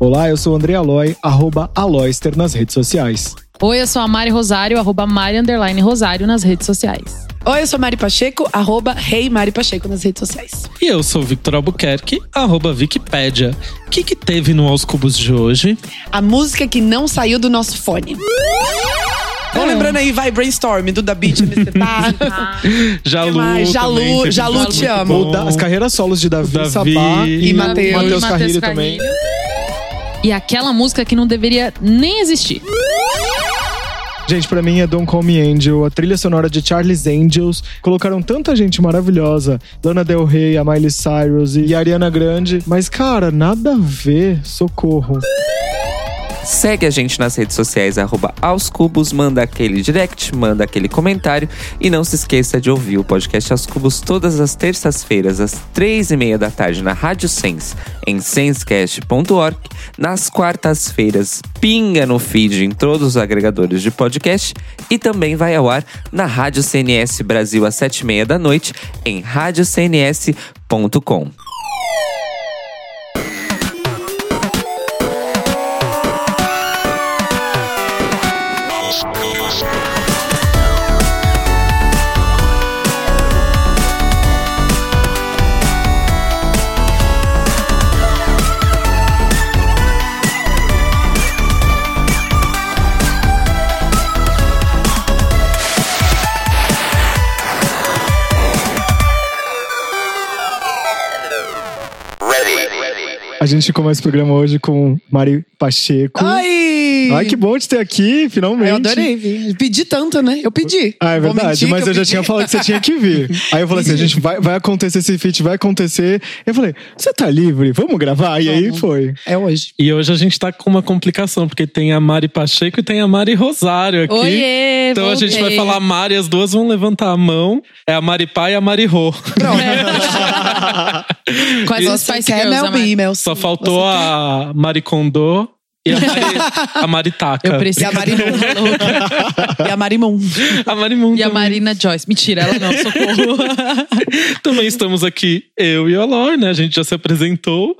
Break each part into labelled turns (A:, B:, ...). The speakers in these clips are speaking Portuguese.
A: Olá, eu sou o André Aloy, arroba Aloyster nas redes sociais.
B: Oi, eu sou a Mari Rosário, arroba Mari Underline Rosário nas redes sociais.
C: Oi, eu sou Mari Pacheco, arroba Rei Mari Pacheco nas redes sociais.
D: E eu sou o Victor Albuquerque, arroba Wikipedia. O que, que teve no Aos Cubos de hoje?
C: A música que não saiu do nosso fone. É. Vão lembrando aí, vai Brainstorm, Duda Beat, MC Tá.
D: Jalu.
C: mais? Jalu-
D: também teve
C: Jalu,
D: muito
C: te amo.
D: bom.
A: O da- as carreiras solos de Davi,
D: Davi.
A: Sabá
C: E Mateus.
A: Matheus
B: E Mateus
A: Carrilho também.
B: E aquela música que não deveria nem existir.
A: Gente, pra mim é Don't Call Me Angel, a trilha sonora de Charles Angels. Colocaram tanta gente maravilhosa. Lana Del Rey, a Miley Cyrus e a Ariana Grande. Mas, cara, nada a ver. Socorro.
E: Segue a gente nas redes sociais, arroba aos cubos, manda aquele direct, manda aquele comentário. E não se esqueça de ouvir o podcast Aos Cubos todas as terças-feiras, às três e meia da tarde, na Rádio Sens, em senscast.org. Nas quartas-feiras, pinga no feed em todos os agregadores de podcast. E também vai ao ar na Rádio CNS Brasil, às sete e meia da noite, em radiocns.com.
A: A gente começa o programa hoje com Mari Pacheco.
C: Ai!
A: Ai, que bom te ter aqui, finalmente.
C: Eu adorei, vi. Pedi tanto, né? Eu pedi.
A: Ah, é
C: Vou
A: verdade,
C: mentir que
A: mas eu já
C: pedi.
A: tinha falado que você tinha que vir. Aí eu falei assim: a gente vai, vai acontecer esse feat, vai acontecer. Eu falei: você tá livre? Vamos gravar? E aí foi.
C: É hoje.
D: E hoje a gente tá com uma complicação, porque tem a Mari Pacheco e tem a Mari Rosário aqui.
B: Oiê,
D: então a gente vai
B: voltei.
D: falar Mari, as duas vão levantar a mão. É a Mari Pá e a Mari Rô.
C: Pronto.
B: Né? Quais as
C: Você
B: Spice
C: quer
B: Girls,
C: Mel
B: Amar?
C: B, Mel C.
D: Só faltou
C: Você
D: a Mari Condô e a Mari, a Mari Taca.
B: Eu
C: quer- E a
B: preciso.
C: Marimun. e a Marimun.
D: A Mari Mundo.
B: E a Marina Joyce. Mentira, ela não, socorro.
D: Também estamos aqui, eu e a Lor, né? A gente já se apresentou.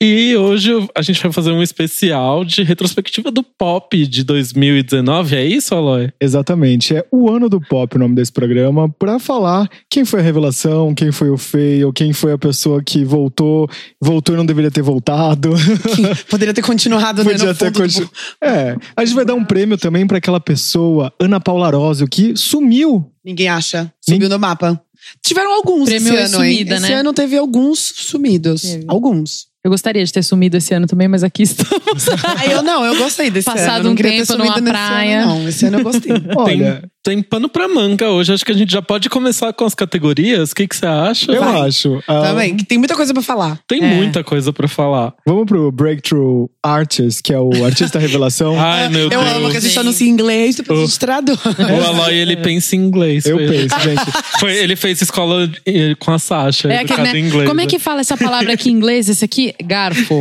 D: E hoje a gente vai fazer um especial de retrospectiva do pop de 2019. É isso, Aloy?
A: Exatamente. É o ano do pop o nome desse programa, pra falar quem foi a revelação, quem foi o fail, quem foi a pessoa que voltou, voltou e não deveria ter voltado.
C: Poderia ter continuado, né?
A: Podia
C: no
A: ter
C: fundo do-
A: continuado. É. A gente vai dar um prêmio também pra aquela pessoa, Ana Paula Arósio, que sumiu.
C: Ninguém acha. Subiu no mapa. Tiveram alguns
B: Prêmio
C: esse ano,
B: sumida,
C: hein?
B: né?
C: Esse ano teve alguns sumidos.
B: Teve.
C: Alguns.
B: Eu gostaria de ter sumido esse ano também, mas aqui estamos.
C: Ah, eu não, eu gostei desse
B: Passado
C: ano. Eu não
B: um
C: queria ter
B: tempo numa
C: sumido nesse
B: praia.
C: Ano, não, esse ano eu gostei.
A: Olha,
D: Tem, tem pano pra manga hoje. Acho que a gente já pode começar com as categorias. O que, que você acha?
A: eu
C: Vai.
A: acho. ah,
C: Também, tá que tem muita coisa pra falar.
D: Tem
B: É.
D: muita coisa pra falar.
A: Vamos pro Breakthrough Artist, que é o artista revelação.
D: Ai, meu
C: eu
D: Deus. Oh.
C: amo que a gente anuncia em inglês, depois a gente traduz.
D: O Aloy, ele pensa em inglês.
A: Eu
D: Foi-
A: penso, gente.
D: Foi, ele fez escola eh, com a Sasha,
B: É aquele,
D: educada
B: né?
D: em inglês.
B: Como é que fala essa palavra aqui em inglês? Esse aqui? Garfo.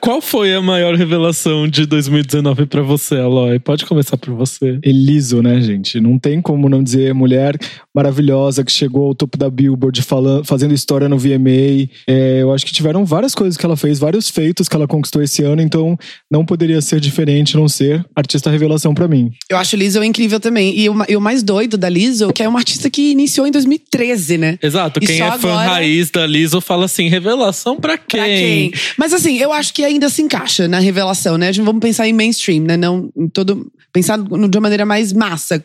D: Qual foi a maior revelação de 2019 pra você, Aloy? Pode começar por você.
A: Eliso, né, gente? Não tem como não dizer mulher maravilhosa que chegou ao topo da Billboard falando, fazendo história no VMA. É, eu acho que tiveram várias coisas que ela fez, vários feitos que ela conquistou esse ano, então não poderia ser diferente não ser artista revelação pra mim.
C: Eu acho Lizzo incrível também. E o, ma- e o mais doido da Lizzo, que é uma artista que iniciou em 2013, né?
D: Exato,
C: E
D: quem
C: só
D: é fã
C: agora-
D: raiz da Lizzo fala assim: revelação pra quem?
C: Pra quem? Mas assim, eu acho que ainda se encaixa na revelação, né? A gente vamos pensar em mainstream, né? Não em todo. Pensar no- de uma maneira mais massa.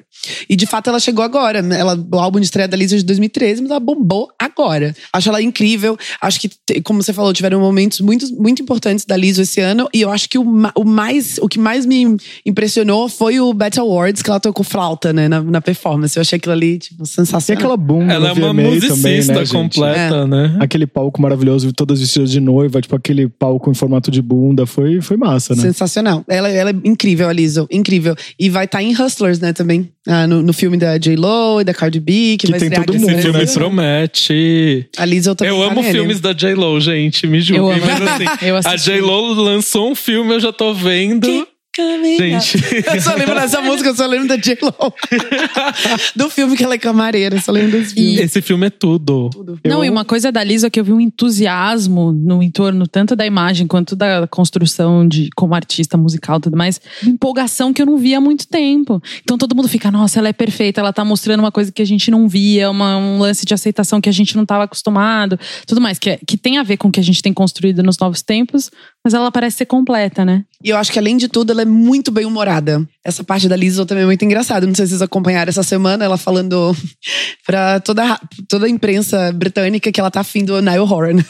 C: E de fato ela chegou agora. né? Ela, o álbum de estreia da Lisa é de 2013, mas ela bombou agora. Acho ela incrível. Acho que, te- como você falou, tiveram momentos muito, muito importantes da Lisa esse ano. E eu acho que o, ma- o mais. O que mais me impressionou foi o Battle Awards, que ela tocou flauta, né? Na, na performance. Eu achei aquilo ali, tipo,
A: Tem
C: sensacional.
A: aquela bunda
D: Ela é
A: no
D: uma
A: VMA também,
D: musicista
A: né, gente?
D: completa, né?
A: Aquele palco maravilhoso, todas vestidas de noiva, tipo aquele palco em formato de bunda, foi, foi massa, né?
C: Sensacional. Ela, ela é incrível, a Lizzo. Incrível. E vai estar em Hustlers, né, também. Ah, no, no filme da J-Lo e da Cardi B, que,
A: Que
C: vai
A: tem
C: estrear
A: todo
C: aqui no
D: Esse
A: mundo,
D: filme
C: Brasil.
A: né?
D: promete.
C: A Lizzo também
D: Eu
C: tá
D: amo
C: nele.
D: filmes da J-Lo, gente, me
B: Eu
D: julguem.
B: amo.
D: Mas assim,
B: Eu
D: a
B: assisti.
D: J-Lo lançou um filme, eu já tô vendo.
C: Que
D: Gente,
C: Eu só lembro dessa música, eu só lembro da J. Lo. Do filme que ela é camareira, eu só lembro desse filme.
D: esse filme é tudo.
B: Não, e uma coisa da Lisa que eu vi um entusiasmo no entorno, tanto da imagem quanto da construção de como artista musical e tudo mais, uma empolgação que eu não via há muito tempo. Então todo mundo fica, nossa, ela é perfeita, ela tá mostrando uma coisa que a gente não via, uma- um lance de aceitação que a gente não tava acostumado, tudo mais, que, é- que tem a ver com o que a gente tem construído nos novos tempos, mas ela parece ser completa, né?
C: E eu acho que, além de tudo, ela é muito bem humorada. Essa parte da Lizzo também é muito engraçada. Não sei se vocês acompanharam essa semana, ela falando pra toda, a- toda a imprensa britânica que ela tá afim do Niall Horan.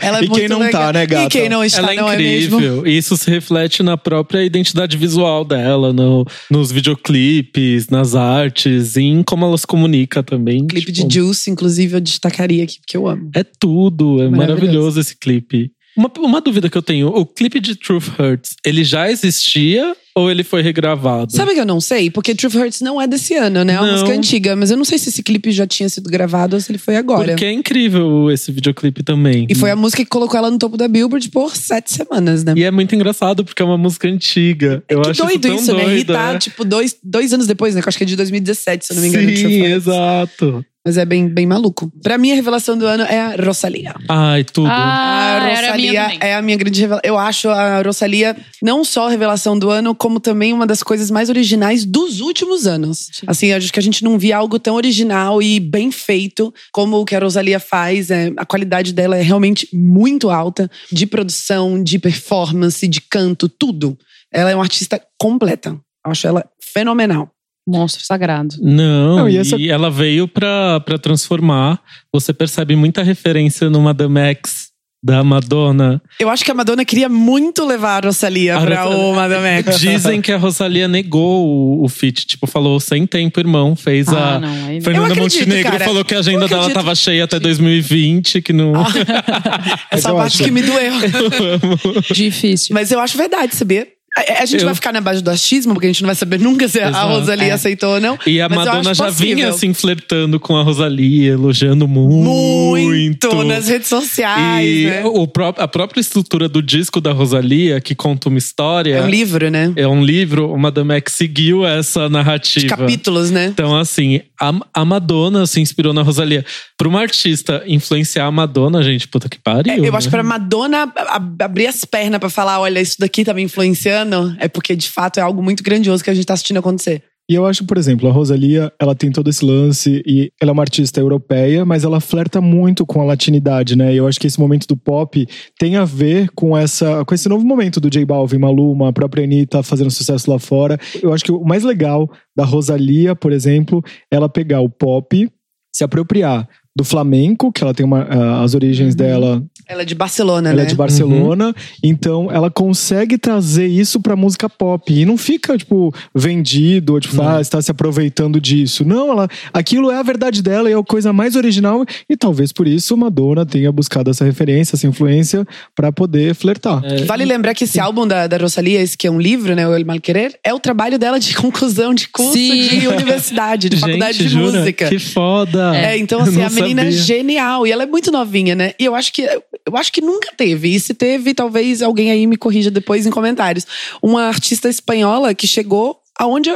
C: ela é
A: E quem
C: muito
A: não
C: legal.
A: tá, né, gata?
C: E quem não está,
D: Ela é
C: não é mesmo?
D: incrível. E Isso se reflete na própria identidade visual dela, no- nos videoclipes, nas artes, e em como ela se comunica também.
C: Clipe
D: Tipo,
C: de Juice, inclusive, eu destacaria aqui, porque eu amo.
D: É tudo, é
C: Maravilhoso.
D: maravilhoso, esse clipe. Uma, uma dúvida que eu tenho: o clipe de Truth Hurts, ele já existia ou ele foi regravado?
C: Sabe que eu não sei? Porque Truth Hurts não é desse ano, né? É uma
D: Não.
C: música antiga. Mas eu não sei se esse clipe já tinha sido gravado ou se ele foi agora.
D: Porque é incrível esse videoclipe também.
C: E foi a música que colocou ela no topo da Billboard por sete semanas, né?
D: E é muito engraçado porque é uma música antiga. Eu
C: que
D: acho
C: doido
D: isso,
C: isso,
D: tão
C: né?
D: doido,
C: E tá,
D: né?
C: tipo, dois, dois anos depois, né? Que eu acho que é de 2017, se eu não me engano. Truth
D: Sim,
C: Hurts.
D: exato.
C: Mas é bem, bem maluco. Pra mim, a revelação do ano é a Rosalia.
D: Ai, tudo.
B: Ah,
C: a
B: era a minha
C: Rosalia
B: também.
C: é a minha grande revelação. Eu acho a Rosalia não só a revelação do ano, como também uma das coisas mais originais dos últimos anos. Assim, acho que a gente não via algo tão original e bem feito como o que a Rosalia faz. É, a qualidade dela é realmente muito alta de produção, de performance, de canto, tudo. Ela é uma artista completa. Eu acho ela fenomenal.
B: Monstro sagrado.
D: Não,
A: Não, e
D: e,
A: essa-
D: ela veio pra, pra transformar. Você percebe muita referência no Madame X da Madonna.
C: Eu acho que a Madonna queria muito levar a Rosalia
D: A
C: pra
D: Rosalia.
C: o Madame X.
D: Dizem que a Rosalia negou o, o feat. Tipo, falou sem tempo, irmão. Fez
B: Ah,
D: a.
B: não, aí não.
D: Fernanda
C: Eu acredito,
D: Montenegro
C: cara.
D: falou que a
C: Eu
D: agenda dela
C: acredito. Ah,
D: tava cheia até 2020, que não.
A: Mas
C: Essa
A: eu
C: parte
A: acho.
C: que me doeu.
B: Difícil.
C: Mas eu acho verdade, sabia? A, a gente
D: Eu-
C: vai ficar na base do achismo, porque a gente não vai saber nunca se a
D: Exato.
C: Rosalie
D: É.
C: aceitou ou não.
D: E a
C: Mas eu
D: Madonna
C: acho
D: já
C: possível.
D: vinha assim flertando com a Rosalia, elogiando muito.
C: Muito né, nas redes sociais,
D: e
C: né?
D: o pró- a própria estrutura do disco da Rosalia, que conta uma história.
C: É um livro, né?
D: é um livro, o Madame X seguiu essa
C: De
D: narrativa.
C: capítulos, né?
D: Então, assim, a, a Madonna se inspirou na Rosalia. Pra uma artista influenciar a Madonna, gente, puta que pariu.
C: É, eu
D: né?
C: acho que pra Madonna a- a- abrir as pernas pra falar, olha, isso daqui tá me influenciando, é porque de fato é algo muito grandioso que a gente tá assistindo acontecer.
A: E eu acho, por exemplo, a Rosalia, ela tem todo esse lance e ela é uma artista europeia, mas ela flerta muito com a latinidade, né? E eu acho que esse momento do pop tem a ver com essa com esse novo momento do J Balvin, Maluma, a própria Anitta fazendo sucesso lá fora. Eu acho que o mais legal da Rosalia, por exemplo, é ela pegar o pop, se apropriar do flamenco, que ela tem uma, ah, as origens dela
C: Ela é de Barcelona,
A: ela
C: né?
A: é de Barcelona, então ela consegue trazer isso pra música pop. E não fica, tipo, vendido, ou tipo, ah, está se aproveitando disso. Não, ela, aquilo é a verdade dela e é a coisa mais original. E talvez por isso Madonna tenha buscado essa referência, essa influência, pra poder flertar.
D: É.
C: Vale lembrar que esse álbum da, da Rosalia, esse que é um livro, né? O El Mal Querer, é o trabalho dela de conclusão de curso
B: Sim.
C: de universidade, de
D: Gente,
C: faculdade de
D: jura?
C: música.
D: Que foda.
C: É, então
D: Eu
C: assim, a
D: não
C: menina é
D: sabia.
C: genial e ela é muito novinha, né? E eu acho que eu acho que nunca teve. E se teve, talvez alguém aí me corrija depois em comentários. Uma artista espanhola que chegou aonde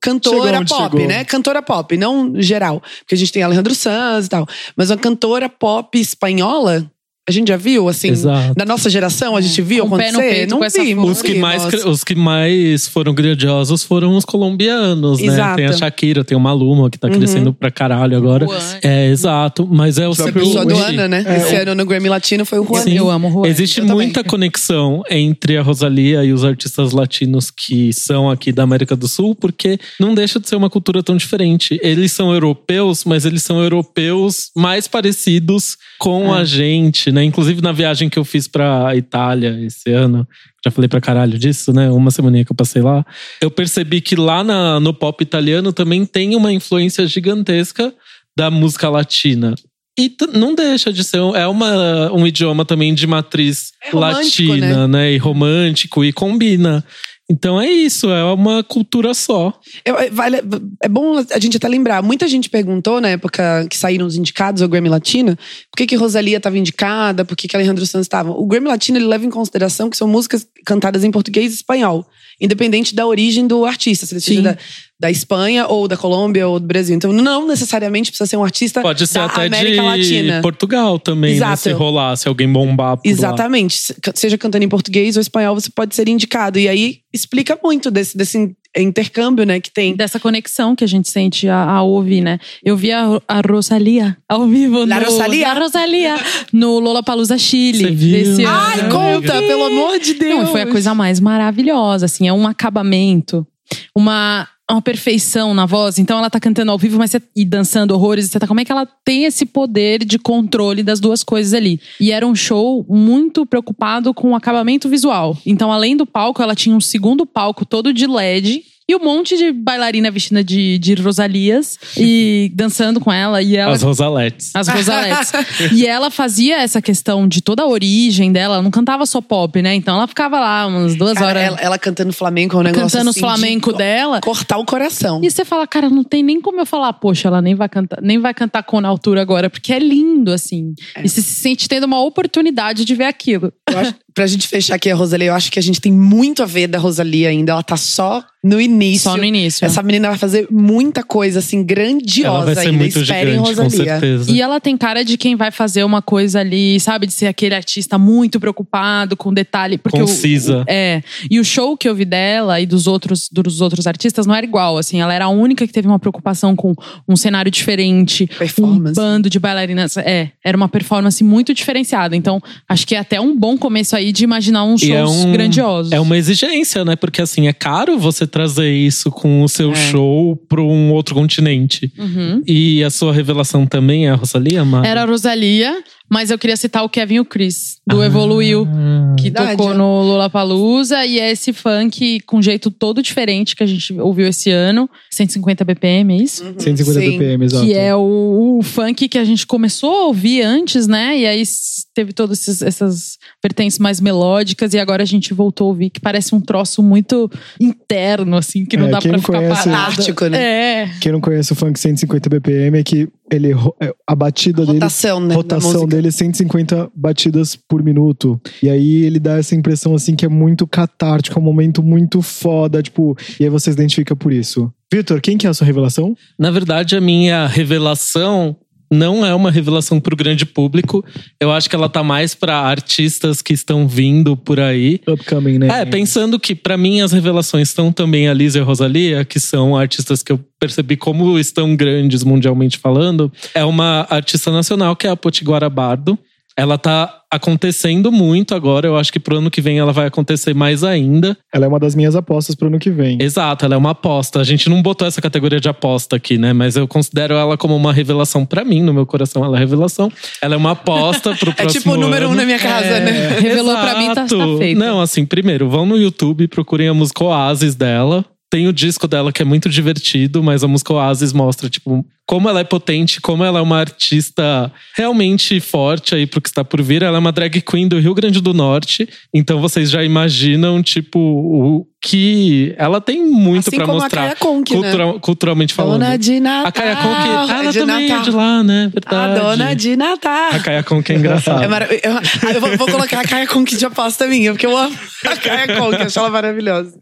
C: cantora
A: Chegou onde
C: pop,
A: chegou.
C: né? Cantora pop, não geral, porque a gente tem Alejandro Sanz e tal, mas uma cantora pop espanhola, a gente já viu assim,
D: Exato.
C: na nossa geração a gente viu
B: É, Com o pé
C: acontecer,
B: no peito,
C: não
B: com essa
C: vimos,
B: flor.
D: Os que,
C: vimos.
D: mais, os que mais foram grandiosos foram os colombianos, né?
C: Exato. Uhum.
D: Tem a Shakira, tem o Maluma, que tá crescendo pra caralho agora.
B: Juan.
D: É, exato. Mas é o
A: Essa
C: Essa
D: próprio
C: pessoa do
D: Wish.
C: ano, né?
A: É,
C: Esse
A: o-
C: ano no Grammy Latino foi o Juan.
D: Sim.
B: Eu amo Juan.
D: Existe
C: Eu também.
D: muita conexão entre a Rosalia e os artistas latinos que são aqui da América do Sul, porque não deixa de ser uma cultura tão diferente. Eles são europeus, mas eles são europeus mais parecidos com
C: É.
D: a gente, né? Inclusive na viagem que eu fiz pra Itália esse ano, já falei pra caralho disso, né? Uma semaninha que eu passei lá. Eu percebi que lá na- no pop italiano também tem uma influência gigantesca da música latina. E t- não deixa de ser. um- É uma, um idioma também de matriz né?
C: É romântico,
D: latina, né? E romântico, e combina. Então é isso, é uma cultura só.
C: Eu- é, vale- é bom a gente até lembrar. Muita gente perguntou, na época que saíram os indicados ao Grammy Latino, por que, que Rosalia estava indicada, por que, que Alejandro Sanz estava. O Grammy Latino ele leva em consideração que são músicas cantadas em português e espanhol, independente da origem do artista, se ele seja
B: Sim.
C: da, da Espanha, ou da Colômbia, ou do Brasil. Então não necessariamente precisa ser um artista
D: Pode ser
C: da
D: até
C: América
D: de
C: Latina.
D: Portugal também, né?
C: Exato.
D: Se rolar, se alguém bombar por lá.
C: Exatamente. Se- Seja cantando em português ou espanhol, você pode ser indicado. E aí explica muito desse, desse in- intercâmbio, né, que tem.
B: Dessa conexão que a gente sente a, a ouvir, né? Eu vi a, Ro- a Rosalia ao vivo.
C: La
B: no,
C: Rosalía?
B: La Rosalia. No Lollapalooza Chile.
D: Você viu? né?
B: desse ano.
C: Ai,
D: Não,
C: conta,
D: amiga.
C: pelo amor de Deus.
B: Não, foi a coisa mais maravilhosa, assim, é um acabamento, uma, uma perfeição na voz. Então ela tá cantando ao vivo, mas você- e dançando horrores, etc. Como é que ela tem esse poder de controle das duas coisas ali? E era um show muito preocupado com o acabamento visual. Então, além do palco, ela tinha um segundo palco todo de LED. E um monte de bailarina vestida de, de Rosalias e dançando com ela. E ela
D: As Rosaletes.
B: as Rosaletes. e ela fazia essa questão de toda a origem dela, ela não cantava só pop, né? Então ela ficava lá umas duas
C: Cara,
B: horas
C: ela, ela cantando flamenco, é um negócio
B: cantando os
C: assim
B: flamenco
C: de
B: dela.
C: Cortar o coração.
B: E você fala, cara, não tem nem como eu falar, poxa, ela nem vai cantar, nem vai cantar com na altura agora, porque é lindo, assim.
C: É.
B: E você se sente tendo uma oportunidade de ver aquilo.
C: Eu acho- pra gente fechar aqui a Rosalia, eu acho que a gente tem muito a ver da Rosalia ainda. Ela tá só no início.
B: Só no início.
C: Essa menina vai fazer muita coisa, assim, grandiosa
D: Ela vai ser
C: ainda.
D: muito
C: Esperem
D: gigante, com
C: Rosalia.
D: certeza.
B: E ela tem cara de quem vai fazer uma coisa ali, sabe? De ser aquele artista muito preocupado com detalhe. Porque o-
D: Concisa.
B: É. E o show que eu vi dela e dos outros, dos outros artistas não era igual, assim. Ela era a única que teve uma preocupação com um cenário diferente, um
C: Performance.
B: bando de bailarinas. É, era uma performance muito diferenciada. Então, acho que é até um bom começo aí de imaginar uns
D: E
B: shows
D: um-
B: grandiosos.
D: É uma exigência, né? Porque assim, é caro você trazer isso com o seu show para um outro continente.
B: É. Uhum.
D: E a sua revelação também é a Rosalia, Mari?
B: Era a Rosalia, mas eu queria citar o Kevin e o Chris, do Evoluiu.
D: Ah.
B: que
C: Verdade,
B: tocou
C: é.
B: no Lollapalooza e é esse funk com jeito todo diferente que a gente ouviu esse ano, 150 BPM, é isso?
C: Uhum,
A: 150
C: sim.
A: BPM, exato.
B: Que é o, o funk que a gente começou a ouvir antes, né? E aí s- teve todas esses- essas vertentes mais melódicas e agora a gente voltou a ouvir que parece um troço muito interno, assim, que não
A: É,
B: dá
A: quem
B: pra
A: não
B: ficar
A: conhece-
B: parado.
C: Catártico, né?
B: É.
A: Quem não conhece o funk 150 BPM é que ele, ro- é, a batida dele
C: Rotação, né?
A: A
C: da
A: rotação
C: música.
A: dele é 150 batidas por minuto. E aí ele dá essa impressão assim que é muito catártico, é um momento muito foda, tipo, e aí você se identifica por isso. Vitor, quem que é a sua revelação?
D: Na verdade, a minha revelação não é uma revelação para o grande público. Eu acho que ela tá mais para artistas que estão vindo por aí.
A: Upcoming, né?
D: É, pensando que para mim as revelações estão também a Lisa e a Rosalia, que são artistas que eu percebi como estão grandes mundialmente falando. É uma artista nacional que é a Potiguara Bardo. Ela tá acontecendo muito agora, eu acho que pro ano que vem ela vai acontecer mais ainda.
A: Ela é uma das minhas apostas pro ano que vem.
D: Exato, ela é uma aposta. A gente não botou essa categoria de aposta aqui, né? Mas eu considero ela como uma revelação pra mim, no meu coração ela é revelação. Ela é uma aposta pro
C: É
D: próximo
C: tipo o número um
D: ano. É.
C: na minha casa, né?
B: Revelou pra mim, tá, tá
D: Exato.
B: feito.
D: Não, assim, primeiro, vão no YouTube, procurem a música Oasis dela. Tem o disco dela que é muito divertido, mas a música Oasis mostra, tipo, como ela é potente, como ela é uma artista realmente forte aí pro que está por vir. Ela é uma drag queen do Rio Grande do Norte, então vocês já imaginam, tipo, o que ela tem muito
C: assim
D: pra
C: como a
D: mostrar.
C: Kaya Conk, né?
D: cultural- Culturalmente falando.
C: Dona de Natal. É
D: A Kaya Conk, ela
C: de
D: também
C: Natal.
D: é de lá, né?
C: A
D: Verdade.
C: dona de Natal.
D: A Kaya Conk é
A: Tá.
D: engraçada.
C: É mara- eu, ah, eu vou, vou colocar a Kaya Conk de aposta minha, porque eu amo a Kaya Conk, eu acho ela maravilhosa.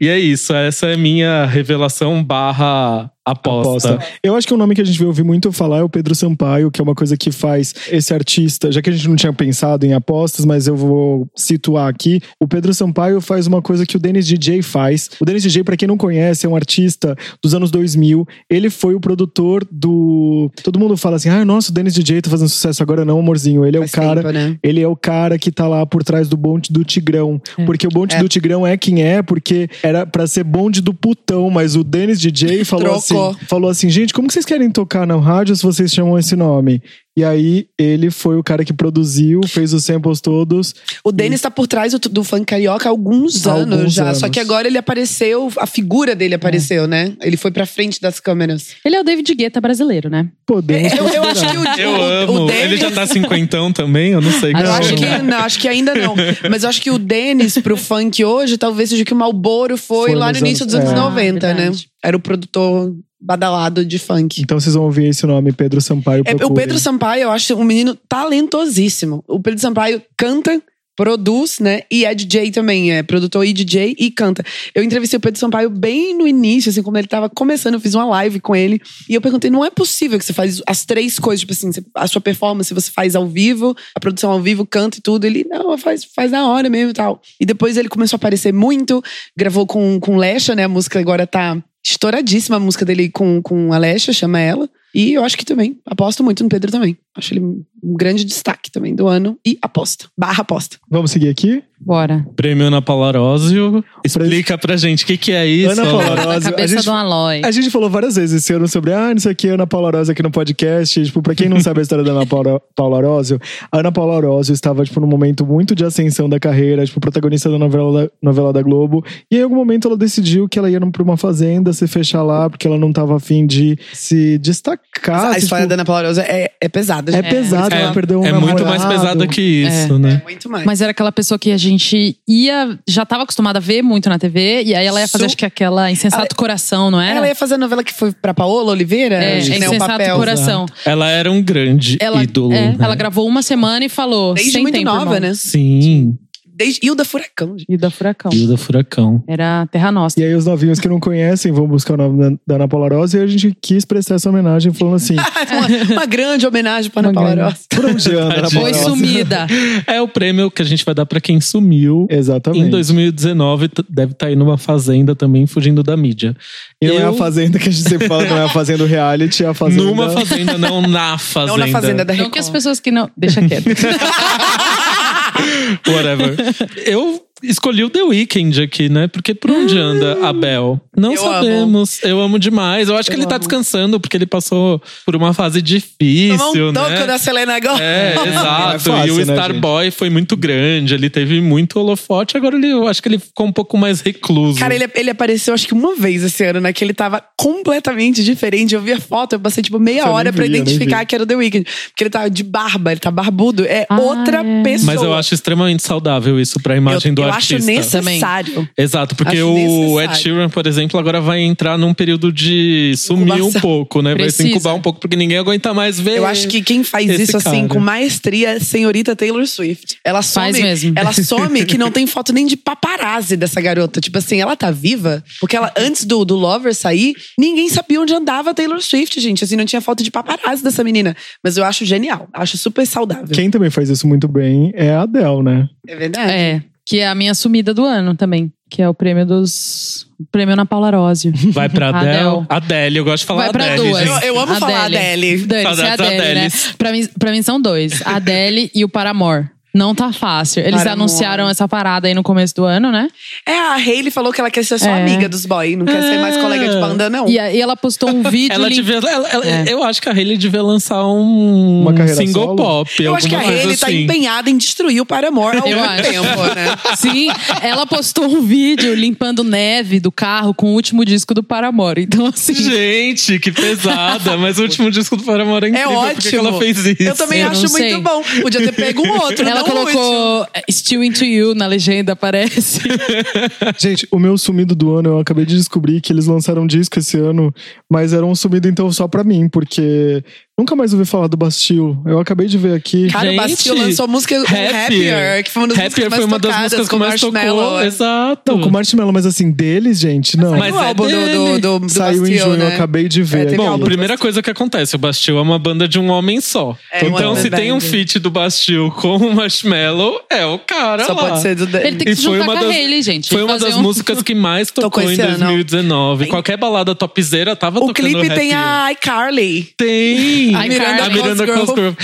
D: E é isso, essa é minha revelação barra aposta.
A: Aposta. Eu acho que um nome que a gente vai ouvir muito falar é o Pedro Sampaio, que é uma coisa que faz esse artista, já que a gente não tinha pensado em apostas, mas eu vou situar aqui. O Pedro Sampaio faz uma coisa que o Dennis DJ faz. O Dennis DJ, pra quem não conhece, é um artista dos anos 2000. Ele foi o produtor do. Todo mundo fala assim: ah, nossa, o Dennis DJ tá fazendo sucesso agora, não, amorzinho. Ele é
C: Faz
A: o cara.
C: tempo, né?
A: Ele é o cara que tá lá por trás do bonde do Tigrão. Porque o bonde
C: É.
A: do Tigrão é quem é, porque era pra ser bonde do putão, mas o Dennis DJ falou
C: Trocou.
A: assim, falou assim: gente, como que vocês querem tocar na rádio se vocês chamam esse nome? E aí ele foi o cara que produziu, fez os samples todos.
C: O Denis tá por trás do, do funk carioca há alguns
A: Há
C: anos
A: alguns
C: já. Só
A: anos. É.
C: que agora ele apareceu, a figura dele apareceu, né? Ele foi pra frente das câmeras.
B: Ele é o David Guetta brasileiro, né?
A: Podemos
C: É, Eu, eu
A: considerar.
C: acho que o,
D: Eu
C: o,
D: amo.
C: o Denis.
D: Ele já tá cinquentão também, eu não sei.
B: Ah,
C: Eu
D: qual
C: acho
D: é.
C: que, não, acho que ainda não. Mas eu acho que o Denis pro funk hoje talvez seja o que o Malboro foi,
A: Foi
C: lá
A: nos
C: no início
A: anos-
C: dos anos
A: é.
C: 90,
B: Ah,
C: né?
B: verdade.
C: Era o produtor badalado de funk.
A: Então vocês vão ouvir esse nome, Pedro Sampaio.
C: É, o
A: procurem.
C: Pedro Sampaio, eu acho um menino talentosíssimo. O Pedro Sampaio canta, produz, né? E é DJ também, é produtor e DJ e canta. Eu entrevistei o Pedro Sampaio bem no início, assim, quando ele tava começando, eu fiz uma live com ele. E eu perguntei: não é possível que você faz as três coisas, tipo assim, você- a sua performance você faz ao vivo, a produção ao vivo, canta e tudo. Ele, não, faz, faz na hora mesmo e tal. E depois ele começou a aparecer muito, gravou com, com Lecha, né? A música agora tá. Estouradíssima a música dele com, com a Lecha, chama ela. E eu acho que também, aposto muito no Pedro também. Acho ele um grande destaque também do ano. E aposta. Barra aposta.
A: Vamos seguir aqui?
B: Bora.
D: Prêmio Ana Palarósio. Explica pra gente o que, que é isso.
C: né?
A: Ana Palarósio.
B: Na
A: Mas a
B: cabeça
A: gente-
B: do Aloy.
A: A gente falou várias vezes esse ano sobre, ah, isso aqui é Ana Paula Arósio aqui no podcast. E, tipo, pra quem não sabe a história da Ana Paula Paula Arósio, a Ana Paula Arósio estava, tipo, num momento muito de ascensão da carreira, tipo, protagonista da novela da, novela da Globo. E em algum momento ela decidiu que ela ia pra uma fazenda se fechar lá, porque ela não tava afim de se destacar.
C: Ah, a
A: se,
C: história
A: tipo,
C: da Ana Paula Rosa é, é pesada,
A: É
C: gente.
A: pesado,
D: É,
A: ela perdeu um
D: é muito mais
A: namorado.
D: pesada que isso,
C: É,
D: né?
C: muito mais.
B: Mas era aquela pessoa que a gente ia, já tava acostumada a ver muito na TV, e aí ela ia fazer,
C: Su-
B: acho que aquela Insensato Coração, não era?
C: ela ia fazer a novela que foi pra Paola Oliveira,
B: é,
C: acho que,
B: é
C: né, o
B: Insensato
C: papel.
B: Coração.
D: Ela era um grande
B: Ela,
D: ídolo.
B: é,
D: né?
B: ela gravou uma semana e falou.
C: Desde
B: sem
C: muito
B: tempo,
C: nova,
B: irmão.
C: né?
D: Sim,
C: Desde Hilda Furacão, gente.
B: E da Furacão.
D: Hilda Furacão.
B: Era Terra Nossa.
A: E aí os novinhos que não conhecem vão buscar o nome da- da Ana Paula Arósio e a gente quis prestar essa homenagem falando assim,
C: uma, uma grande homenagem pra Ana
B: Ah, é. Uma
C: Paula
B: grande.
C: Rosa.
A: por onde anda Ana Paula
B: Foi
D: Nossa.
A: Arósio?
B: sumida.
D: É o prêmio que a gente vai dar pra quem sumiu.
A: Exatamente.
D: Em 2019, t- deve estar aí numa fazenda também, fugindo da mídia.
A: E não é a
D: Eu-
A: fazenda que a gente sempre fala, não é a fazenda do reality, é a fazenda.
D: Numa fazenda, não na fazenda.
C: Não na Fazenda da
B: Não que as
C: Record.
B: pessoas que não. Deixa quieto.
D: Whatever. Eu escolhi o The Weeknd aqui, né? Porque por onde anda a Bel? Não
C: Eu
D: sabemos. Eu amo demais. Eu acho que
C: Eu
D: ele tá
C: amo.
D: descansando, porque ele passou por uma fase
C: Tomar
D: difícil,
C: um
D: né?
C: toco da Selena agora.
D: É,
A: não é
D: exato.
A: fácil,
D: e o
A: né,
D: Starboy foi muito grande, ele teve muito holofote. Agora ele, eu acho que ele ficou um pouco mais recluso.
C: Cara, ele, ele apareceu acho que uma vez esse ano, né? Que ele tava completamente diferente. Eu vi a foto, eu passei tipo meia
A: Nossa, eu nem
C: hora pra
A: vi, eu nem
C: identificar
A: vi.
C: que era o The Weeknd. Porque ele tava de barba, ele tá barbudo. É
B: Ah,
C: outra
B: é.
C: pessoa.
D: Mas eu acho extremamente saudável isso pra imagem
C: eu,
D: do
C: eu
D: artista.
C: acho necessário.
D: Exato, porque
C: Acho
D: o
C: necessário.
D: Ed Sheeran, por exemplo, agora vai entrar num período de sumir um
C: Incubação.
D: pouco, né? Vai
B: Precisa.
D: se incubar um pouco, porque ninguém aguenta mais ver.
C: Eu acho que quem faz
D: Esse
C: isso assim
D: cara.
C: com maestria é senhorita Taylor Swift. Ela some,
B: Faz mesmo.
C: ela some que não tem foto nem de paparazzi dessa garota. Tipo assim, ela tá viva? Porque ela antes do, do Lover sair, ninguém sabia onde andava a Taylor Swift, gente. Assim, não tinha foto de paparazzi dessa menina. Mas eu acho genial, acho super saudável.
A: Quem também faz isso muito bem é a Adele, né?
C: É verdade.
B: é. Que é a minha sumida do ano também. Que é o prêmio dos. O prêmio na Paula Arósio.
D: Vai pra
A: Ah,
D: Adele.
B: Adele.
D: Adele, eu gosto de falar
B: Vai pra
D: Adele.
B: duas.
D: gente.
C: Eu, eu amo falar
B: Adele.
C: Adele.
B: Dane-se, é
D: Saudades
B: Adele, né?
D: Adeles.
B: Pra mim, pra mim são dois. A Adele e o Paramore. Não tá fácil. Eles
C: Paramore.
B: anunciaram essa parada aí no começo do ano, né?
C: É, a Hailey falou que ela quer ser só
B: É.
C: amiga dos boys, não quer ser mais
D: Ah.
C: colega de banda, não.
B: E aí ela postou um vídeo.
D: Ela
B: link-
D: devia, ela- ela-
B: É.
D: Eu acho que a Hailey devia lançar um
A: Uma carreira
D: single
A: solo?
D: pop.
C: eu acho que a
D: alguma coisa
C: Hailey tá
D: assim.
C: empenhada em destruir o Paramore ao
B: Eu
C: mesmo
B: acho.
C: tempo, né?
B: Sim, ela postou um vídeo limpando neve do carro com o último disco do Paramore. Então, assim.
D: Gente, que pesada. Mas o último disco do Paramore é
C: É
D: incrível. Por que que
C: ótimo.
D: ela fez isso?
C: Eu também
B: Eu não
C: acho
B: sei.
C: muito bom. Podia ter pego um outro,
B: Ela
C: não um último.
B: colocou Still Into You na legenda, parece.
A: Gente, o meu sumido do ano, eu acabei de descobrir que eles lançaram um disco esse ano, mas era um sumido então só pra mim, porque nunca mais ouvi falar do Bastille. Eu acabei de ver aqui.
C: Cara, o Bastille
D: Gente,
C: lançou a música um
D: Happier.
C: Happier, que foi uma das músicas
D: Happier
C: mais
D: foi uma das
C: tocadas
D: músicas que
C: com
D: mais tocou.
C: Marshmello. né?
D: Exato.
A: Não, com Marshmallow, mas assim, deles, gente, não.
D: Mas
C: Mas o
D: é
C: um álbum do,
D: dele.
C: do, do, do
A: Saiu
C: Bastille,
A: em junho, eu
C: né?
A: acabei de ver.
C: É, teve
A: aqui.
D: Bom,
C: álbum.
D: primeira coisa que acontece, o Bastille é uma banda de um homem só.
C: É, um
D: então,
C: homem
D: se tem um
C: band.
D: feat do Bastille com o Marshmallow, é o cara
C: Só
D: lá.
C: pode ser do
B: Ele tem que
D: E
B: se
D: foi
B: juntar com
D: uma
B: a
D: das-
B: Hailey, gente.
D: Foi uma
B: Fazer
D: das
B: um-
D: músicas que mais tocou
C: Tocou
D: em
C: esse ano.
D: 2019. Qualquer balada topzera tava
C: O
D: tocando
C: clipe tem
D: Happier.
C: a iCarly.
D: Tem!
B: A Miranda
D: a Miranda
C: Cosgrove.
D: Cosgrove.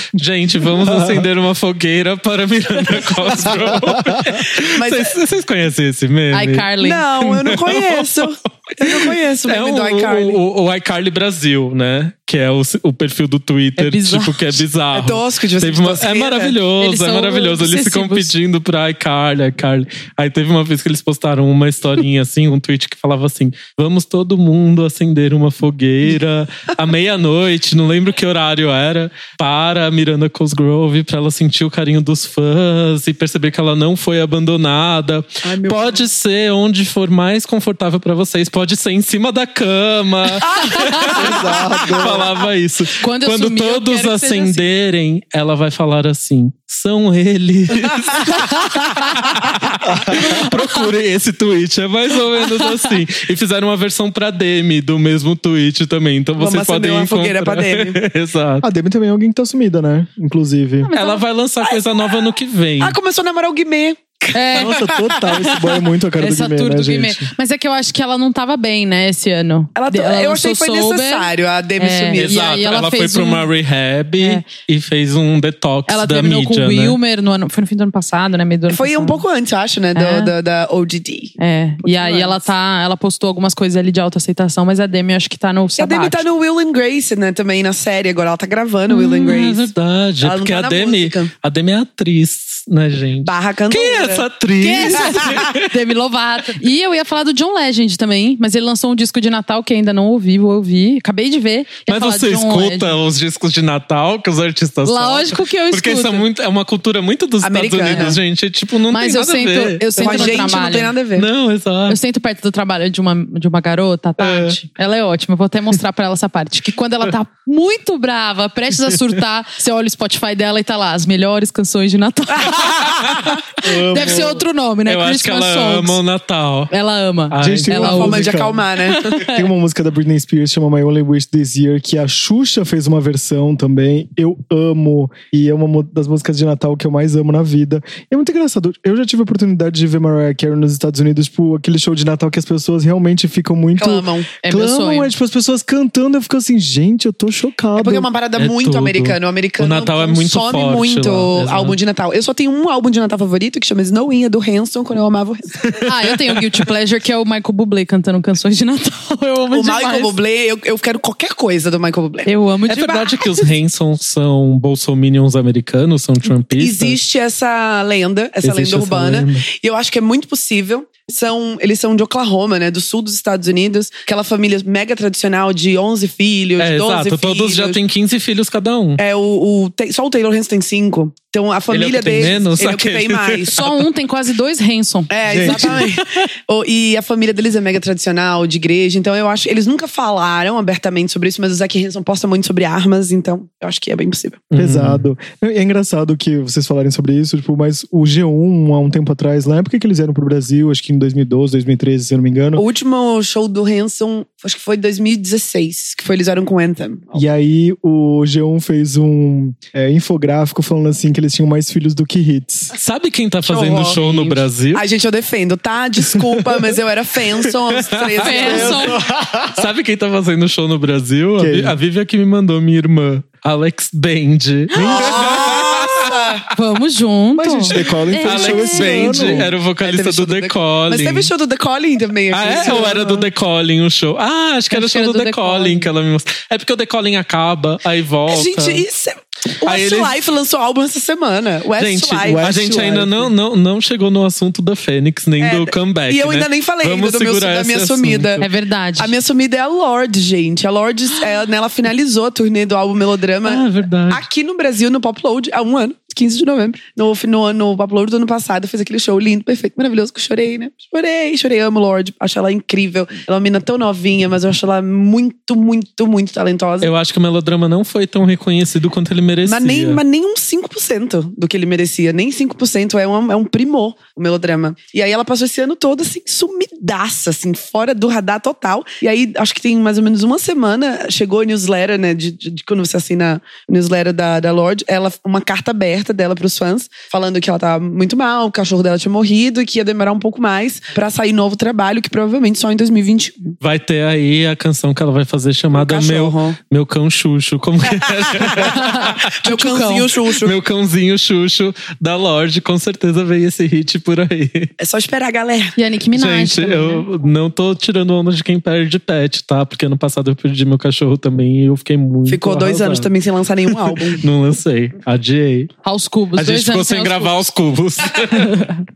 D: Gente, vamos acender uma fogueira para Miranda Cosgrove.
C: Mas-
D: Vocês vocês conhecem esse meme?
B: iCarly.
C: Não, eu não conheço. Eu não conheço o
D: É
C: meme
D: o,
C: do iCarly.
D: o, o- o iCarly Brasil, né? Que que é o, o perfil do Twitter,
B: É bizarro.
D: tipo, que é bizarro.
C: É tosco de você
D: Teve uma-
C: de
D: é
C: tosqueira. né?
D: maravilhoso,
B: Eles
D: é
B: são
D: maravilhoso. Eles ficam
B: obsessivos.
D: pedindo pra ai, Carly, ai, Carly. Aí teve uma vez que eles postaram uma historinha assim, um tweet que falava assim: vamos todo mundo acender uma fogueira à meia-noite, não lembro que horário era, para a Miranda Cosgrove, pra ela sentir o carinho dos fãs e perceber que ela não foi abandonada.
C: Ai, meu
D: pode ser onde for mais confortável pra vocês, pode ser em cima da cama. Falava isso.
B: Quando eu sumir, eu
D: todos
B: quero que seja
D: acenderem, ela vai falar assim: são eles. Procurem esse tweet, é mais ou menos assim. E fizeram uma versão pra Demi do mesmo tweet também. Então
C: Vamos
D: vocês
C: acender
D: podem
C: uma
D: encontrar.
C: fogueira pra Demi.
D: Exato.
A: A Demi também é alguém que tá sumida, né? Inclusive.
B: Ah,
D: Ela vai lançar coisa nova ano que vem.
C: Ah, começou a namorar o Guimê.
B: É.
A: Nossa, total, esse boy é muito a cara
B: Essa
A: do Guimê,
B: tour
A: né,
B: do
A: gente?
B: Guimê. Mas é que eu acho que ela não tava bem, né, esse ano.
C: Ela,
B: De-
C: eu achei que
B: lançou
C: foi
B: Sober,
C: necessário a Demi
B: É.
C: sumir.
B: e
D: Exato.
B: aí
D: Ela,
B: ela
D: foi
B: fez
D: pra
B: um-
D: uma rehab
B: É.
D: e fez um detox
B: Ela
D: da
B: terminou com
D: mídia.
B: o
D: né?
B: Wilmer, no ano, foi no fim do ano passado, né? Meio do ano
C: Foi um
B: passado.
C: pouco antes, eu acho, né? do-
B: É.
C: da, da ODD.
B: É, e
C: pouquinho
B: aí ela
C: antes.
B: tá, ela postou algumas coisas ali de autoaceitação, mas a Demi eu acho que tá no
C: E a
B: sabático.
C: Demi tá no Will and Grace, né? Também na série. Agora ela tá gravando Will and
D: Hum, É
C: Grace.
D: verdade.
C: Ela
D: é
C: não
D: porque
C: tá
D: a
C: na
D: Demi,
C: música.
D: a Demi é atriz, né, gente?
C: Barra cantora.
D: Quem é essa atriz?
C: Quem é essa?
B: Demi Lovato. E eu ia falar do John Legend também, mas ele lançou um disco de Natal que ainda não ouvi, vou ouvir. Acabei de ver. Ia
D: Mas
B: falar
D: você
B: de John
D: escuta
B: Legend.
D: os discos de Natal que os artistas
B: Lógico que eu
D: soltam? Porque isso é,
B: escuto.
D: muito, é uma cultura muito dos
C: Americana.
D: Estados Unidos, gente. É, tipo, não
B: Mas
D: tem
B: eu
D: nada a ver.
B: sento, eu
C: Com
B: sento
C: a
B: no
C: gente não
B: trabalho.
C: tem nada a ver.
D: Não,
B: Eu
D: exato.
B: sento perto do trabalho de uma, de uma garota, a Tati. Ela é ótima. Eu vou até mostrar pra ela essa parte. Que quando ela tá muito brava, prestes a surtar, você olha o Spotify dela e tá lá, as melhores canções de Natal. Deve ser outro nome, né?
D: Eu acho que ela ama um Ah. o Natal.
B: Ela ama.
D: Ai,
A: Gente, tem
B: ela
A: uma
C: Uma forma de
A: música.
C: acalmar,
B: É
C: né?
A: Tem uma música da Britney Spears chama My Only Wish This Year que a Xuxa fez uma versão também. Eu amo e é uma mu- das músicas de Natal que eu mais amo na vida. E é muito engraçado. Eu já tive a oportunidade de ver Mariah Carey nos Estados Unidos, tipo aquele show de Natal que as pessoas realmente ficam muito
C: Clamam.
B: É meu
A: clamam,
B: sonho.
A: é, tipo as pessoas cantando, eu fico assim, gente, eu tô chocado.
C: É porque é uma parada
D: É
C: muito
D: tudo.
C: americana. O americano
D: O Natal é muito
C: consome
D: forte
C: muito
D: lá, exato.
C: álbum de Natal. Eu só tenho um álbum de Natal favorito que chama Snowinha, do Hanson, quando eu amava o Hanson.
B: Ah, eu tenho o Guilty Pleasure, que é o Michael Bublé cantando canções de Natal. Eu amo
C: O
B: demais.
C: Michael Bublé, eu, eu quero qualquer coisa do Michael Bublé.
B: Eu amo
D: É
B: demais.
D: verdade que os Hanson são bolsominions americanos, são trumpistas?
C: Existe essa lenda, essa
D: Existe
C: lenda
D: essa
C: urbana.
D: lenda.
C: E eu acho que é muito possível. São, eles são de Oklahoma, né? Do sul dos Estados Unidos. Aquela família mega tradicional de 11 filhos,
D: É,
C: 12
D: exato.
C: filhos.
D: Todos já têm 15 filhos cada um.
C: É, o, o- tem- só o Taylor Hanson tem cinco. Então a família
D: é que tem
C: deles.
D: menos,
C: ele é o que
D: aquele.
C: tem mais.
B: Só um tem quase dois Hanson.
C: É, exatamente. O- e a família deles é mega tradicional, de igreja. Então eu acho. Eles nunca falaram abertamente sobre isso, mas o Zac Hanson posta muito sobre armas. Então eu acho que é bem possível.
A: Uhum. Pesado. É engraçado que vocês falarem sobre isso, tipo, mas o G1, há um tempo atrás, na época que eles vieram pro Brasil, acho que em 2012, 2013, se eu não me engano,
C: O último show do Hanson, acho que foi em 2016, que foi eles eram com Anthem.
A: E aí o G1 fez um é, infográfico falando assim que eles tinham mais filhos do que hits.
D: Sabe quem tá
C: Que
D: fazendo
C: horror,
D: show no
C: gente.
D: Brasil?
C: Ai, gente, eu defendo, tá? Desculpa, mas eu era Fanson aos 13 anos.
B: Hanson.
D: Sabe quem tá fazendo show no Brasil? A,
A: Quem?
D: Vi- a Vivian que me mandou, minha irmã. Alex Band.
B: Vamos junto.
A: Mas, gente, The Calling fez show
D: Alex
A: esse
D: Band
A: ano.
D: era o vocalista
C: É, teve show
D: do The
C: Mas
D: Calling.
C: teve show do The Calling também aqui.
D: Ah, é? Ou era do The Calling o show? Ah, acho que era
B: Acho
D: show
B: que era
D: do, The, Calling,
B: Calling.
D: que ela me mostrou. É porque o The Calling acaba, aí volta.
C: Gente, isso é... O
D: Aí
C: Westlife lançou álbum essa semana.
D: Gente,
C: Westlife.
D: a
A: Westlife.
D: gente ainda não, não, não chegou no assunto da Fênix, nem
C: É,
D: do comeback.
C: e eu
D: né?
C: ainda nem falei
D: Vamos
C: ainda do meu-
D: segurar
C: da
D: esse
C: minha
D: assunto.
C: sumida.
B: É verdade.
C: A minha sumida é a Lorde, gente. A Lorde, é, né, ela finalizou a turnê do álbum
D: Ah, é
C: Melodrama
D: verdade.
C: aqui no Brasil, no Popload, há um ano, 15 de novembro. No, no, no Popload do ano passado, fez aquele show lindo, perfeito, maravilhoso, que eu chorei, né? Chorei, chorei, amo Lorde. Acho ela incrível. Ela é uma mina tão novinha, mas eu acho ela muito, muito, muito talentosa.
D: Eu acho que o melodrama não foi tão reconhecido quanto ele merecia.
C: Mas nem, mas nem um uns 5% do que ele merecia. Nem 5% é um, é um primor, o melodrama. E aí ela passou esse ano todo, assim, sumidaça, assim, fora do radar total. E aí, acho que tem mais ou menos uma semana, chegou a newsletter, né, de, de- de quando você assina a newsletter da, da Lorde, ela, uma carta aberta carta dela pros fãs, falando que ela tava muito mal, o cachorro dela tinha morrido e que ia demorar um pouco mais pra sair novo trabalho, que provavelmente só em 2021.
D: Vai ter aí a canção que ela vai fazer chamada Meu,
C: Cachorro.
D: meu Cão Xuxo. Como que
C: Meu cãozinho
D: é?
C: Xuxo.
D: meu Cãozinho Xuxo da Lorde. Com certeza veio esse hit por aí.
C: É só esperar, galera.
B: E a Nicki Minaj.
D: Gente,
B: também, né?
D: eu não tô tirando onda de quem perde pet, tá? Porque ano passado eu perdi meu cachorro também e eu fiquei muito.
C: Ficou dois
D: arrasado.
C: anos também sem lançar nenhum álbum.
D: Não lancei. Adiei.
B: Aos cubos.
D: a
B: dois
D: gente ficou
B: anos
D: sem
B: aos
D: gravar
B: cubos.
D: os cubos.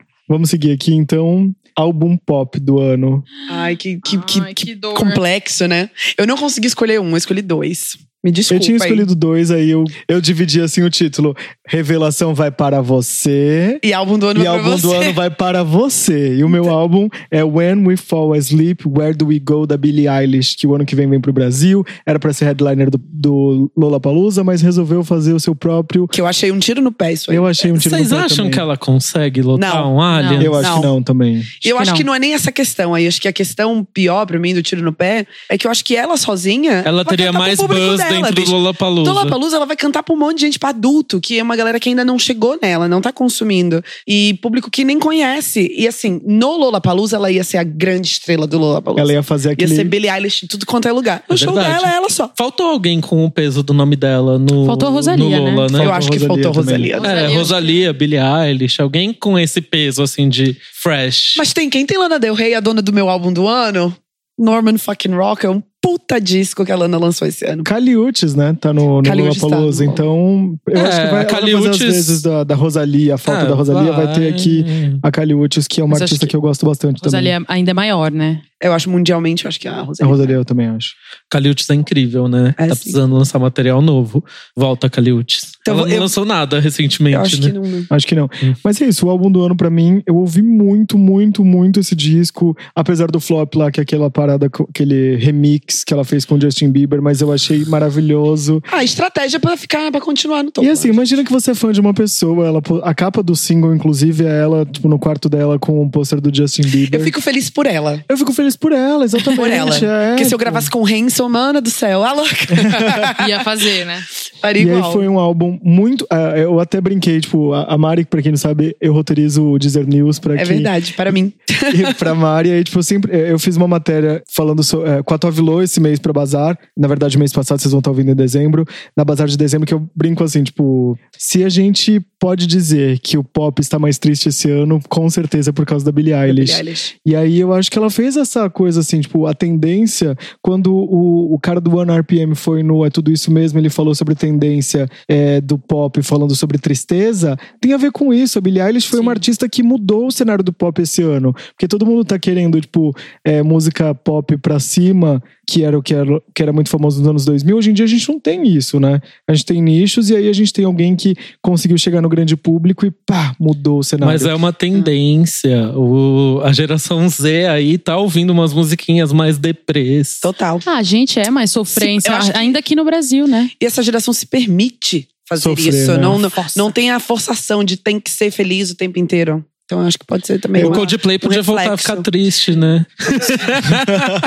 A: Vamos seguir aqui, então. Álbum pop do ano.
C: Ai, que, que,
B: Ai,
C: que,
B: que
C: que
B: dor.
C: complexo, né? Eu não consegui escolher um, eu escolhi dois. Me desculpa.
A: eu tinha
C: aí.
A: escolhido dois, aí eu, eu dividi assim o título. Revelação vai para você.
C: E álbum do ano
A: E
C: vai pra
A: álbum
C: você.
A: do ano vai para você. E o meu álbum é When We Fall Asleep, Where Do We Go, da Billie Eilish, que o ano que vem vem pro Brasil. Era pra ser headliner do, do Lollapalooza, mas resolveu fazer o seu próprio.
C: Que eu achei um tiro no pé isso aí.
A: Eu achei um título
D: Vocês acham que ela consegue lotar
C: Não.
D: um alien?
A: Eu acho que não também.
C: E eu
B: que
C: acho
B: não.
C: que não é nem essa questão aí. Acho que a questão pior pra mim do tiro no pé é que eu acho que ela sozinha.
D: Ela
C: vai
D: teria
C: cantar pro
D: mais
C: público
D: buzz
C: dela,
D: dentro
C: bicho.
D: do Lollapalooza.
C: Do Lollapalooza, ela vai cantar pra um monte de gente, pra adulto, que é uma galera que ainda não chegou nela, não tá consumindo. E público que nem conhece. E assim, no Lollapalooza, ela ia ser a grande estrela do Lollapalooza.
A: Ela ia fazer
C: Ia
A: aquele.
C: ser Billie Eilish em tudo quanto é lugar. No
D: É
C: show
D: verdade.
C: dela, ela só.
D: Faltou alguém com o peso do nome dela no,
B: Faltou a Rosalía,
D: no
B: né?
D: Lola, né?
C: eu acho que
A: Rosalía
C: faltou né?
A: também.
C: Rosalia.
D: É,
B: Rosalía.
D: Rosalia, Billie Eilish, alguém com esse peso, assim, de fresh.
C: Mas tem quem? Tem Lana Del Rey, a dona do meu álbum do ano? Norman fucking Rock é um puta disco que a Lana lançou esse ano.
A: Caliutes, né? Tá no, no
C: Caliutes
A: Lollapalooza.
C: tá no-
A: Então, eu
D: É,
A: acho que vai, ela vai fazer
D: Caliutes- Ah,
A: às vezes da, da Rosalia, a falta da Rosalia. Vai ter aqui a Caliutes, que é uma
B: Mas acho
A: artista que...
B: que
A: eu gosto bastante
B: Rosalía ainda é maior, né?
C: Eu acho mundialmente, eu acho que é a
A: também. A
C: Rosalia.
A: Rosalia eu também acho.
D: Caliutes é incrível, né?
C: É,
D: tá
C: sim.
D: precisando lançar material novo. Volta, Caliutes.
C: Então,
D: Ela não
C: eu-
D: lançou nada
C: Eu acho
D: recentemente,
C: que
D: né?
C: não.
A: Acho que não.
D: Hum.
A: Mas é isso, o álbum do ano pra mim, eu ouvi muito, muito, muito esse disco. Apesar do flop lá, que é aquela parada, co- aquele remix que ela fez com o Justin Bieber, mas eu achei maravilhoso.
C: Ah, estratégia pra ficar, pra continuar no topo. né?
A: e assim, imagina que você é fã de uma pessoa. Ela, po- a capa do single, inclusive, é ela, tipo, no quarto dela com o pôster do Justin Bieber.
C: eu fico feliz por ela.
A: Eu fico feliz por ela, exatamente.
C: Por ela.
A: é.
C: Porque se eu gravasse com o Hanson, mano do céu, a louca.
B: Ia fazer, né?
C: Faria
A: E aí
C: igual.
A: foi um álbum muito. ah, eu até brinquei, tipo, a a Mari, pra quem não sabe, eu roteirizo o Deezer News pra
C: É
A: quem.
C: verdade, para mim.
A: e pra Mari. Aí, tipo, eu sempre. eh, Eu fiz uma matéria falando so, eh, com a Tovilô esse mês pra Bazar. Na verdade, mês passado, vocês vão estar ouvindo em dezembro. Na Bazar de dezembro, que eu brinco assim, tipo. Se a gente pode dizer que o pop está mais triste esse ano, com certeza é por causa da Billie Eilish.
C: Billie Eilish.
A: E aí eu acho que ela fez essa coisa assim, tipo, a tendência, quando o, o cara do One RPM foi no É Tudo Isso Mesmo, ele falou sobre tendência é, do pop, falando sobre tristeza, tem a ver com isso. A Billie Eilish foi uma artista que mudou o cenário do pop esse ano. Porque todo mundo tá querendo, tipo, é, música pop pra cima, que era o que era, que era muito famoso nos anos 2000. Hoje em dia a gente não tem isso, né? A gente tem nichos e aí a gente tem alguém que conseguiu chegar no grande público e pá, mudou o cenário.
D: Mas é uma tendência. O, a geração Z aí tá ouvindo umas musiquinhas mais depressa.
C: Total.
B: Ah, gente, é mais sofrência.
C: Sim, eu acho que-
B: Ainda aqui no Brasil, né?
C: E essa geração se permite fazer
A: Sofrer,
C: isso.
A: né?
C: Não, não,
B: Força.
C: não tem a forçação de tem que ser feliz o tempo inteiro. Então eu acho que pode ser também.
D: O
C: uma-
D: Coldplay podia voltar a
C: reflexo.
D: ficar triste, né?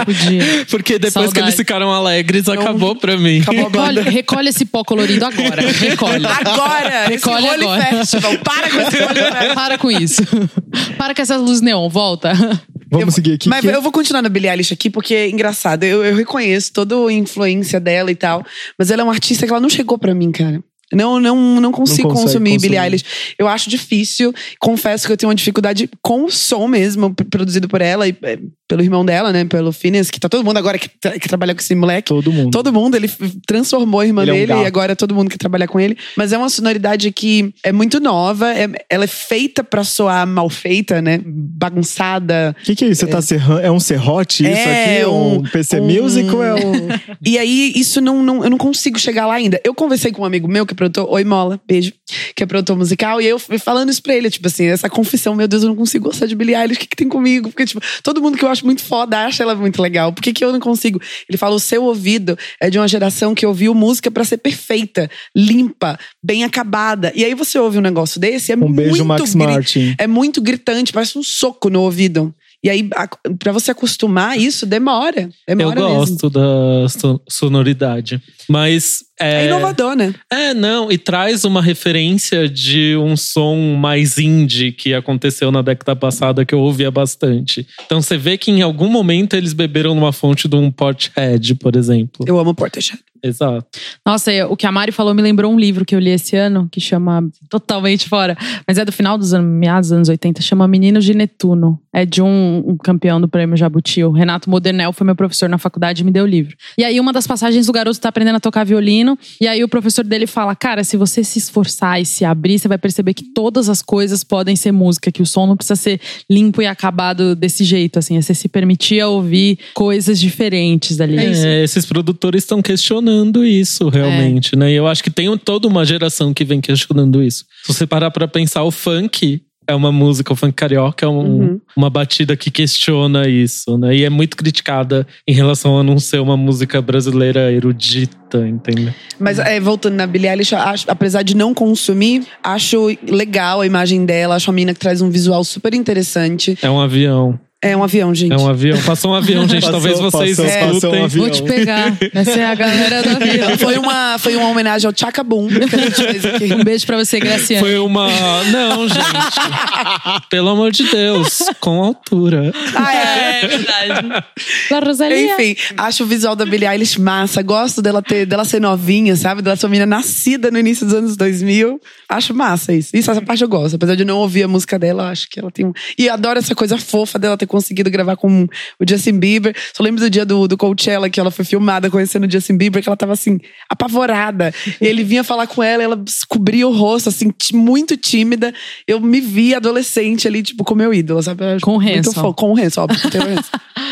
B: Podia.
D: Porque depois que
B: Saudade.
D: eles ficaram alegres, acabou pra mim.
C: Acabou a
B: Recolhe,
C: banda.
B: recolhe esse pó colorido agora. Recolhe.
C: Agora! Esse
B: Recolhe
C: Holy
B: agora.
C: Festival. Para com esse Holy Festival.
B: Para com isso. Para com essas luzes neon. Volta.
A: Vamos
C: Eu-
A: seguir aqui.
C: Mas
A: que-
C: eu vou continuar na Billie Eilish aqui, porque é engraçado. Eu, eu reconheço toda a influência dela e tal. Mas ela é uma artista que ela não chegou pra mim, cara. Não, não, não
A: consegue
C: consigo consumir,
A: consumir.
C: Billie Eilish. Eu acho difícil. Confesso que eu tenho uma dificuldade com o som mesmo, p- produzido por ela e é, pelo irmão dela, né? Pelo Phineas, que tá todo mundo agora que, tra- que trabalha com esse moleque.
A: Todo mundo.
C: Todo mundo, ele f- transformou a irmã
A: Ele é um
C: dele
A: gato.
C: e agora todo mundo quer trabalhar com ele. Mas é uma sonoridade que é muito nova, é- ela é feita pra soar mal feita, né? Bagunçada.
A: O que, que é isso? Você tá serran... É um serrote isso
C: É,
A: aqui? Um,
C: um-
A: PC
C: um-
A: Music ou é um.
C: E aí, isso não, não, eu não consigo chegar lá ainda. Eu conversei com um amigo meu que é produtor, oi Mola, beijo, que é produtor musical, e eu fui falando isso pra ele, tipo assim, essa confissão, meu Deus, eu não consigo gostar de Billie Eilish, o que, que tem comigo? Porque, tipo, todo mundo que eu acho muito foda acha ela muito legal, por que, que eu não consigo? Ele fala, o seu ouvido é de uma geração que ouviu música pra ser perfeita, limpa, bem acabada. E aí você ouve um negócio desse, é
A: Um
C: muito
A: beijo, Max
C: gri-
A: Martin.
C: é muito gritante, parece um soco no ouvido. E aí, a- pra você acostumar isso, demora.
D: Eu
C: Demora mesmo.
D: gosto da so- sonoridade. Mas.
C: É
D: É,
C: inovador, né?
D: é, não, e traz uma referência de um som mais indie que aconteceu na década passada que eu ouvia bastante. Então você vê que em algum momento eles beberam numa fonte de um Porthead, por exemplo.
C: Eu amo Portishead.
D: Exato.
B: Nossa, e o que a Mari falou me lembrou um livro que eu li esse ano, que chama. Totalmente fora. Mas é do final dos anos, meados dos anos 80, chama Meninos de Netuno. É de um, um campeão do prêmio Jabuti. O Renato Modernel foi meu professor na faculdade e me deu o livro. E aí, uma das passagens, o garoto tá aprendendo a tocar violino. E aí, o professor dele fala: Cara, se você se esforçar e se abrir, você vai perceber que todas as coisas podem ser música, que o som não precisa ser limpo e acabado desse jeito, assim. É você se permitir a ouvir coisas diferentes ali.
D: É, esses produtores estão questionando isso realmente, né? E eu acho que tem toda uma geração que vem questionando isso. Se você parar pra pensar, o funk é uma música, o funk carioca é um-
C: Uhum.
D: uma batida que questiona isso, né? E é muito criticada em relação a não ser uma música brasileira erudita, entendeu?
C: Mas é, voltando na Billie Eilish, acho- apesar de não consumir, acho legal a imagem dela. Acho a mina que traz um visual super interessante.
D: É um avião.
C: É um avião, gente.
D: É um avião. Passou um avião, gente.
A: Passou,
D: Talvez vocês
A: passou,
D: escutem.
A: passou um avião.
B: Vou te pegar. Essa é a galera da vida.
C: Foi uma, foi uma homenagem ao Chaka Boom que a gente fez aqui.
B: Um beijo pra você, Graciane.
D: Foi uma. Não, gente. Pelo amor de Deus. Com altura.
C: Ah, é.
B: verdade. Da Rosalia.
C: Enfim, acho o visual da Billie Eilish massa. Gosto dela, ter, dela ser novinha, sabe? Dela ser uma menina nascida no início dos anos 2000. Acho massa isso. Isso, essa parte eu gosto. Apesar de eu não ouvir a música dela, eu acho que ela tem um... E eu adoro essa coisa fofa dela ter conseguido gravar com o Justin Bieber. Só lembro do dia do, do Coachella, que ela foi filmada conhecendo o Justin Bieber, que ela tava assim, apavorada. E ele vinha falar com ela, e ela cobria o rosto, assim, ti- muito tímida. Eu me vi adolescente ali, tipo, com o meu ídolo, sabe? Eu acho
B: Com o
C: muito
B: Hanson.
C: fofo. Com o Hanson, óbvio. tem o Hanson.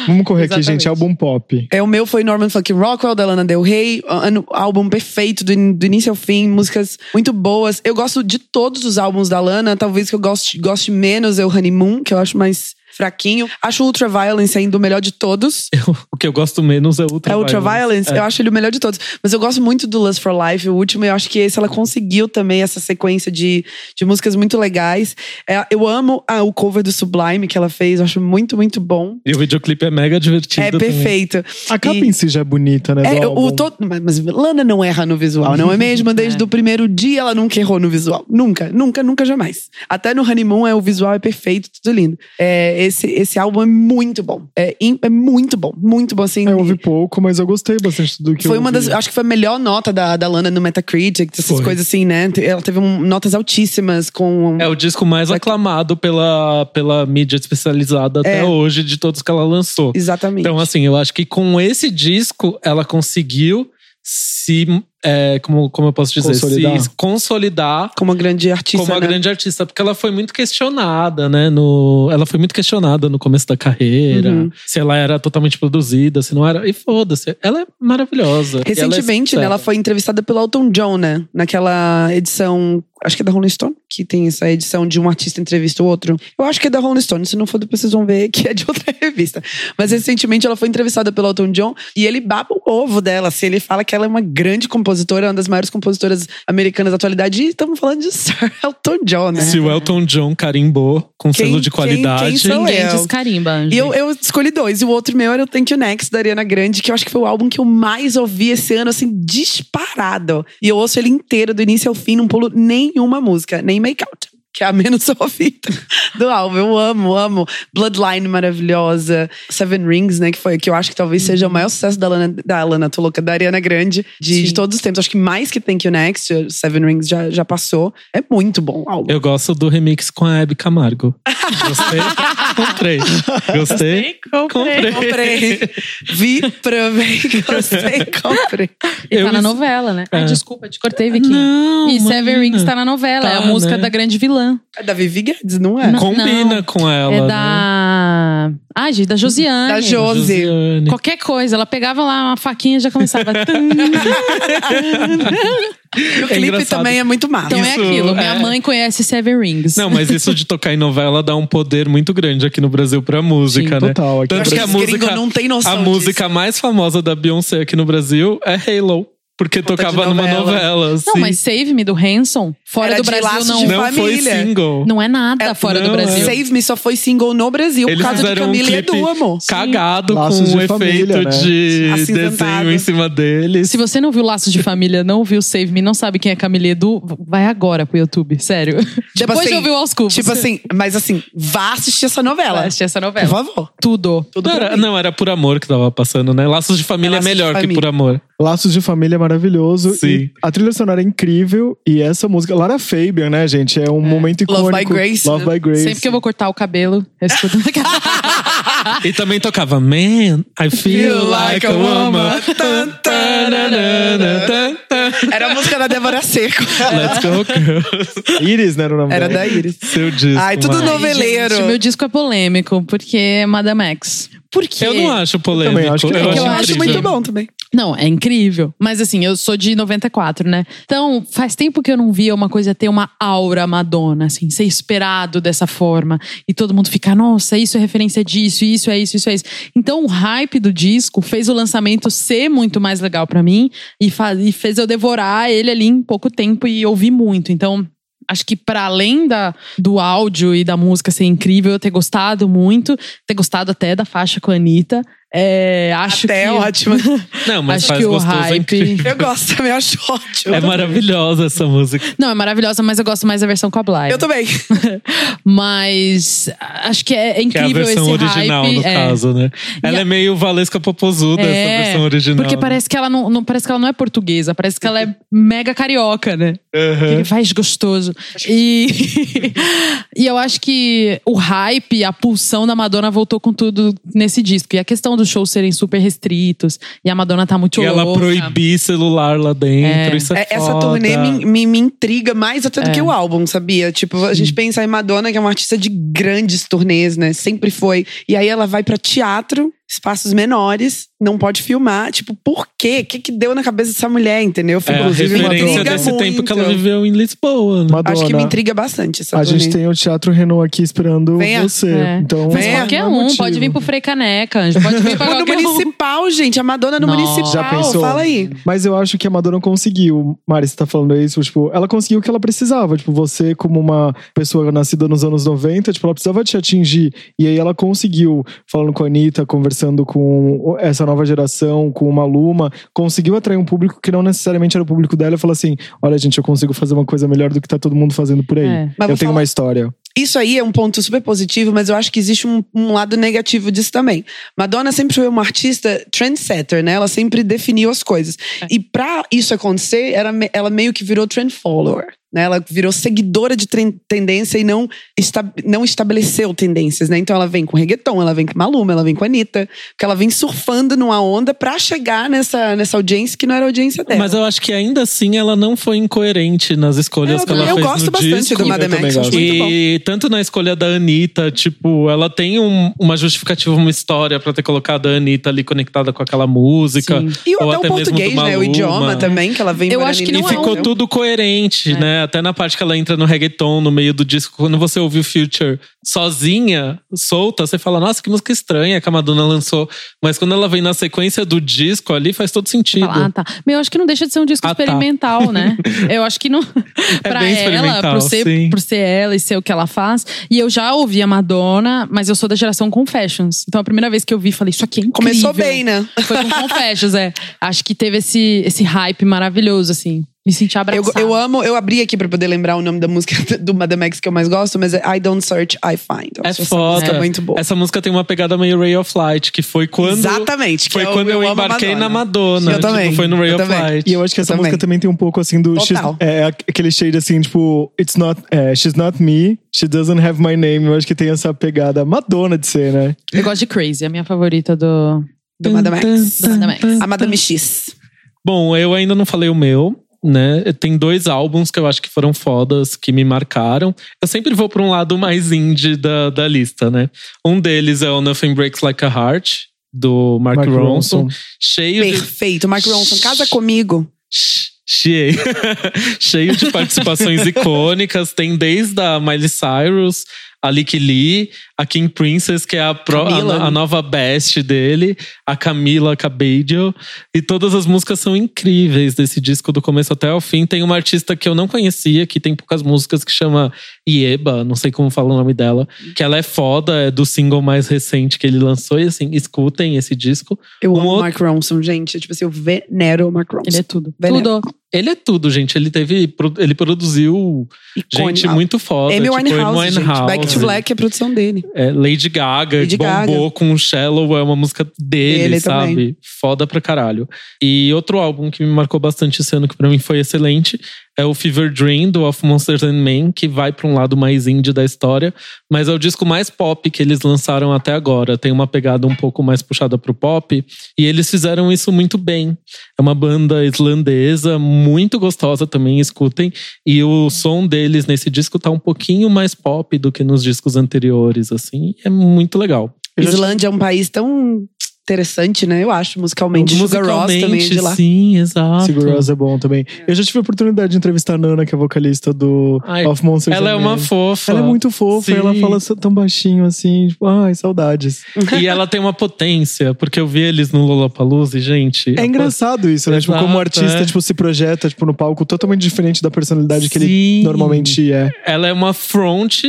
A: Vamos correr aqui,
B: Exatamente.
A: gente. Álbum pop.
C: É, o meu foi Norman Fucking Rockwell, da Lana Del Rey. Ano, álbum perfeito, do, in- do início ao fim. Músicas muito boas. Eu gosto de todos os álbuns da Lana. Talvez que eu goste, goste menos é o Honeymoon, que eu acho mais fraquinho. Acho o Ultraviolence ainda o melhor de todos.
D: O que eu gosto menos é Ultra
C: É Ultraviolence, eu acho ele o melhor de todos. Mas eu gosto muito do Lust for Life, o último. Eu acho que esse ela conseguiu também essa sequência de, de músicas muito legais. É, eu amo a- o cover do Sublime que ela fez, eu acho muito, muito bom.
D: E o videoclipe é mega divertido.
C: É
D: também.
C: perfeito.
A: A capa
C: E-
A: em si já é bonita, né?
C: É,
A: do
C: o
A: álbum.
C: to... mas, mas Lana não erra no visual, não é mesmo? Desde o primeiro dia ela nunca errou no visual. Nunca, nunca, nunca, jamais. Até no Honeymoon é, o visual é perfeito, tudo lindo. É, esse, esse álbum é muito bom. É, im- é muito bom, muito bom. Assim,
A: É, Eu ouvi pouco, mas eu gostei bastante do que
C: foi
A: eu
C: uma das.
A: ouvi.
C: Acho que foi a melhor nota da, da Lana no Metacritic, essas
D: Foi.
C: coisas assim, né? Ela teve um- notas altíssimas com.
D: É o disco mais aclamado pela, pela mídia especializada até
C: É.
D: hoje, de todos que ela lançou.
C: Exatamente.
D: Então, assim, eu acho que com esse disco ela conseguiu se. é, como, como eu posso dizer?
A: Consolidar.
D: Se consolidar
C: como uma grande artista.
D: como uma
C: né?
D: grande artista. Porque ela foi muito questionada, né? No, ela foi muito questionada no começo da carreira.
C: Uhum.
D: Se ela era totalmente produzida, se não era. E foda-se. Ela é maravilhosa. E ela é
C: Recentemente, né,
D: sincera.
C: ela foi entrevistada pelo Elton John, né? Naquela edição, acho que é da Rolling Stone, que tem essa edição de um artista entrevista o outro. Eu acho que é da Rolling Stone, se não for, depois vocês vão ver que é de outra revista. Mas recentemente ela foi entrevistada pelo Elton John e ele baba o ovo dela, assim. Ele fala que ela é uma grande compositora, uma das maiores compositoras americanas da atualidade. E estamos falando de Sir Elton John, né?
D: Se o Elton John carimbou com
C: Quem-
D: selo de
C: quem- quem
D: qualidade.
C: sou
B: Ninguém
C: eu?
B: descarimba.
C: E eu, eu escolhi dois. E o outro meu era o Thank You Next, da Ariana Grande, que eu acho que foi o álbum que eu mais ouvi esse ano, assim, disparado. E eu ouço ele inteiro, do início ao fim, não pulo nenhuma música, nem Make Out. Que é a menos ouvida do álbum. Eu amo, amo. Bloodline maravilhosa. Seven Rings, né? Que foi que eu acho que talvez seja o maior sucesso da Lana, da Lana tô louca, da Ariana Grande, de, de
B: Sim.
C: todos os tempos. Acho que mais que Thank You Next, Seven Rings já, já passou. É muito bom o álbum.
D: Eu gosto do remix com a Hebe Camargo. Gostei? Comprei. Gostei? Comprei.
C: Comprei. Vi, provei, gostei, comprei.
B: E tá
D: eu
B: na
D: me-
B: novela, né?
C: Ah,
B: Ai,
D: É.
B: desculpa, te cortei, Vicky.
D: Não.
B: e Seven
D: imagina.
B: Rings tá na novela, é a
D: Tá,
B: música
D: né?
B: da grande vilã.
C: É da Vivi Guedes, não é?
B: Não.
D: Combina com ela.
B: é da. Ah, gente, da Josiane.
C: né? Da
D: né?
C: é Josi.
D: Josiane.
B: Qualquer coisa, ela pegava lá uma faquinha e já começava. Tum.
C: E o clipe
D: engraçado.
C: também é muito massa.
B: então é
D: Isso,
B: aquilo. Minha
D: é.
B: mãe conhece Seven Rings.
D: Não, mas isso de tocar em novela dá um poder muito grande aqui no Brasil pra música,
A: Sim,
D: né?
A: total. Aqui
D: Tanto
A: no
D: que a
C: Brasil, os gringos
D: música,
C: não têm noção
D: a música mais famosa da Beyoncé aqui no Brasil é Halo. Porque
C: Conta de
D: tocava numa
C: novela.
D: novela.
B: Não,
D: sim.
B: mas Save Me do Hanson, fora
C: Era
B: do
C: de
B: Brasil,
C: laços
B: não,
C: de
D: não foi
C: família.
D: single.
B: não é nada
C: É,
B: fora
D: não,
B: do Brasil.
C: Save Me só foi single no Brasil
D: Eles
C: por causa de
D: fizeram um
C: Camila e
D: clipe
C: Edu, amor.
D: Cagado
A: Laços
D: com um
A: de família, né?
D: efeito de
C: Acinzentado.
D: desenho em cima deles.
B: Se você não viu Laços de Família, não viu Save Me, não sabe quem é Camille Edu, vai agora pro YouTube, sério. Depois
C: assim,
B: de ouvir o Aos Cubos.
C: Tipo assim, mas assim, vá assistir essa novela.
B: vai assistir essa
C: Por
B: novela.
C: favor.
B: Tudo.
C: Tudo
D: Não
C: bem.
D: era, não, era por amor que tava passando, né? Laços de família é,
C: Laços de
D: melhor que
C: Família.
D: por amor.
A: Laços de Família é maravilhoso.
D: Sim.
A: E a trilha sonora é incrível. E essa música, Lara Fabian, né, gente? É um momento
C: Love
A: icônico.
C: by Grace, né?
A: Love by Grace.
B: Sempre que eu vou cortar o cabelo, eu escuto.
D: E também tocava Man, I feel like a woman. Tan, taranana, tan, tan.
C: Era a música da Débora Seco.
D: Let's go, girls.
A: Iris, né, era o nome
C: Era
A: dela.
C: da Iris.
D: Seu disco.
C: Ai, tudo
D: Mari.
C: novo. Noveleiro.
B: Gente, meu disco é polêmico, porque é Madame X. Por quê?
D: Eu não acho polêmico.
A: também acho que não.
C: Eu,
A: Eu
C: eu
A: acho
C: acho
D: incrível.
C: muito bom também.
B: Não, é incrível. Mas assim, eu sou de 94, né? Então, faz tempo que eu não via uma coisa ter uma aura Madonna, assim, ser esperado dessa forma. E todo mundo ficar, nossa, isso é referência disso, isso é isso, isso é isso. Então, o hype do disco fez o lançamento ser muito mais legal pra mim e, fa- e fez eu devorar ele ali em pouco tempo e ouvir muito. Então. Acho que para além da, do áudio e da música ser incrível, eu ter gostado muito, ter gostado até da faixa com a Anitta. é, acho
C: Até
B: que...
C: ótima.
D: Não, mas
B: Acho
D: faz
B: que o
D: gostoso. é incrível.
B: hype.
C: Eu gosto também, eu acho ótimo.
D: É maravilhosa essa música.
B: Não, é maravilhosa, mas eu gosto mais da versão com a Blair.
C: Eu também.
B: Mas acho que é, é
D: Que é a
B: incrível
D: versão
B: esse
D: original,
B: hype.
D: no
B: é.
D: caso, né? Ela
B: a-
D: é meio Valesca Popozuda,
B: É,
D: essa versão original.
B: Porque
D: né?
B: parece que ela não, não- parece que ela não é portuguesa, parece que ela é mega carioca, né?
D: Aham.
B: Ele faz gostoso. E, e eu acho que o hype, a pulsão da Madonna voltou com tudo nesse disco. E a questão dos shows serem super restritos, e a Madonna tá muito
D: E ela
B: louca.
D: proibir celular lá dentro. Isso é
C: É, essa
D: foda. É.
C: turnê me, me, me intriga mais até do que o álbum, sabia? Tipo, a gente pensa em Madonna, que é uma artista de grandes turnês, né? Sempre foi. E aí ela vai pra teatro, espaços menores, não pode filmar. Tipo, por quê? O que, que deu na cabeça dessa mulher, entendeu? Eu
D: É
C: fico,
D: a
C: inclusive, me
D: referência
C: intriga
D: desse tempo que ela
C: muito.
D: viveu em Lisboa. Né?
A: Madonna.
C: Acho que me intriga bastante essa
A: A
C: turnê.
A: gente tem o Teatro Renault aqui esperando
C: Venha.
A: você.
B: É.
A: Então,
B: Mas
C: Venha.
B: qualquer
A: não é
B: um,
A: motivo.
B: pode vir pro Frei Caneca, Anjo, pode vir pra
C: Pô, no
B: qualquer um.
C: municipal, gente. A Madonna no
B: Nossa.
C: municipal.
A: Já pensou?
C: Fala aí.
A: Mas eu acho que a Madonna conseguiu. Mari, você tá falando isso, tipo, ela conseguiu o que ela precisava. Tipo, você, como uma pessoa nascida nos anos 90, tipo, ela precisava te atingir. E aí ela conseguiu, falando com a Anitta, conversando com essa nova geração, com uma Luma, conseguiu atrair um público que não necessariamente era o público dela e falou assim: olha, gente, eu consigo fazer uma coisa melhor do que tá todo mundo fazendo por aí.
B: É.
A: eu
C: Mas vou
A: tenho
C: falar-
A: uma história.
C: Isso aí é um ponto super positivo, mas eu acho que existe um, um lado negativo disso também. Madonna sempre foi uma artista trendsetter, né? Ela sempre definiu as coisas. E pra isso acontecer, era me- ela meio que virou trend follower. Né? Ela virou seguidora de tren- tendência e não, esta- não estabeleceu tendências, né? Então ela vem com reggaeton, ela vem com Maluma, ela vem com Anitta. Porque ela vem surfando numa onda pra chegar nessa, nessa audiência que não era a audiência dela.
D: Mas eu acho que ainda assim ela não foi incoerente nas escolhas
C: eu
D: que ela
C: eu
D: fez
C: gosto
D: no
C: bastante
D: disco.
C: do Madame
A: também
C: X, acho
A: gosto.
C: muito bom.
D: E tanto na escolha da Anitta, tipo, ela tem um- uma justificativa, uma história pra ter colocado a Anitta ali conectada com aquela música.
B: Sim.
C: E
D: ou
C: até o
D: mesmo do
C: português, né? O
D: Maluma.
C: idioma também, que ela vem
B: Eu
C: morando
B: acho que
C: em
B: não
D: E
B: é
C: Lisboa.
D: ficou
B: um-
D: tudo coerente, né? Até na parte que ela entra no reggaeton, no meio do disco. Quando você ouve o Future sozinha, solta, você fala, nossa, que música estranha que a Madonna lançou. Mas quando ela vem na sequência do disco ali, faz todo sentido.
B: Fala, ah, tá. Meu, eu acho que não deixa de ser um disco
D: Ah, tá. É
B: experimental, né? Eu acho que não. pra ela,
D: bem experimental,
B: por ser,
D: sim.
B: por ser ela e ser o que ela faz. E eu já ouvi a Madonna, mas eu sou da geração Confessions. Então a primeira vez que eu vi, falei, isso aqui é incrível.
C: Começou bem, né?
B: Foi com Confessions, é. Acho que teve esse, esse hype maravilhoso, assim. Me senti
C: Eu,
B: abraçada.
C: eu amo, eu abri aqui pra poder lembrar o nome da música do Madame X que eu mais gosto, mas é I Don't Search, I Find.
B: "Ah,
C: Eu
D: É
C: acho
D: foda.
C: Essa música muito boa.
D: Essa música tem uma pegada meio Ray of Light, que foi quando.
C: Exatamente. que
D: Foi
C: é o
D: quando eu,
C: amo a
D: embarquei
C: Madonna. né?
D: na Madonna.
C: Eu
D: tipo,
C: também,
D: Foi no Ray
C: eu
D: of
C: também.
D: Light.
A: E eu acho que essa
C: Também.
A: música também tem um pouco assim do. she's-
C: Total.
A: é aquele shade assim, tipo, it's not, é, she's not me, she doesn't have my name. Eu acho que tem essa pegada Madonna de ser, né?
B: Eu gosto de Crazy, a minha favorita do.
C: Do Madame X.
B: do Madame X.
C: A Madame X.
D: Bom, eu ainda não falei o meu, né? Tem dois álbuns que eu acho que foram fodas, que me marcaram. Eu sempre vou para um lado mais indie da, da lista, né? Um deles é o Nothing Breaks Like a Heart, do Mark,
A: Mark
D: Ronson.
A: Ronson.
D: Cheio de
C: Perfeito. Mark Ronson, casa comigo.
D: Cheio. Cheio de participações icônicas. Tem desde a Miley Cyrus a Lick Lee, a Kim Princess, que é a, pro- a,
C: Camila,
D: no- a nova best dele, a Camila Cabello. E todas as músicas são incríveis desse disco, do começo até o fim. Tem uma artista que eu não conhecia, que tem poucas músicas, que chama Ieba, não sei como fala o nome dela. Que ela é foda, é do single mais recente que ele lançou. E assim, escutem esse disco.
C: Eu
D: Um
C: amo o
D: outro-
C: Mark Ronson, gente. Tipo assim, eu venero o Mark Ronson.
B: Ele é tudo.
C: Veneno.
B: Tudo.
D: Ele é tudo, gente. Ele teve. pro- Ele produziu
C: Icônico.
D: gente muito foda.
C: Amy
D: tipo,
C: Winehouse,
D: Amy
C: gente. Back to
D: Winehouse.
C: Black é a produção dele.
D: É, Lady Gaga,
C: Lady
D: que bombou com Shallow, é uma música dele,
C: Dele
D: sabe?
C: também.
D: Foda pra caralho. E outro álbum que me marcou bastante esse ano, que pra mim foi excelente, é o Fever Dream, do Of Monsters and Men, que vai pra um lado mais indie da história, mas é o disco mais pop que eles lançaram até agora. Tem uma pegada um pouco mais puxada pro pop, e eles fizeram isso muito bem. É uma banda islandesa, muito gostosa também, escutem. E o som deles nesse disco tá um pouquinho mais pop do que nos discos anteriores, assim. É muito legal. Eu já
C: Islândia é um país tão interessante, né? Eu acho, musicalmente. Sugar Ross também é de lá.
D: Sim, exato.
A: Sigur Rós é bom também. Eu já tive a oportunidade de entrevistar a Nana, que é a vocalista do
D: Ai,
A: Of Monsters
D: Ela é
A: and
D: uma
A: Men.
D: fofa.
A: Ela é muito fofa,
D: Sim.
A: ela fala tão baixinho assim, tipo, ai, saudades.
D: E ela tem uma potência, porque eu vi eles no Lollapalooza e, gente...
A: É engraçado isso, né? tipo, como o
D: Exato,
A: artista
D: é.
A: tipo, se projeta tipo, no palco totalmente diferente da personalidade que ele
D: Sim.
A: normalmente é.
D: Ela é uma front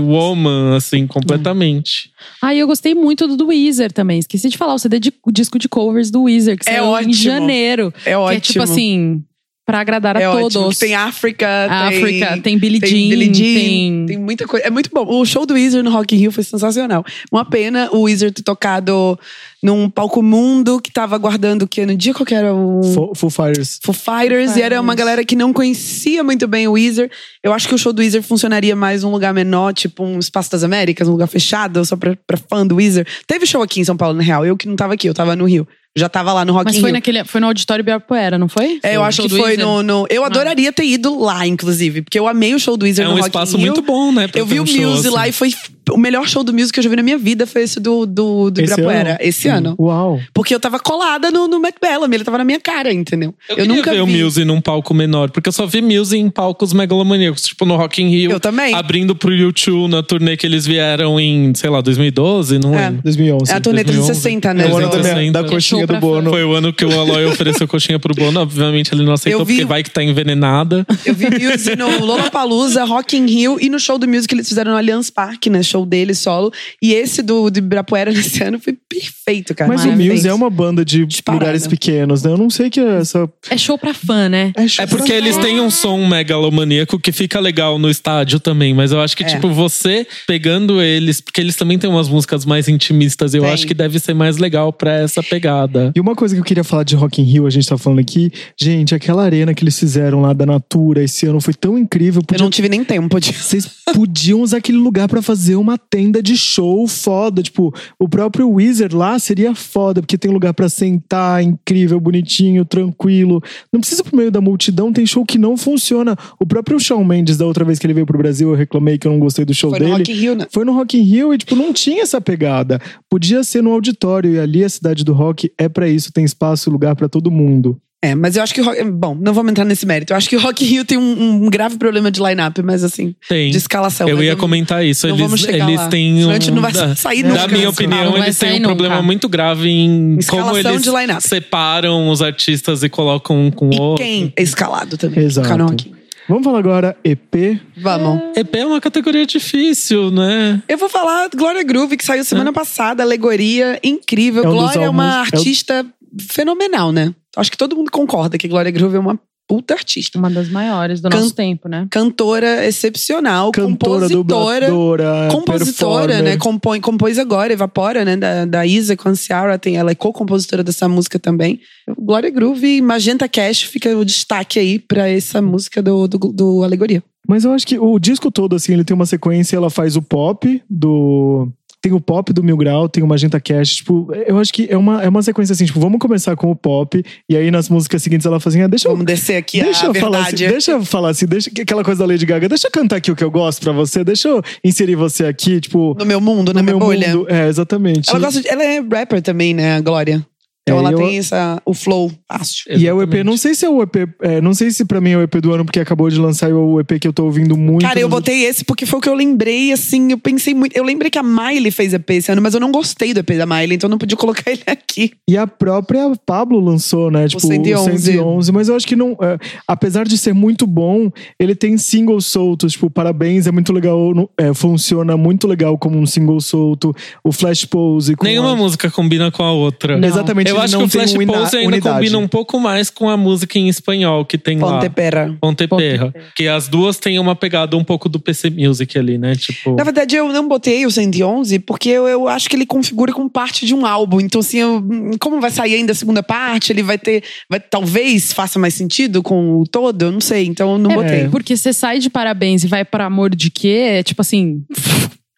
D: woman, assim, completamente.
B: Ah, e eu gostei muito do do Weezer também. Esqueci de falar o CD de o disco de covers do Weezer, que
C: É
B: saiu
C: ótimo.
B: em janeiro.
C: É
B: Que
C: ótimo.
B: é tipo assim, pra agradar a
C: é
B: todos.
C: ótimo. que Tem África,
B: África, tem, Billie
C: tem
B: Jean,
C: Billie Jean,
B: tem-
C: Tem muita coisa. É muito bom. O show do Weezer no Rock in Rio foi sensacional. Uma pena o Weezer ter tocado num palco mundo que tava guardando o quê? No dia um qual que era o.
A: Fu- Foo Fighters.
C: Foo Fighters,
B: Foo
C: e era uma
B: Fighters.
C: galera que não conhecia muito bem o Weezer. Eu acho que o show do Weezer funcionaria mais num lugar menor, tipo um Espaço das Américas, um lugar fechado, só pra, pra fã do Weezer. Teve show aqui em São Paulo, na real. Eu que não tava aqui, eu tava no Rio. Já tava lá no Rock
B: Mas
C: in
B: foi,
C: Rio.
B: naquele, foi no auditório Ibirapuera, não foi?
C: É, eu acho que foi no, no-
B: Ah.
C: Eu adoraria ter ido lá, inclusive, porque eu amei o show do Weezer
D: É
C: no
D: um
C: Rock
D: espaço
C: in Rio.
D: muito bom, né? pra
C: Eu
D: ter
C: vi
D: um
C: o
D: show,
C: Muse lá
D: assim.
C: e foi o melhor show do Muse que eu já vi na minha vida foi esse do, do, do Ibirapuera, esse
D: Uhum.
C: ano.
A: Uau.
C: Porque eu tava colada no, no McBellum, ele tava na minha cara, entendeu?
D: Eu, queria
C: nunca
D: ver o
C: vi.
D: Muse num palco menor, porque eu só vi Muse em palcos megalomaníacos, tipo no Rock in Rio.
C: Eu também.
D: Abrindo pro YouTube na turnê que eles vieram em, sei lá, 2012, não
C: É.
D: lembro.
A: 2011.
C: É
D: Assim,
C: a turnê
D: 2011.
C: 360, né?
A: É o ano da, minha,
D: 360.
A: da coxinha
B: Show
A: do
B: pra
A: Bono.
D: Foi o ano que o Aloy ofereceu coxinha pro Bono, obviamente ele não aceitou,
C: Eu vi-
D: porque vai que tá envenenada.
C: Eu vi Muse no Lollapalooza, Rock in Rio e no show do Muse que eles fizeram no Allianz Parque, né? Show dele solo. E esse do, do Ibirapuera nesse ano foi perfeito, cara.
A: Mas o
B: Maravilhoso.
A: Muse é uma banda de
C: Disparada.
A: lugares pequenos, né? Eu não sei que é essa.
B: É show pra fã, né?
A: É, show
D: É porque
A: pra-
D: eles têm um som megalomaníaco que fica legal no estádio também, mas eu acho que,
C: É.
D: tipo, você pegando eles, porque eles também têm umas músicas mais intimistas, eu
C: Tem.
D: acho que deve ser mais legal pra essa pegada.
A: E uma coisa que eu queria falar de Rock in Rio, a gente tá falando aqui, gente, aquela arena que eles fizeram lá da Natura esse ano foi tão incrível.
C: Eu
A: Podia
C: não tive nem tempo de.
A: Vocês podiam usar aquele lugar pra fazer uma tenda de show foda. Tipo, o próprio Wizard lá seria foda, porque tem lugar pra sentar, incrível, bonitinho, tranquilo. Não precisa ir pro meio da multidão, tem show que não funciona. O próprio Shawn Mendes, da outra vez que ele veio pro Brasil, eu reclamei que eu não gostei do show
C: Foi no
A: dele.
C: Rock in Rio, né?
A: Foi no Rock in Rio e, tipo, não tinha essa pegada. Podia ser no auditório, e ali a cidade do rock é pra isso, tem espaço e lugar pra todo mundo.
C: É, mas eu acho que. o Rock- Bom, não vamos entrar nesse mérito. Eu acho que o Rock in Rio tem um, um grave problema de line-up, mas assim,
D: Tem.
C: de escalação.
D: Eu
C: Mas
D: ia comentar isso.
C: não
D: Eles,
C: vamos chegar
D: eles
C: lá.
D: têm
C: Senão
D: um.
C: a gente não vai
D: da,
C: sair
D: da
C: nunca,
D: minha
C: né?
D: opinião,
B: Não vai
D: eles
B: sair
D: têm um
B: nunca.
D: problema muito grave em como
C: Escalação
D: eles
C: de line-up.
D: separam os artistas e colocam um com o
C: E
D: outro.
C: quem é escalado também.
A: Exato.
C: Ficar no Rock in Rio.
A: Vamos falar agora EP.
C: Vamos.
D: EP é uma categoria difícil, né?
C: Eu vou falar Glória Groove, que saiu semana passada, alegoria incrível.
A: É um dos
C: Glória é uma
A: álbuns- é o-
C: artista fenomenal, né? Acho que todo mundo concorda que Glória Groove é uma puta artista.
B: Uma das maiores do
C: Can-
B: nosso tempo, né?
C: Cantora excepcional,
A: Cantora,
C: compositora.
A: dubladora,
C: Compositora, né?
A: é, performer.
C: Compõe, compôs agora, Evapora, né? Da, da Isa com a Ciara, tem, ela é co-compositora dessa música também. Glória Groove e Magenta Cash fica o destaque aí pra essa música do, do, do Alegoria.
A: Mas eu acho que o disco todo, assim, ele tem uma sequência, ela faz o pop do. Tem o pop do Mil Grau, tem o Magenta Cash. Tipo, eu acho que é uma, é uma sequência assim, tipo, vamos começar com o pop, e aí nas músicas seguintes ela fala assim: ah, deixa eu.
C: Vamos descer aqui
A: Deixa
C: Hum, é a
A: eu, falar assim,
C: verdade.
A: deixa eu falar assim, deixa que- aquela coisa da Lady Gaga, deixa eu cantar aqui o que eu gosto pra você, deixa eu inserir você aqui, tipo,
C: No meu mundo,
A: no
C: na minha
A: meu
C: bolha.
A: mundo. É, exatamente.
C: Ela gosta de- Ela é rapper também, né, a Glória? Então
A: É,
C: ela
A: eu-
C: tem essa, o flow fácil.
A: E é o EP, não sei se é o EP, é, não sei se pra mim é o EP do ano, porque acabou de lançar e é o EP que eu tô ouvindo muito.
C: Cara, eu
A: nos
C: botei esse porque foi o que eu lembrei, assim, eu pensei muito. Eu lembrei que a Miley fez EP esse ano, mas eu não gostei do EP da Miley, então eu não podia colocar ele aqui.
A: E a própria Pablo lançou, né? Tipo, o
C: 111.
A: 111. Mas eu acho que não. é, apesar de ser muito bom, ele tem singles soltos. Tipo, parabéns, é muito legal. no- é, funciona muito legal como um single solto. O Flash Pose. Com
D: Nenhuma
A: a,
D: música combina com a outra.
B: Não.
A: Exatamente,
D: Eu
A: ele
D: acho
A: não
D: que o
A: tem
D: Flash
A: um ina-
D: Pose ainda
A: unidade.
D: combina um pouco mais com a música em espanhol que tem lá.
C: Ponte Pera.
D: Ponte Perra. Que as duas têm uma pegada um pouco do PC Music ali, né? Tipo.
C: Na verdade, eu não botei o 111 porque eu, eu acho que ele configura como parte de um álbum. Então, assim, eu- como vai sair ainda a segunda parte, ele vai ter. vai- talvez faça mais sentido com o todo, eu não sei. Então, eu não botei.
B: É, porque você sai de parabéns e vai pra amor de quê? É tipo assim.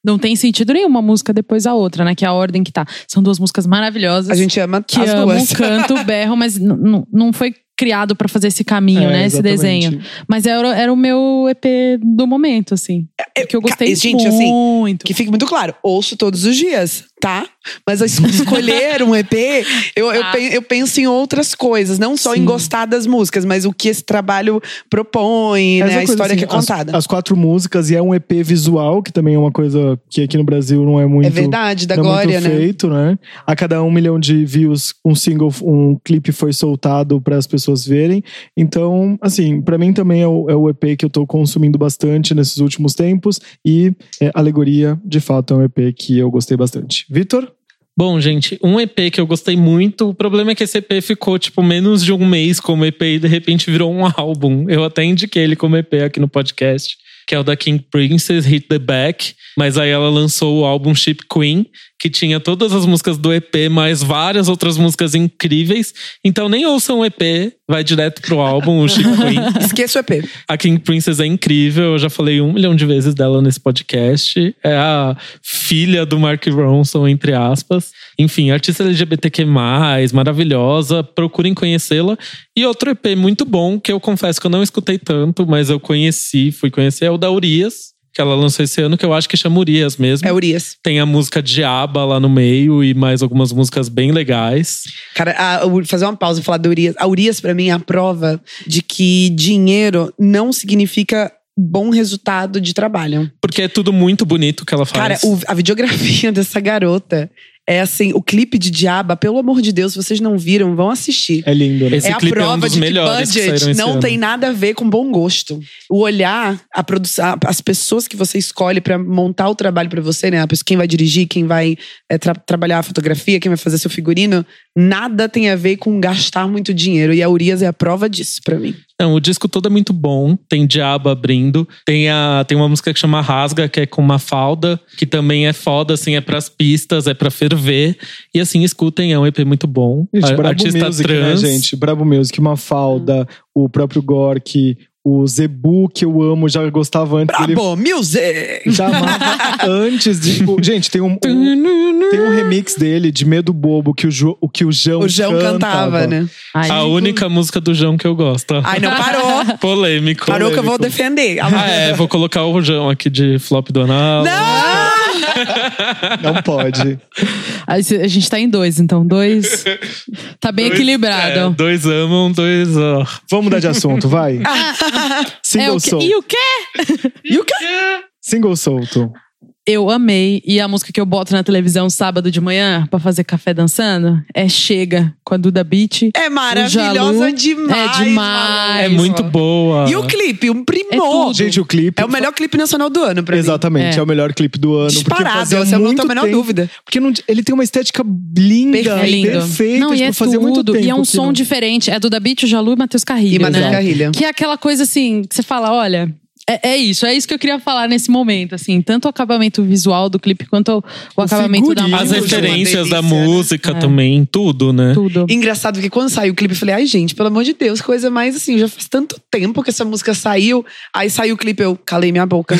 B: Não tem sentido nenhuma música depois a outra, né? Que é a ordem que tá. São duas músicas maravilhosas.
C: A gente ama
B: que
C: as
B: amo,
C: duas.
B: canto, berro, mas n- n- não foi criado pra fazer esse caminho,
A: É,
B: né? Esse
A: exatamente.
B: desenho. Mas era, era o meu EP do momento, assim. Que eu gostei
C: É, ca- gente, assim,
B: muito.
C: Que fique muito claro, ouço todos os dias, tá? Mas es- escolher um EP, eu, eu,
B: Tá.
C: pen- eu penso em outras coisas, não só em
B: Sim.
C: gostar das músicas, mas o que esse trabalho propõe,
A: Essa
C: né? A
A: coisa,
C: história
A: assim,
C: que é contada.
A: As, as quatro músicas e é um EP visual, que também é uma coisa que aqui no Brasil não é muito.
C: é verdade, da
A: não é
C: Glória,
A: muito
C: né?
A: feito, né? A cada um milhão de views, um single, um clipe foi soltado para as pessoas verem. Então, assim, pra mim também é o, é o EP que eu tô consumindo bastante nesses últimos tempos. E é, Alegoria, de fato, é um EP que eu gostei bastante. Vitor?
D: Bom, gente, um EP que eu gostei muito. O problema é que esse EP ficou, tipo, menos de um mês como EP e de repente virou um álbum. Eu até indiquei ele como EP aqui no podcast, que é o da King Princess, Hit the Back. Mas aí ela lançou o álbum Ship Queen, que tinha todas as músicas do EP, mais várias outras músicas incríveis. Então nem ouçam o EP, vai direto pro álbum, o Ship Queen.
C: Esqueça o EP.
D: A King Princess é incrível, eu já falei um milhão de vezes dela nesse podcast. É a filha do Mark Ronson, entre aspas. Enfim, artista LGBTQ, maravilhosa. Procurem conhecê-la. E outro EP muito bom, que eu confesso que eu não escutei tanto, mas eu conheci, fui conhecer, é o da Urias, que ela lançou esse ano, que eu acho que chama Urias mesmo.
C: É Urias.
D: Tem a música Diaba lá no meio e mais algumas músicas bem legais.
C: Cara, a- eu vou fazer uma pausa e falar da Urias. A Urias, pra mim, é a prova de que dinheiro não significa bom resultado de trabalho.
D: Porque é tudo muito bonito que ela
C: Cara,
D: faz.
C: o- a videografia dessa garota é assim, o clipe de Diaba, pelo amor de Deus, se vocês não viram, vão assistir.
A: É lindo, né?
D: Esse
C: é a
D: clipe é um
C: prova
D: dos
C: de que
D: melhores que
C: budget
D: saíram esse
C: não
D: ano.
C: tem nada a ver com bom gosto. O olhar, a produção, as pessoas que você escolhe pra montar o trabalho pra você, né? A pessoa, quem vai dirigir, quem vai é, tra- trabalhar a fotografia, quem vai fazer seu figurino, nada tem a ver com gastar muito dinheiro. E a Urias é a prova disso pra mim.
D: Não, o disco todo é muito bom. Tem Diabo abrindo. Tem, a, tem uma música que chama Rasga, que é com uma falda, que também é foda, assim, é pras pistas, é pra ferver. E assim, escutem, é um EP muito bom.
A: Gente,
D: Ar-
A: Brabo
D: Artista
A: Music,
D: trans.
A: né, gente? Brabo Music, Mafalda, o próprio Gork, o Zebu, que eu amo, já gostava antes dele.
C: Brabo, music!
A: Já amava antes de. tipo, gente, tem um- um Tem um remix dele de Medo Bobo que o, Jo- o que o João,
C: O João cantava, né?
B: Ai,
D: A única música do João que eu gosto.
C: Ai, não, parou!
D: Polêmico.
C: Parou que eu vou defender.
D: Ah, é, vou colocar o João aqui de flop do anal.
C: Não!
A: Não pode.
B: a a gente tá em dois, então. Dois. Tá bem
D: Dois-
B: equilibrado.
D: é, dois amam, dois. ó.
A: Vamos mudar de assunto, vai.
B: É,
A: Single
B: o que-
A: solto.
B: E o quê?
A: Single solto.
B: Eu amei. E a música que eu boto na televisão sábado de manhã pra fazer café dançando é Chega, com a Duda Beat.
C: É
B: O
C: maravilhosa
B: Jalu
C: demais.
B: é demais. É
D: É muito boa.
C: E o clipe, um primor.
B: tudo.
A: Gente, o clipe.
C: É o melhor clipe nacional do ano pra mim.
A: Exatamente, é.
B: É.
A: o melhor clipe do ano. porque
C: Disparado,
A: fazia
C: essa eu não
A: muito
C: tenho a menor
A: tempo-
C: dúvida.
A: Porque não- ele tem uma estética linda,
B: É lindo.
A: perfeita.
B: Não, e
A: tipo,
B: é
A: fazia
B: tudo.
A: muito tempo
B: e é um
A: que
B: som
A: não-
B: diferente. É Duda Beat, o Jalu e Matheus Carrilho.
C: E Matheus
B: né?
C: Carrilha.
B: Que é aquela coisa assim, que você fala, olha. É, é isso, é isso que eu queria falar nesse momento, assim, tanto o acabamento visual do clipe quanto o, acabamento
A: figurino,
B: da
D: As
B: música.
C: João,
D: referências
C: delícia,
D: da
C: né?
D: música
B: É.
D: também, tudo, né?
B: Tudo.
C: Engraçado porque quando saiu o clipe, eu falei, ai, gente, pelo amor de Deus, coisa mais assim, já faz tanto tempo que essa música saiu. Aí saiu o clipe, eu calei minha boca.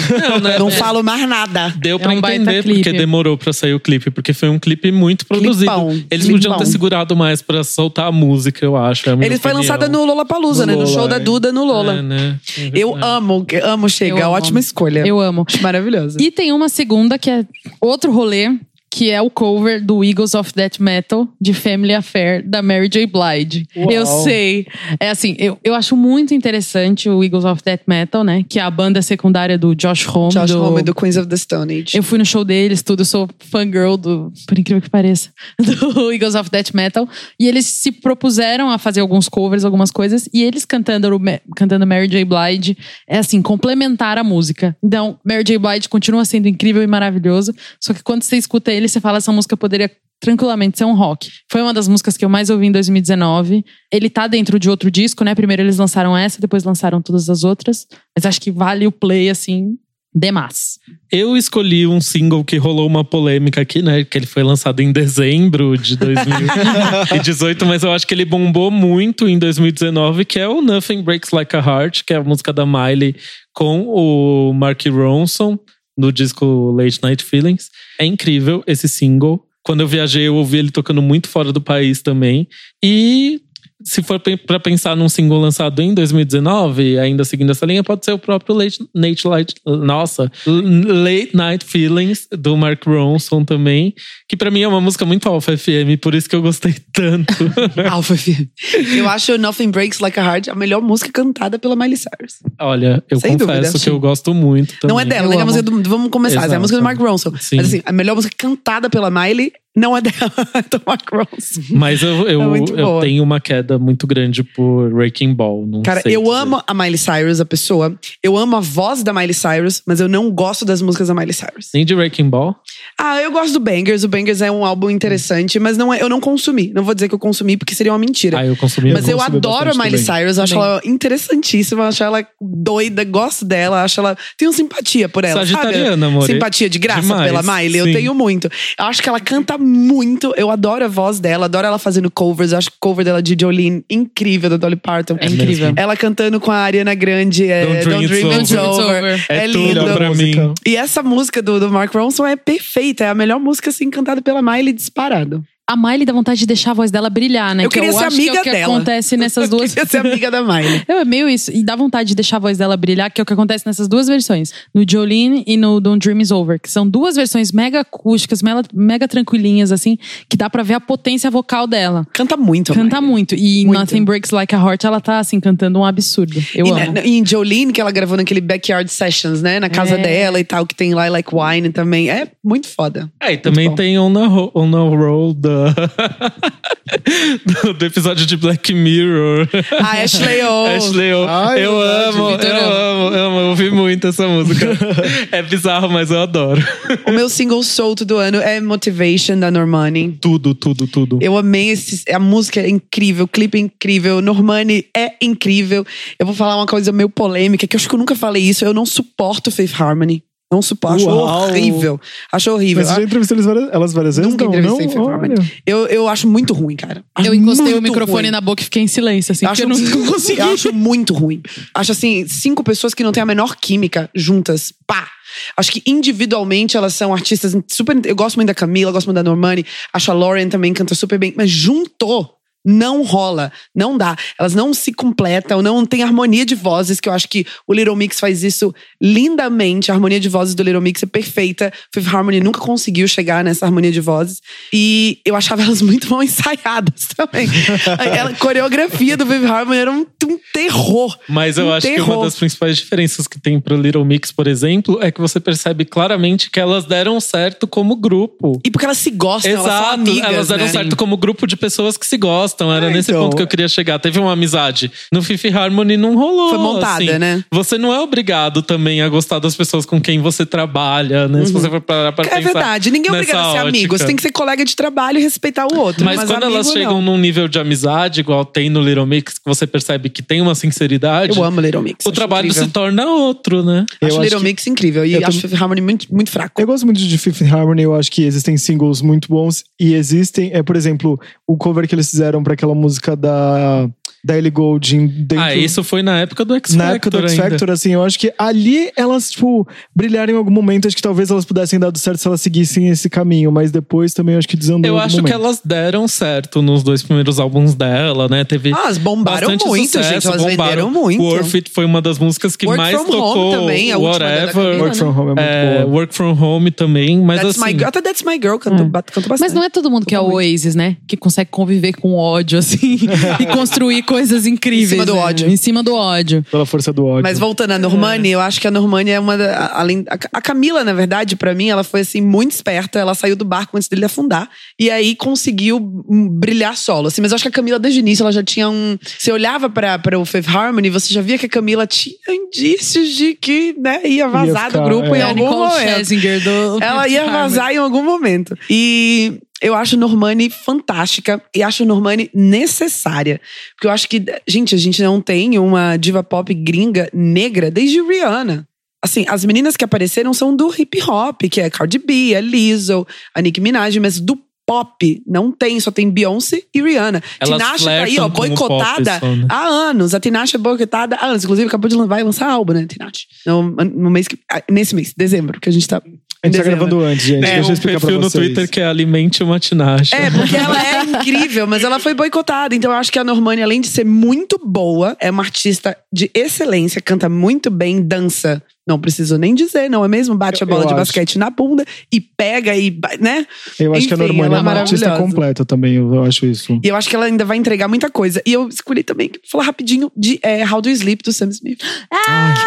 C: Não, falo mais nada.
D: Deu
B: É
D: pra
B: um baita
D: entender porque
B: clipe.
D: demorou pra sair o clipe, porque foi um clipe muito produzido.
C: Clipão,
D: Eles
C: clipão.
D: podiam ter segurado mais pra soltar a música, eu acho. é a minha
C: Ele foi
D: opinião.
C: lançada no Lola Palusa,
A: No
C: né? No
A: Lola,
C: show da
A: é.
C: Duda no
D: É,
C: Lola.
D: né?
C: Eu amo, amo Chega,
B: Eu amo.
C: ótima escolha.
B: Eu amo.
C: Acho maravilhosa.
B: E tem uma segunda que é outro rolê, que é o cover do Eagles of Death Metal de Family Affair da Mary J. Blige.
A: Uau.
B: Eu sei. É assim, eu, eu acho muito interessante o Eagles of Death Metal, né? Que é a banda secundária do Josh Homme.
C: Josh
B: do-
C: Homme do Queens of the Stone Age.
B: eu fui no show deles, tudo. Eu sou fangirl do, por incrível que pareça, do Eagles of Death Metal. E eles se propuseram a fazer alguns covers, algumas coisas. E eles cantando, o Ma- cantando Mary J. Blige, é assim, complementar a música. Então, Mary J. Blige continua sendo incrível e maravilhoso. Só que quando você escuta ele, você fala, essa música poderia tranquilamente ser um rock. Foi uma das músicas que eu mais ouvi em 2019. Ele tá dentro de outro disco, né? Primeiro eles lançaram essa, depois lançaram todas as outras. Mas acho que vale o play, assim, demais.
D: Eu escolhi um single que rolou uma polêmica aqui, né? Que ele foi lançado em dezembro de 2018, mas eu acho que ele bombou muito em 2019, que é o Nothing Breaks Like a Heart, que é a música da Miley com o Mark Ronson no disco Late Night Feelings. É incrível esse single. Quando eu viajei, eu ouvi ele tocando muito fora do país também. E se for pe- pra pensar num single lançado em 2019, ainda seguindo essa linha, pode ser o próprio Late Night Light, nossa, L- Late Night Feelings do Mark Ronson também, que pra mim é uma música muito alfa FM, por isso que eu gostei tanto.
C: Alpha FM. Eu acho Nothing Breaks Like a Heart a melhor música cantada pela Miley Cyrus.
D: Olha, eu
C: Sem dúvida,
D: confesso que
C: sim.
D: eu gosto muito também.
C: Não é dela,
B: Eu
C: né? É a
B: amo.
C: música do, vamos começar. É a
D: Exato.
C: música do Mark Ronson.
D: Sim.
C: Mas assim, a melhor música cantada pela Miley não é dela, é do Mark Ronson.
D: Mas eu, eu,
C: É muito
D: eu
C: boa.
D: tenho uma queda muito grande por Wrecking Ball. Não
C: Cara,
D: sei
C: eu
D: dizer.
C: amo a Miley Cyrus, a pessoa. Eu amo a voz da Miley Cyrus, mas eu não gosto das músicas da Miley Cyrus.
D: Nem de Wrecking Ball.
C: Ah, eu gosto do Bangers. O Bangers é um álbum interessante, mas não é, eu não consumi. Não vou dizer que eu consumi, porque seria uma mentira.
D: Ah, eu consumi
C: Mas eu
A: consumi
D: tá
C: adoro a
A: bastante
C: Miley
A: também.
C: Cyrus, acho
B: Também.
C: ela interessantíssima, acho ela doida, gosto dela, acho ela. Tenho simpatia por ela. sabe?
D: Sagitariana, amor.
C: Simpatia de graça
D: Demais,
C: pela Miley, eu
D: sim.
C: tenho muito. Eu acho que ela canta muito, eu adoro a voz dela, adoro ela fazendo covers, eu acho que o cover dela de Jolene incrível da Dolly Parton.
B: É incrível.
C: Ela cantando com a Ariana Grande, é,
D: Don't Dream It's
B: Don't Dream It's
C: Over.
B: Over.
D: É
C: É
D: tudo
C: lindo.
D: pra mim.
C: E essa música do, do Mark Ronson é perfeita, é a melhor música assim cantada pela Miley disparado.
B: A Miley dá vontade de deixar a voz dela brilhar, né?
C: Eu
B: que
C: queria
B: eu
C: ser
B: acho que é
C: amiga
B: o que
C: dela.
B: acontece nessas duas.
C: Essa é amiga da Miley.
B: Eu meio isso. E dá vontade de deixar a voz dela brilhar, que é o que acontece nessas duas versões. No Jolene e no Don't Dream Is Over. Que são duas versões mega acústicas, mela- mega tranquilinhas, assim. Que dá pra ver a potência vocal dela.
C: Canta muito. a
B: Canta muito. E
C: Muito.
B: Nothing Breaks Like a Heart, ela tá, assim, cantando um absurdo. Eu
C: e, né,
B: amo.
C: na- e em Jolene, que ela gravou naquele Backyard Sessions, né? Na casa
B: É.
C: dela e tal, que tem lá Like Wine também. É muito foda.
D: É, e também
C: bom.
D: tem On the, Ro- on the Roll da- do, do episódio de Black Mirror.
C: A Ah, Ashley O.
D: Ashley, eu,
A: Ai,
D: eu
A: verdade,
D: amo,
B: Vitor,
D: eu
B: eu
D: amo, eu amo, eu ouvi muito essa música. é bizarro, mas eu adoro.
C: O meu single solto do ano é Motivation, da Normani.
D: Tudo, tudo, tudo.
C: Eu amei esse, a música é incrível, o clipe é incrível, Normani é incrível. Eu vou falar uma coisa meio polêmica, que eu acho que eu nunca falei isso. Eu não suporto Fifth Harmony. Não suporto, acho
A: Uau.
C: horrível. Acho horrível.
A: Mas você já entrevistou eles várias- elas várias vezes?
C: Nunca
A: não,
C: entrevistei
A: não?
C: Fifth Harmony.
A: Olha.
C: Eu, eu acho muito ruim, cara. Acho
B: Eu encostei o
C: muito
B: microfone
C: ruim.
B: na boca e fiquei em silêncio, assim.
C: acho,
B: Porque eu não consegui.
C: eu acho muito ruim. Acho assim, cinco pessoas que não têm a menor química juntas, pá. Acho que individualmente elas são artistas super. Eu gosto muito da Camila, gosto muito da Normani. Acho a Lauren também canta super bem, mas juntou. Não rola, não dá. Elas não se completam, não tem harmonia de vozes, que eu acho que o Little Mix faz isso lindamente. A harmonia de vozes do Little Mix é perfeita. Fifth Harmony nunca conseguiu chegar nessa harmonia de vozes. E eu achava elas muito mal ensaiadas também. Ela- a coreografia do Fifth Harmony era um, um terror.
D: Mas eu
C: um
D: acho que uma
C: terror.
D: das principais diferenças que tem pro Little Mix, por exemplo, é que você percebe claramente que elas deram certo como grupo.
C: E porque elas se gostam, elas são
D: Exato,
C: amigas,
D: elas deram
C: né?
D: certo como grupo de pessoas que se gostam. Era
A: É,
D: nesse
A: então.
D: ponto que eu queria chegar. Teve uma amizade. No Fifi Harmony não rolou.
C: Foi montada,
D: assim.
C: né?
D: Você não é obrigado também a gostar das pessoas com quem você trabalha, né? Se você for parar pra
C: É
D: pensar
C: verdade, ninguém é
D: nessa
C: obrigado a ser amigo.
D: ótica.
C: Você tem que ser colega de trabalho e respeitar o outro.
D: Mas, quando
C: amigo,
D: elas
C: não.
D: chegam num nível de amizade, igual tem no Little Mix, que você percebe que tem uma sinceridade,
C: Eu amo Little Mix.
D: o
C: acho
D: trabalho
C: incrível.
D: se torna outro, né?
C: Acho
A: Eu acho
C: Little
A: que-
C: Mix incrível. E
A: Eu
C: acho Fifth Harmony muito, muito fraco.
A: Eu gosto muito de Fifth Harmony, eu acho que existem singles muito bons e existem, é, por exemplo, o cover que eles fizeram pra aquela música da da Ellie Goulding dentro...
D: Ah, isso foi na época do X Factor
A: Na época do X
D: ainda.
A: Factor, assim, eu acho que ali elas, tipo, brilharam em algum momento. Acho que talvez elas pudessem dar certo se elas seguissem esse caminho. Mas depois também eu acho que desandou. em
D: Eu
A: algum
D: acho que
A: momento.
D: elas deram certo nos dois primeiros álbuns dela, né? Teve
C: Ah, elas bombaram
D: bastante
C: muito,
D: sucesso,
C: gente. Elas
D: bombaram.
C: venderam muito.
D: Worth It foi uma das músicas que
C: Work
D: mais
C: From Home
D: tocou.
C: também, a última da
D: whatever.
C: Camila,
A: Work from Home é muito
D: É,
A: boa.
D: Work From Home também, mas
C: That's
D: assim...
C: my, até That's My Girl cantou, bat- cantou bastante.
B: Mas não é todo mundo que é o Oasis, né? Que consegue conviver com ódio, assim, e construir coisas incríveis.
C: Em cima do
B: né?
C: ódio.
B: Em cima do ódio.
A: Pela força do ódio.
C: Mas voltando à Normani, eu acho que a Normani é uma. da- a- Além, a, a Camila, na verdade, pra mim, ela foi assim muito esperta. Ela saiu do barco antes dele afundar. E aí conseguiu hum, brilhar solo. Assim, mas eu acho que a Camila, desde o início, ela já tinha um. Você olhava pra, pra o Fifth Harmony, você já via que a Camila tinha indícios de que né, ia vazar
A: ficar,
C: do grupo
A: é.
C: em
B: É a
C: algum
B: Nicole
C: momento.
B: Scherzinger do.
C: Ela ia vazar em algum momento. E eu acho a Normani fantástica e acho a Normani necessária. Porque eu acho que, gente, a gente não tem uma diva pop gringa negra desde Rihanna. Assim, as meninas que apareceram são do hip hop, que é Cardi B, a Lizzo, a Nicki Minaj, mas do pop não tem, só tem Beyoncé e Rihanna.
D: Elas
C: Tinashe tá aí,
D: flertam
C: ó,
D: com o pop
C: boicotada
D: só, né?
C: há anos. A Tinashe é boicotada há anos. Inclusive, acabou de lan- vai lançar álbum, né, Tinashe? No, no mês que, ah, nesse mês, dezembro, que a gente tá.
A: a gente tá
C: dezembro.
A: gravando antes, gente.
D: Tem
A: Deixa eu
D: um
A: explicar pra
D: perfil
A: vocês.
D: no Twitter que é Alimente uma Tinashe.
C: É, porque ela é incrível, mas ela foi boicotada. Então eu acho que a Normani, além de ser muito boa, é uma artista de excelência, canta muito bem, dança. Não preciso nem dizer, não é mesmo? Bate
A: Eu-
C: a bola
A: eu
C: de
A: acho.
C: basquete na bunda e pega e, ba- né?
A: Eu acho que a
C: Enfim,
A: Normani
C: ela
A: é
C: é
A: uma artista
C: maravilhosa.
A: completa também. Eu acho isso.
C: E eu acho que ela ainda vai entregar muita coisa. E eu escolhi também falar rapidinho de é, How Do You Sleep do Sam Smith.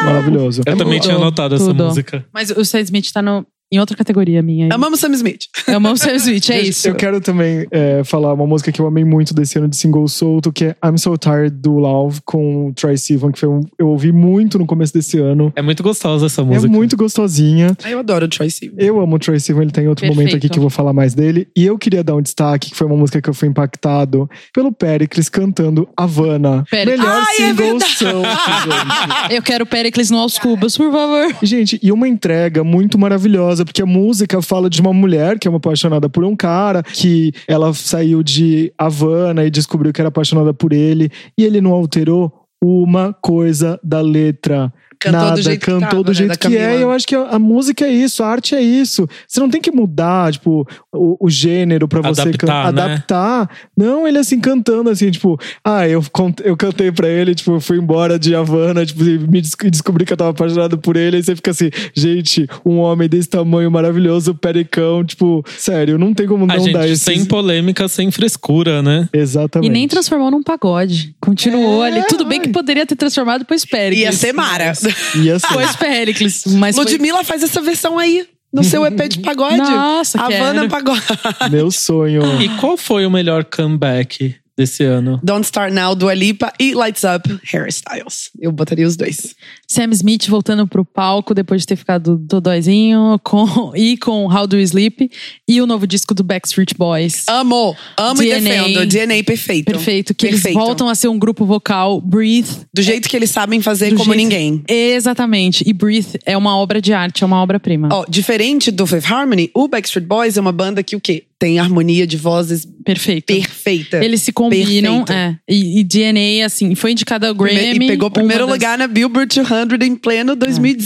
A: Maravilhoso.
D: Ah,
C: é
D: Eu também
B: tudo,
D: tinha anotado essa
B: tudo.
D: música.
B: Mas o Sam Smith tá no- em outra categoria minha. aí.
C: Amamos Sam Smith.
B: Eu amo o Sam Smith, é
A: Gente,
B: isso.
A: Eu quero também é, falar uma música que eu amei muito desse ano de single solto, que é I'm So Tired do Love com o Troy Sivan, que foi um- eu ouvi muito no começo desse ano.
D: É muito gostosa essa música.
A: É muito gostosinha.
C: Ai, eu adoro o Troy Sivan.
A: Eu amo o Troy Sivan, ele tem outro
B: Perfeito.
A: momento aqui que eu vou falar mais dele. E eu queria dar um destaque, que foi uma música que eu fui impactado pelo Pericles cantando Havana.
B: Pericles.
A: Melhor
C: Ai, é
A: single
C: verdade.
A: solto, gente.
B: Eu quero Pericles no Aos Cubas, por favor.
A: Gente, e uma entrega muito maravilhosa, porque a música fala de uma mulher que é uma apaixonada por um cara, que ela saiu de Havana e descobriu que era apaixonada por ele, e ele não alterou uma coisa da letra.
C: Cantou do
A: Nada,
C: jeito que
A: cantou
C: tava,
A: do
C: né,
A: jeito
C: da
A: que é,
C: Camila.
A: e eu acho que a, a música é isso, a arte é isso. Você não tem que mudar, tipo, o, o gênero pra você can-
D: Adaptar, né?
A: adaptar. Tá. Não, ele assim cantando assim, tipo, ah, eu, con- eu cantei pra ele, tipo, eu fui embora de Havana, tipo, e me des- descobri que eu tava apaixonado por ele. Aí você fica assim, gente, um homem desse tamanho maravilhoso, pericão, tipo, sério, não tem como
D: A
A: não dar
D: gente
A: isso.
D: sem polêmica, sem frescura, né?
A: Exatamente.
B: E nem transformou num pagode. Continuou
A: É,
B: ali. Tudo bem
A: ai.
B: que poderia ter transformado pois Pericles.
C: Ia ser Mara.
A: E assim,
B: Pois Pericles. Mas foi-
C: Ludmilla faz essa versão aí, no seu EP de pagode.
B: Nossa,
C: Havana
B: quero.
C: Pagode.
A: meu sonho.
D: E qual foi o melhor comeback desse ano?
C: Don't Start Now, Dua Lipa e Lights Up, Harry Styles. Eu botaria os dois.
B: Sam Smith voltando pro palco depois de ter ficado dodóizinho com, e com How Do You Sleep e o novo disco do Backstreet Boys.
C: Amo, amo
B: DNA.
C: e defendo. DNA perfeito.
B: Perfeito, que eles
C: então. Perfeito.
B: voltam a ser um grupo vocal, Breathe.
C: Do jeito que eles sabem fazer,
B: do
C: como
B: jeito-
C: ninguém.
B: Exatamente. E Breathe é uma obra de arte, é uma obra-prima.
C: Ó, diferente do Fifth Harmony, o Backstreet Boys é uma banda que o quê? Tem harmonia de vozes
B: Perfeito.
C: perfeita.
B: Eles se combinam.
C: Perfeito.
B: é. E, e DNA, assim, foi indicada ao
C: Prime-
B: Grammy.
C: e pegou o
B: uma
C: primeiro
B: das- É.
C: lugar na Billboard 200 em pleno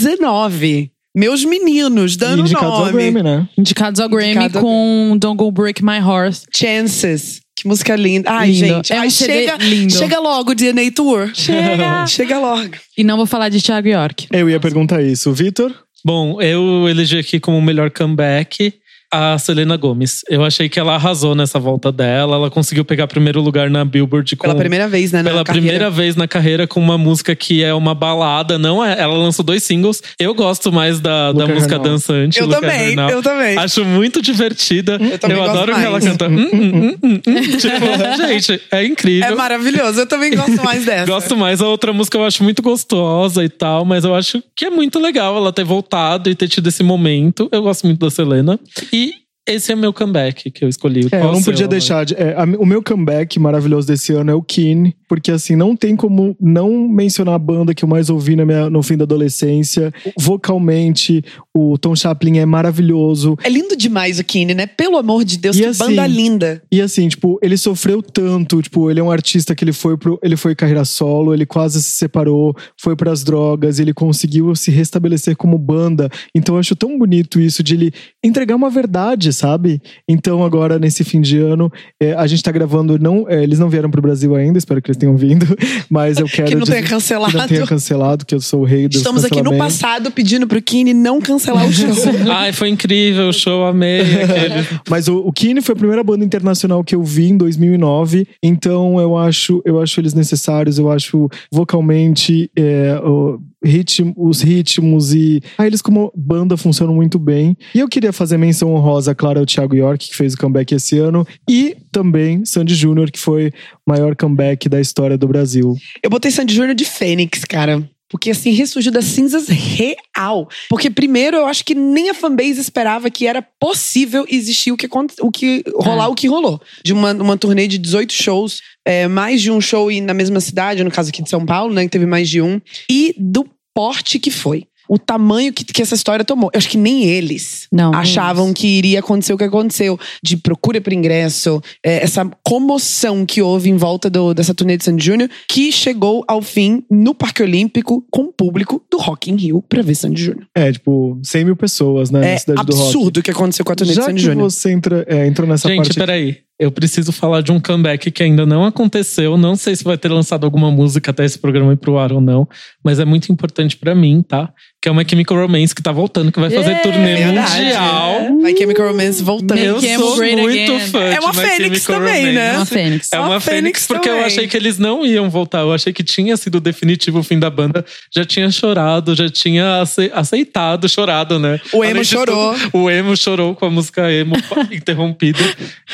C: 2019. Meus meninos,
A: E
C: dando
A: indicados ao
C: nome.
A: Grammy, né?
B: Indicados ao Grammy
C: Indicado ao
B: com Don't Go Break My Heart.
C: Chances. Que música linda. Ai,
B: Lindo.
C: gente.
B: É um
C: Ai,
B: CD
C: chega,
B: lindo.
C: chega logo o DNA Tour.
B: Chega!
C: chega logo.
B: E não vou falar de Thiago York.
A: Eu ia perguntar isso. Vitor?
D: Bom, eu elegi aqui como melhor comeback a Selena Gomes. Eu achei que ela arrasou nessa volta dela. Ela conseguiu pegar primeiro lugar na Billboard com,
C: Pela primeira vez, né? na
D: pela
C: carreira.
D: primeira vez na carreira com uma música que é uma balada. Não é, ela lançou dois singles. Eu gosto mais da, da
A: Luca
D: música
A: Hernal.
D: dançante.
C: Eu
D: Luca
C: também,
D: Hernal.
C: eu também.
D: Acho muito divertida. Eu,
C: também gosto
D: adoro que ela
C: mais.
D: canta. "Hum, hum, hum, hum, hum". Tipo, gente, é incrível.
C: É maravilhoso. Eu também gosto mais dessa.
D: Gosto mais, a outra música eu acho muito gostosa e tal, mas eu acho que é muito legal ela ter voltado e ter tido esse momento. Eu gosto muito da Selena. E Esse é o meu comeback que eu escolhi.
A: É,
D: Qual
A: eu não
D: o seu,
A: podia
D: Alan?
A: deixar de. é, a mi- o meu comeback maravilhoso desse ano é o Keane, porque assim, não tem como não mencionar a banda que eu mais ouvi na minha- no fim da adolescência. Vocalmente, o Tom Chaplin é maravilhoso.
C: É lindo demais o Kine, né? Pelo amor de Deus,
A: E
C: que
A: assim,
C: banda linda.
A: E assim, tipo, ele sofreu tanto. Tipo, ele é um artista que ele foi pro, ele foi carreira solo, ele quase se separou, foi pras drogas, ele conseguiu se restabelecer como banda. Então eu acho tão bonito isso de ele entregar uma verdade, sabe? Então agora nesse fim de ano, é, a gente tá gravando, não, é, eles não vieram pro Brasil ainda, espero que eles tenham vindo, mas eu quero
C: Que não
A: dizer-
C: tenha cancelado.
A: que não tenha cancelado, que eu sou o rei do
C: Estamos aqui no passado pedindo pro Kine não cancelar o show.
D: Ai, foi incrível, o show, amei. Aquele.
A: Mas o, o Keane foi a primeira banda internacional que eu vi em 2009, então eu acho, eu acho eles necessários, eu acho vocalmente é, o ritmo- os ritmos e ah, eles como banda funcionam muito bem. E eu queria fazer menção honrosa, claro, ao Thiago York, que fez o comeback esse ano, e também Sandy Júnior, que foi o maior comeback da história do Brasil.
C: Eu botei Sandy Júnior de Fênix, cara. Porque assim, ressurgiu das cinzas real. Porque primeiro, eu acho que nem a fanbase esperava que era possível existir o que, aconte- o que rolar,
B: É.
C: o que rolou. De uma, uma turnê de 18 shows, é, mais de um show e na mesma cidade, no caso aqui de São Paulo, né? Que teve mais de um. E do porte que foi. O tamanho que, que essa história tomou. Eu acho que nem eles
B: Não, nem
C: achavam
B: eles.
C: que iria acontecer o que aconteceu. De procura por ingresso, é, essa comoção que houve em volta do- dessa turnê de Sandy Júnior, que chegou ao fim no Parque Olímpico com o público do Rock in Rio pra ver Sandy Júnior.
A: É, tipo, 100 mil pessoas, né?
C: É
A: na cidade do rock.
C: absurdo o que aconteceu com a turnê de
A: Já
C: Sandy
A: que
C: Júnior.
A: você entra, é, entrou nessa
D: Gente,
A: parte.
D: peraí. Eu preciso falar de um comeback que ainda não aconteceu. Não sei se vai ter lançado alguma música até esse programa ir pro ar ou não. Mas é muito importante pra mim, tá? Que é uma Chemical Romance que tá voltando, que vai fazer
B: Yeah,
D: turnê
B: É, verdade.
D: mundial.
C: My Chemical Romance voltando.
B: Meu
D: Eu
B: Make 'em
D: sou
B: great
D: muito
B: again.
D: fã
C: É uma
D: de My
C: fênix
D: Chemical
C: também, né?
B: É
D: Romance.
B: uma fênix.
D: É
C: Só
D: uma
C: a Fênix
D: Fênix, porque eu
C: também.
D: achei que eles não iam voltar. Eu achei que tinha sido definitivo o fim da banda. Já tinha chorado, já tinha ace- aceitado, chorado, né?
C: O Emo
D: Além de
C: chorou.
D: tudo, o Emo chorou com a música Emo interrompida.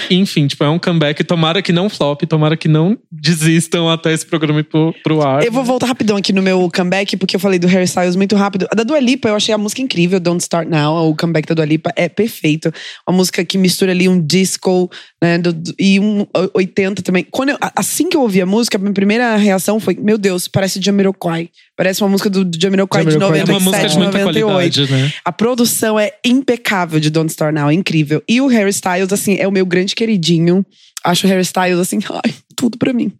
D: Enfim, tipo, é um comeback. Tomara que não flop, tomara que não desistam até esse programa ir pro, pro ar.
C: Eu vou voltar rapidão aqui no meu comeback, porque eu falei do Harry Styles muito rápido. A da Dua Lipa, eu achei a música incrível, Don't Start Now. O comeback da Dua Lipa é perfeito. Uma música que mistura ali um disco né, do- do- e um o- 80 também. Quando eu- a- assim que eu ouvi a música, a minha primeira reação foi, meu Deus, parece Jamiroquai. Parece uma música do, do Jamiroquai de
A: Jamiroquai
D: é uma
C: 97,
D: música de muita
C: 98.
D: qualidade, né?
C: A produção é impecável de Don't Start Now, é incrível. E o Harry Styles, assim, é o meu grande queridinho. Acho o Harry Styles, assim, ai, tudo pra mim.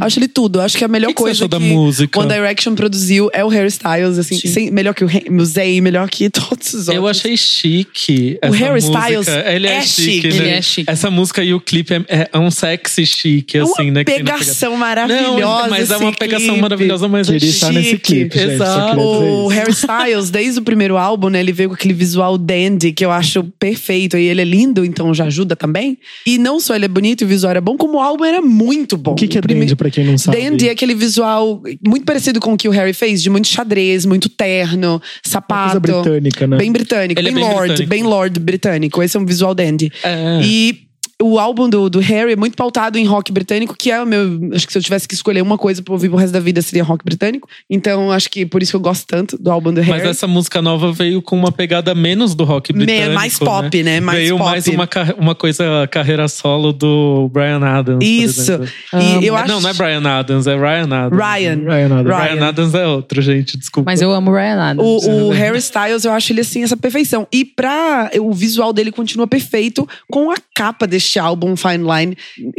C: Acho ele tudo. Acho que a
D: O
C: melhor
D: que, que você
C: coisa
D: achou da
C: que
D: música?
C: One Direction produziu é o Harry Styles, assim, sem- melhor que o Ra- o Zayn, melhor que todos os outros.
D: Eu achei chique.
C: O
D: essa
C: Harry
D: música.
C: Styles
D: ele é,
C: é
D: chique,
C: chique.
D: né?
B: Ele é chique.
D: Essa música e o clipe é, é- é um sexy chique,
C: É uma
D: assim, né? que tem na
C: pegação
D: Não,
C: maravilhosa.
D: mas é uma
C: esse
D: pegação
C: clipe.
D: maravilhosa, mas é
A: Queria estar nesse
D: chique.
A: clipe, gente, só
D: Exato.
A: queria dizer
C: O Harry Styles, desde o primeiro álbum, né, ele veio com aquele visual dandy que eu acho perfeito. E ele é lindo, então já ajuda também. E não só ele é bonito e o visual era bom, como o álbum era muito bom.
A: O que, que é
C: O prime-
A: Dandy, pra quem não sabe?
C: Dandy é aquele visual muito parecido com o que o Harry fez, de muito xadrez, muito terno,
A: Uma coisa
C: sapato.
A: britânica, né?
C: Bem britânico,
D: Ele é
C: bem,
D: bem
C: lord,
D: britânico.
C: bem lord britânico. Esse é um visual dandy.
D: É.
C: E o álbum do, do Harry é muito pautado em rock britânico, que é o meu. Acho que se eu tivesse que escolher uma coisa pra ouvir pro resto da vida seria rock britânico. Então acho que por isso que eu gosto tanto do álbum do
D: Mas
C: Harry.
D: essa música nova veio com uma pegada menos do rock
C: Me-
D: britânico.
C: mais pop, né? Mais
D: veio
C: pop.
D: mais uma, ca- uma coisa carreira solo do Brian Adams. por
C: Isso.
D: exemplo.
C: E eu acho.
D: Não, não é Brian Adams, é Ryan Adams.
C: Ryan.
A: Ryan Adams.
D: Brian,
C: Ryan.
D: Adams é outro, gente, desculpa.
B: Mas eu amo Ryan Adams.
C: O, o Harry Styles, eu acho ele assim, essa perfeição. E pra. O visual dele continua perfeito com a capa deste álbum, Fine Line,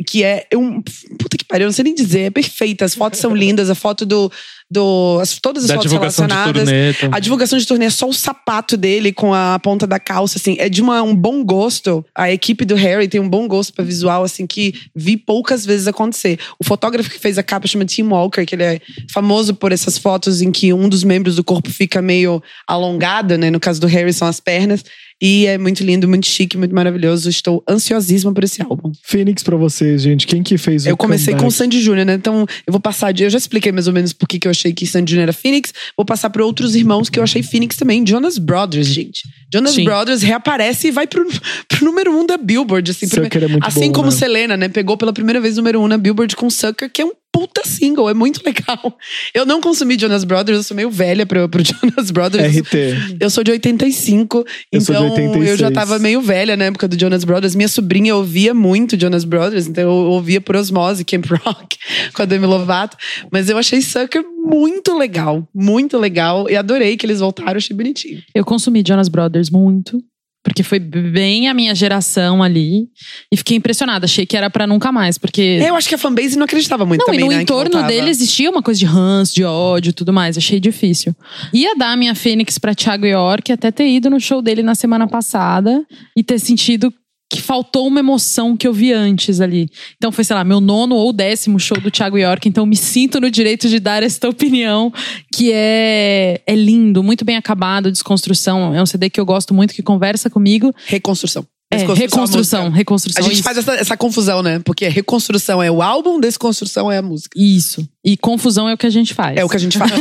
C: que é um. Puta que pariu, eu não sei nem dizer. É perfeita. As fotos são lindas, a foto do. do as, todas as
D: da
C: fotos
D: divulgação de
C: relacionadas.
D: turnê. então.
C: A divulgação de turnê é só o sapato dele com a ponta da calça, assim. É de uma- um bom gosto. A equipe do Harry tem um bom gosto pra visual, assim, que vi poucas vezes acontecer. O fotógrafo que fez a capa chama Tim Walker, que ele é famoso por essas fotos em que um dos membros do corpo fica meio alongado, né? No caso do Harry são as pernas. E é muito lindo, muito chique, muito maravilhoso. Estou ansiosíssima por esse álbum.
A: Phoenix pra vocês, gente. Quem que fez o
C: Eu comecei com o
A: comeback?
C: Sandy Júnior, né? Então, eu vou passar de. Eu já expliquei mais ou menos por que que eu achei que Sandy Júnior era Phoenix. Vou passar para outros irmãos que eu achei Phoenix também. Jonas Brothers, gente. Jonas
B: Sim.
C: Brothers reaparece e vai pro, pro número um da Billboard. Assim,
A: Sucker é muito
C: assim
A: bom, né?
C: como Selena, né? Pegou pela primeira vez o número um na Billboard com Sucker, que é um puta single, é muito legal. Eu não consumi Jonas Brothers, eu sou meio velha pro, pro Jonas Brothers. Eu sou-
A: RT.
C: Eu sou de 85,
A: Eu sou de
C: então
A: 86.
C: eu já tava meio velha na época do Jonas Brothers. Minha sobrinha ouvia muito Jonas Brothers, então eu ouvia por osmose Camp Rock com a Demi Lovato. Mas eu achei Sucker muito legal, muito legal. E adorei que eles voltaram, achei bonitinho.
B: Eu consumi Jonas Brothers muito. Porque foi bem a minha geração ali. E fiquei impressionada. Achei que era pra nunca mais. Porque.
C: É, Eu acho que a fanbase não acreditava muito
B: não,
C: também,
B: e no
C: né, que
B: entorno
C: voltava.
B: dele existia uma coisa de ranço, de ódio e tudo mais. Achei difícil. Ia dar a minha Fênix pra Thiago York, até ter ido no show dele na semana passada e ter sentido que faltou uma emoção que eu vi antes ali. Então foi, sei lá, meu nono ou décimo show do Thiago York, então me sinto no direito de dar esta opinião, que é, é lindo, muito bem acabado, desconstrução. É um CD que eu gosto muito, que conversa comigo.
C: Reconstrução.
B: É,
C: a
B: reconstrução,
C: música.
B: reconstrução.
C: A gente
B: isso.
C: faz essa, essa confusão, né? Porque reconstrução é o álbum, desconstrução é a música.
B: Isso. E confusão é o que a gente faz.
C: É o que a gente faz.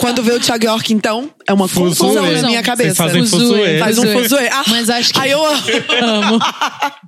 C: Quando vê o Thiago York, então, é uma
D: Fuzuê.
C: confusão na minha cabeça.
D: Vocês fazem
B: Fuzuê,
D: fuzuê.
C: Faz um
B: Fuzuê.
C: fuzuê. Ah,
B: Mas acho que um
C: Aí eu amo.
B: Amo.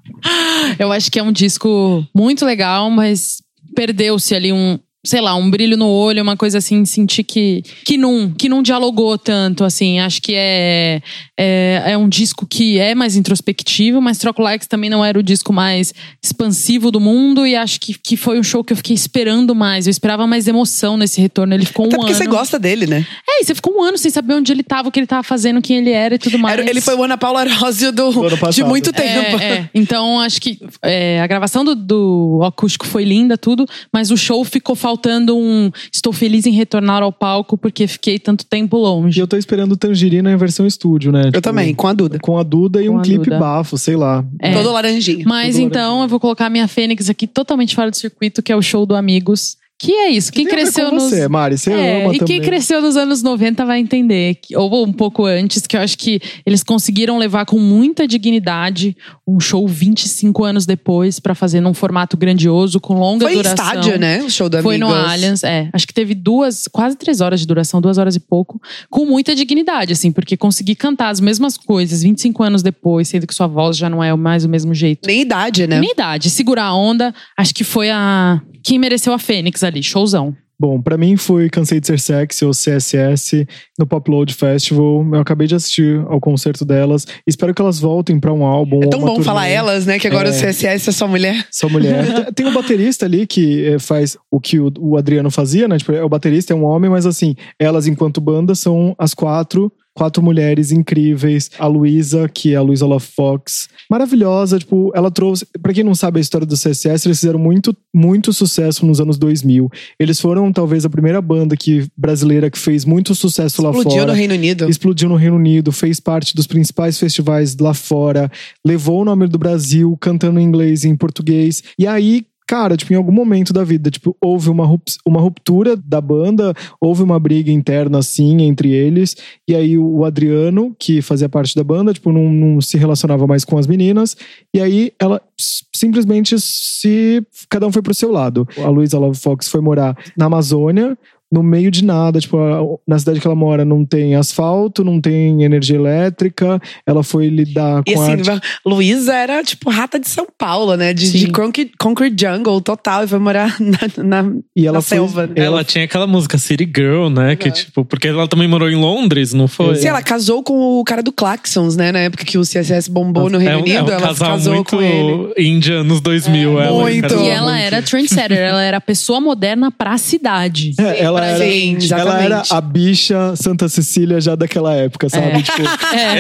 B: Eu acho que é um disco muito legal, mas perdeu-se ali um, sei lá, um brilho no olho, uma coisa assim, sentir que que não, que não dialogou tanto, assim. Acho que é, é é um disco que é mais introspectivo, mas Troco Likes também não era o disco mais expansivo do mundo e acho que, que foi um show que eu fiquei esperando mais. Eu esperava mais emoção nesse retorno. Ele ficou um
C: Até porque
B: ano.
C: você gosta dele, né?
B: É, e você ficou um ano sem saber onde ele tava, o que ele tava fazendo, quem ele era e tudo mais.
C: Era- ele foi o Ana Paula Arósio
A: Do ano
C: do, de
A: passado.
C: muito
B: É,
C: tempo.
B: é. Então, acho que é, a gravação do, do acústico foi linda, tudo, mas o show ficou faltando um. Estou feliz em retornar ao palco porque fiquei tanto tempo
A: E
B: longe.
A: eu tô esperando o Tangerina em versão estúdio, né?
C: Eu também, com a Duda.
A: Com a Duda e
B: Com
A: um
B: a
A: clipe
B: Duda.
A: bafo, sei lá.
B: É.
C: Todo laranjinha.
B: Mas então eu vou colocar minha Fênix aqui totalmente fora do circuito, que é o show do Amigos. Que é isso. Quem
A: Tem a ver
B: cresceu
A: com
B: nos.
A: você, Mari, você
B: É,
A: ama
B: e
A: também.
B: quem cresceu nos anos 90 vai entender, que- ou um pouco antes, que eu acho que eles conseguiram levar com muita dignidade um show 25 anos depois pra fazer num formato grandioso, com longa
C: Foi em
B: duração.
C: estádio, né? O show do
B: Foi no
C: Amigos.
B: Allianz, é. Acho que teve duas, quase três horas de duração, duas horas e pouco, com muita dignidade, assim, porque conseguir cantar as mesmas coisas 25 anos depois, sendo que sua voz já não é mais o mesmo jeito.
C: Nem idade, né?
B: Minha idade, segurar a onda, acho que foi a. Quem mereceu a Fênix ali, showzão.
A: Bom, pra mim foi Cansei de Ser Sexy, ou CSS, no Popload Festival. Eu acabei de assistir ao concerto delas. Espero que elas voltem pra um álbum.
C: É
A: ou
C: tão
A: uma
C: bom
A: turnê.
C: falar elas, né? Que agora
A: É.
C: o CSS é só mulher.
A: Só mulher. Tem um baterista ali que eh, faz o que o, o Adriano fazia, né? Tipo, é o baterista é um homem, mas assim, elas enquanto banda são as quatro. Quatro mulheres incríveis. A Luísa, que é a Luísa Fox. Maravilhosa, tipo, ela trouxe... Pra quem não sabe a história do CSS, eles fizeram muito, muito sucesso nos anos 2000. Eles foram, talvez, a primeira banda que, brasileira que fez muito sucesso lá
C: Explodiu
A: Tá fora
C: no Reino Unido.
A: explodiu no Reino Unido, fez parte dos principais festivais lá fora, levou o nome do Brasil, cantando em inglês e em português. E aí. Cara, tipo, em algum momento da vida, tipo, houve uma, rup- uma ruptura da banda, houve uma briga interna, assim, entre eles. E aí o Adriano, que fazia parte da banda, tipo, não, não se relacionava mais com as meninas. E aí ela s- simplesmente se... Cada um foi pro seu lado. A Luísa Love Fox foi morar na Amazônia, no meio de nada. Tipo, a- na cidade que ela mora não tem asfalto, não tem energia elétrica. Ela foi lidar com
C: E
A: a
C: assim,
A: arte.
C: Luísa era tipo rata de São Paulo, né? De,
B: Sim.
C: de Concrete, Concrete Jungle total. E foi morar na, na-
A: E ela
C: na
A: foi,
C: selva, né?
D: Ela tinha aquela música City Girl, né? Que tipo, porque ela também morou em Londres, não foi? é.
C: Sim, ela casou com o cara do Claxons, né? Na época que o CSS bombou no Reino
D: é um, é um
C: Unido, ela se
D: casal
C: casou
D: muito
C: com ele. É,
D: índia nos 2000. ela
C: muito.
D: casou
B: E ela
D: muito.
B: era trendsetter, ela era a pessoa moderna pra cidade.
A: É, ela,
C: pra
A: era,
C: gente,
A: ela era
C: exatamente.
A: a bicha Santa Cecília já daquela época, sabe?
B: É.
A: Tipo,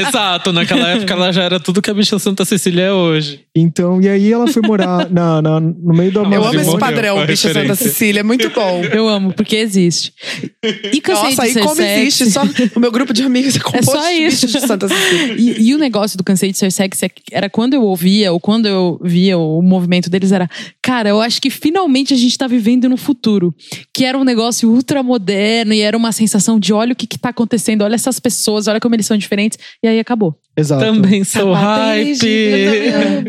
D: Exato, naquela época ela já era tudo que a bicha Santa Cecília é hoje.
A: então, e aí ela foi morar na, na- no meio da
C: Eu amo
D: Ela
A: Amazônia.
C: esse
D: desenvolveu
C: padrão,
D: com a
C: bicha Santa
D: referência.
C: Cecília, é muito bom.
B: Eu amo, porque existe. E cansei
C: Nossa,
B: de
C: aí
B: ser
C: como
B: sexy.
C: existe, só o meu grupo de amigos é composto
B: só
C: de
B: isso.
C: bichos de Santa Cecília.
B: E, e o negócio do Cansei de Ser Sexy é que era quando eu ouvia, ou quando eu via o movimento deles, era, cara, eu acho que finalmente a gente tá vivendo no futuro. Que era um negócio ultramoderno e era uma sensação de olha o que, que tá acontecendo, olha essas pessoas, olha como eles são diferentes. E aí acabou.
A: Exato.
D: Também sou hype.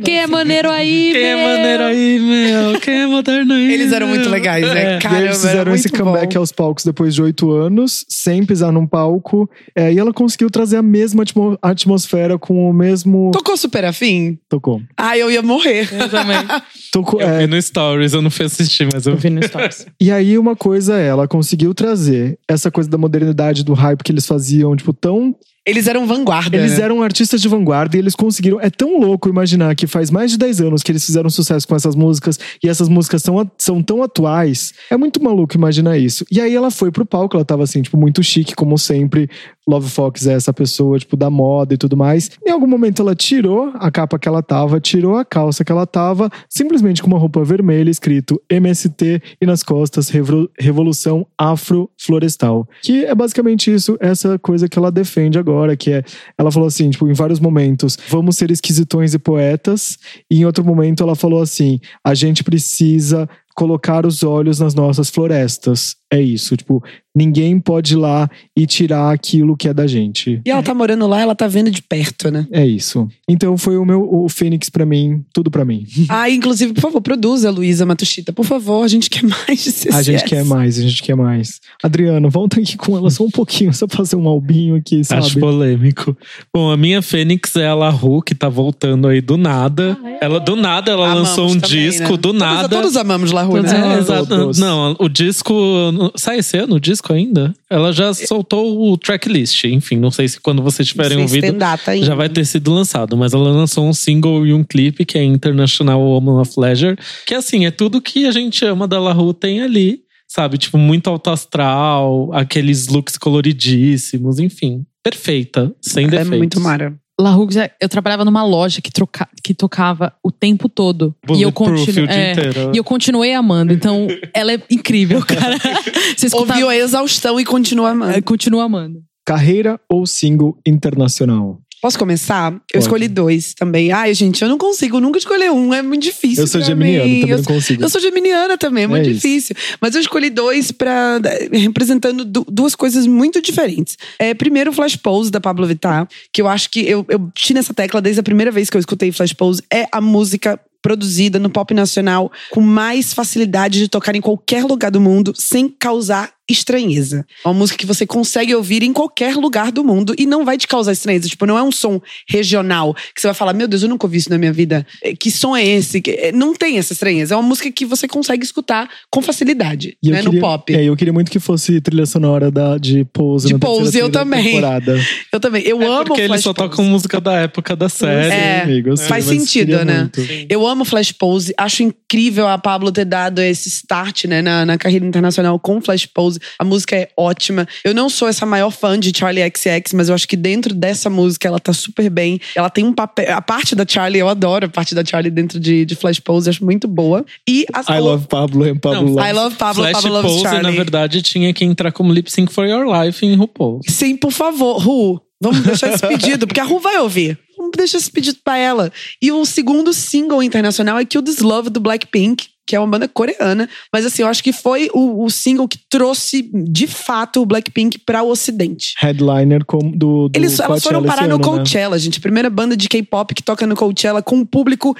B: Quem é maneiro aí,
D: Quem é
B: meu?
D: maneiro aí, meu? Quem é moderno aí?
C: Eles eram
D: meu?
C: muito legais, né?
D: É.
A: E aí
C: Caramba,
A: eles
C: era
A: fizeram
C: muito
A: esse comeback
C: bom.
A: aos palcos depois de oito anos, sem pisar num palco. É, e ela conseguiu trazer a mesma atmo- atmosfera com o mesmo.
C: Tocou super afim?
A: Tocou.
C: Ai, eu ia morrer.
B: Eu também.
A: Tocou.
D: Eu
A: é,
D: vi no Stories, eu não fui assistir, mas eu
B: Eu
D: vi.
B: vi no Stories.
A: E aí, uma coisa é, ela conseguiu trazer essa coisa da modernidade, do hype que eles faziam, tipo, tão.
C: Eles eram vanguarda.
A: Eles
C: né?
A: eram artistas de vanguarda e eles conseguiram. É tão louco imaginar que faz mais de 10 anos que eles fizeram sucesso com essas músicas e essas músicas são, a- são tão atuais. É muito maluco imaginar isso. E aí ela foi pro palco, ela tava assim, tipo, muito chique, como sempre. Love Fox é essa pessoa, tipo, da moda e tudo mais. Em algum momento ela tirou a capa que ela tava, tirou a calça que ela tava, simplesmente com uma roupa vermelha escrito MST e nas costas Revro- Revolução Afro-Florestal. Que é basicamente isso, essa coisa que ela defende agora, que é, ela falou assim, tipo, em vários momentos, vamos ser esquisitões e poetas, e em outro momento ela falou assim, a gente precisa colocar os olhos nas nossas florestas. É isso, tipo, ninguém pode ir lá e tirar aquilo que é da gente.
C: E ela tá morando lá, ela tá vendo de perto, né?
A: É isso. Então foi o meu o Fênix pra mim, tudo pra mim.
C: Ah, inclusive, por favor, produza, Luísa Matushita. Por favor, a gente quer mais de CCS.
A: A gente quer mais, a gente quer mais. Adriano, volta aqui com ela só um pouquinho, só fazer um albinho aqui, sabe?
D: Acho polêmico. Bom, a minha Fênix é a La Rue, que tá voltando aí do nada. Ela do nada, ela
C: Ah, é? Amamos
D: lançou um
C: também,
D: disco
C: né?
D: do
C: Todos-
D: nada.
C: Todos, amamos La Rue,
A: Todos
C: né?
A: amamos.
D: É,
A: Ah,
D: exato.
A: todos.
D: Não, o disco. Sai esse ano o disco ainda? Ela já soltou o tracklist. Enfim, não sei se quando vocês tiverem
A: um
C: Vocês têm
D: ouvido
C: data ainda.
D: já vai ter sido lançado. Mas ela lançou um single e um clipe que é International Woman of Leisure. Que assim, é tudo que a gente ama da La Rue tem ali. Sabe? Tipo, muito alto astral, aqueles looks coloridíssimos, enfim. Perfeita, sem
C: É
D: defeitos.
C: muito mara.
B: La Rue, eu trabalhava numa loja que, troca, que tocava o tempo todo. E eu,
D: Bulletproof
B: continu,
D: o dia
B: é,
D: inteiro.
B: e eu continuei amando. Então, ela é incrível, cara. Você escuta,
C: Ouviu a exaustão e continua amando.
B: é, continua amando.
A: Carreira ou single internacional?
C: Posso começar? Eu
A: Pode.
C: escolhi dois também. Ai, gente, eu não consigo nunca escolher um. É muito difícil.
A: eu sou
C: pra
A: geminiano,
C: mim.
A: também
C: Eu
A: não consigo.
C: Eu sou geminiana também, é muito
A: É isso.
C: difícil. Mas eu escolhi dois para representando du- duas coisas muito diferentes. É, primeiro, o Flash Pose da Pablo Vittar, que eu acho que eu, eu tinha essa tecla desde a primeira vez que eu escutei Flash Pose, é a música produzida no pop nacional com mais facilidade de tocar em qualquer lugar do mundo sem causar estranheza. É uma música que você consegue ouvir em qualquer lugar do mundo e não vai te causar estranheza. Tipo, não é um som regional que você vai falar, meu Deus, eu nunca ouvi isso na minha vida. Eh, Que som é esse? Que- eh, Não tem essa estranheza. É uma música que você consegue escutar com facilidade,
A: E eu
C: né?
A: queria-
C: No pop.
A: É, eu queria muito que fosse trilha sonora da, de Pose.
C: De
A: na terceira
C: Pose, eu
A: trilha da
C: também.
A: Temporada.
C: Eu também. Eu
D: É
C: amo
D: porque
C: Flash
D: eles só
C: Pose.
D: tocam música da época da série.
C: É,
A: amigo, eu sei,
C: faz
A: mas
C: sentido,
A: queria
C: né?
A: muito.
C: Eu amo Flash Pose, acho incrível a Pablo ter dado esse start né, na, na carreira internacional com Flash Pose. A música é ótima. Eu não sou essa maior fã de Charlie XX, mas eu acho que dentro dessa música ela tá super bem. Ela tem um papel. A parte da Charlie, eu adoro a parte da Charlie dentro de, de Flash Pose, acho muito boa. E a
A: I love Pablo and Pablo
D: Não,
A: Love.
C: I love Pablo,
D: Flash
C: Pablo loves
D: Pose,
C: Charlie.
D: na verdade, tinha que entrar como lip sync for your life em RuPaul.
C: Sim, por favor, Ru, vamos deixar esse pedido, porque a Ru vai ouvir. Vamos deixar esse pedido pra ela. E o segundo single internacional é Kill This Love, do Blackpink, que é uma banda coreana. Mas assim, eu acho que foi o, o single que trouxe, de fato, o Blackpink pra o ocidente.
A: Headliner com, do, do
C: Eles, elas foram
A: Coachella
C: parar
A: esse
C: no
A: ano, né?
C: Coachella, gente. A primeira banda de K-pop que toca no Coachella com um público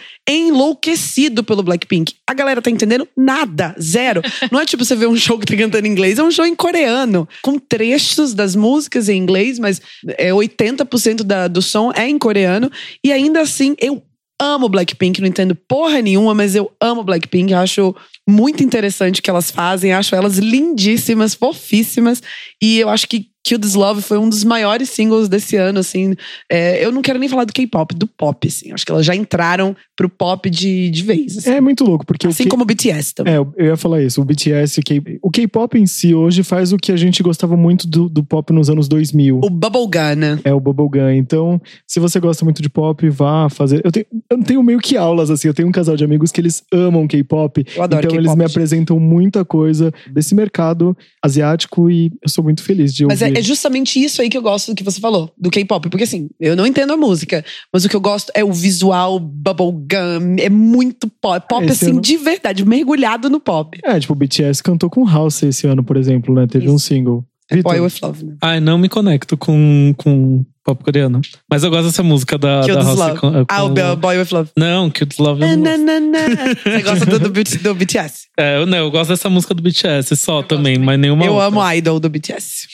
C: enlouquecido pelo Blackpink. A galera tá entendendo nada, zero. Não é tipo você ver um show que tá cantando em inglês, é um show em coreano, com trechos das músicas em inglês, mas é 80% da, do som é em coreano. E ainda assim, eu amo Blackpink, não entendo porra nenhuma, mas eu amo Blackpink, acho muito interessante o que elas fazem, acho elas lindíssimas, fofíssimas, e eu acho que Kill This Love foi um dos maiores singles desse ano, assim, É, eu não quero nem falar do K-pop, do pop, assim, acho que elas já entraram pro pop de, de vez, assim,
A: É muito louco, porque
C: assim
A: o que,
C: como o BTS também.
A: É, eu eu ia falar isso. O BTS, o K- o K-pop em si hoje faz o que a gente gostava muito do, do pop nos anos 2000.
C: O Bubblegum, né?
A: É o Bubblegum. Então, se você gosta muito de pop, vá fazer. Eu tenho, eu tenho meio que aulas, assim. Eu tenho um casal de amigos que eles amam K-pop.
C: Eu adoro
A: Então,
C: K-pop.
A: eles me apresentam muita coisa desse mercado asiático e eu sou muito feliz de
C: Mas
A: ouvir.
C: é, é justamente isso aí que eu gosto do que você falou, do K-pop. Porque assim, eu não entendo a música, mas o que eu gosto é o visual bubblegum, é muito pop. Pop,
A: esse
C: assim,
A: ano-
C: de verdade, mergulhado no pop.
A: É, tipo, o BTS cantou com House esse ano, por exemplo, né? Teve um
C: Isso.
A: single.
C: É Boy
A: Vitor.
C: With Love, né?
D: Ai, não me conecto com, com pop coreano. Mas eu gosto dessa música da,
C: Kill
D: da
C: This
D: House.
C: Love.
D: com-
C: Ah, o
D: com-
C: Be- Boy With Love.
D: Não, Kill This Love. eu
C: Na,
D: não gosto.
C: na, na. Você gosta do, do, B- do BTS?
D: É, eu, não, eu gosto dessa música do BTS só também, mas nenhuma
C: eu
D: outra.
C: amo Idol do BTS.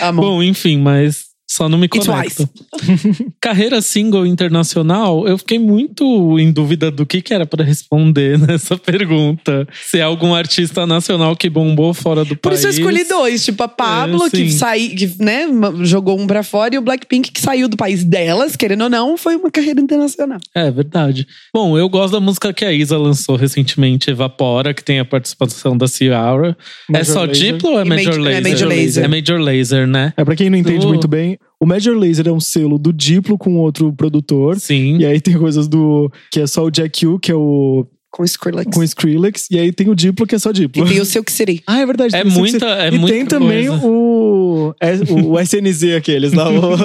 C: amo.
D: Bom, enfim, mas só não me
C: It's
D: conecto. Carreira single internacional, eu fiquei muito em dúvida do que, que era pra responder nessa pergunta. Se é algum artista nacional que bombou fora do
C: Por
D: país.
C: isso eu escolhi dois, tipo a Pablo,
D: É,
C: que
D: sim.
C: saiu, que, né, jogou um pra fora, e o Blackpink, que saiu do país delas, querendo ou não, foi uma carreira internacional.
D: É verdade. Bom, eu gosto da música que a Isa lançou recentemente, Evapora, que tem a participação da Ciara. É
A: Major
D: só
A: Lazer.
D: Diplo ou é
C: E
D: Major
C: Major-
D: Laser?
C: é Major Laser.
D: É Major Laser, né?
A: É, pra quem não entende
D: Do-
A: muito bem, o Major Laser é um selo do Diplo com outro produtor.
D: Sim.
A: E aí tem coisas do. que é só o Jack U, que é o.
C: Com o Skrillex.
A: com o Skrillex. E aí tem o Diplo, que é só Diplo.
C: E tem Tipo, o Silk City.
A: Ah, é verdade.
D: É
A: tem o
D: muita-
A: Skrillex.
D: é
A: e
D: muita
A: tem também
D: coisa.
A: o, é, o, o SNZ aqueles lá. o-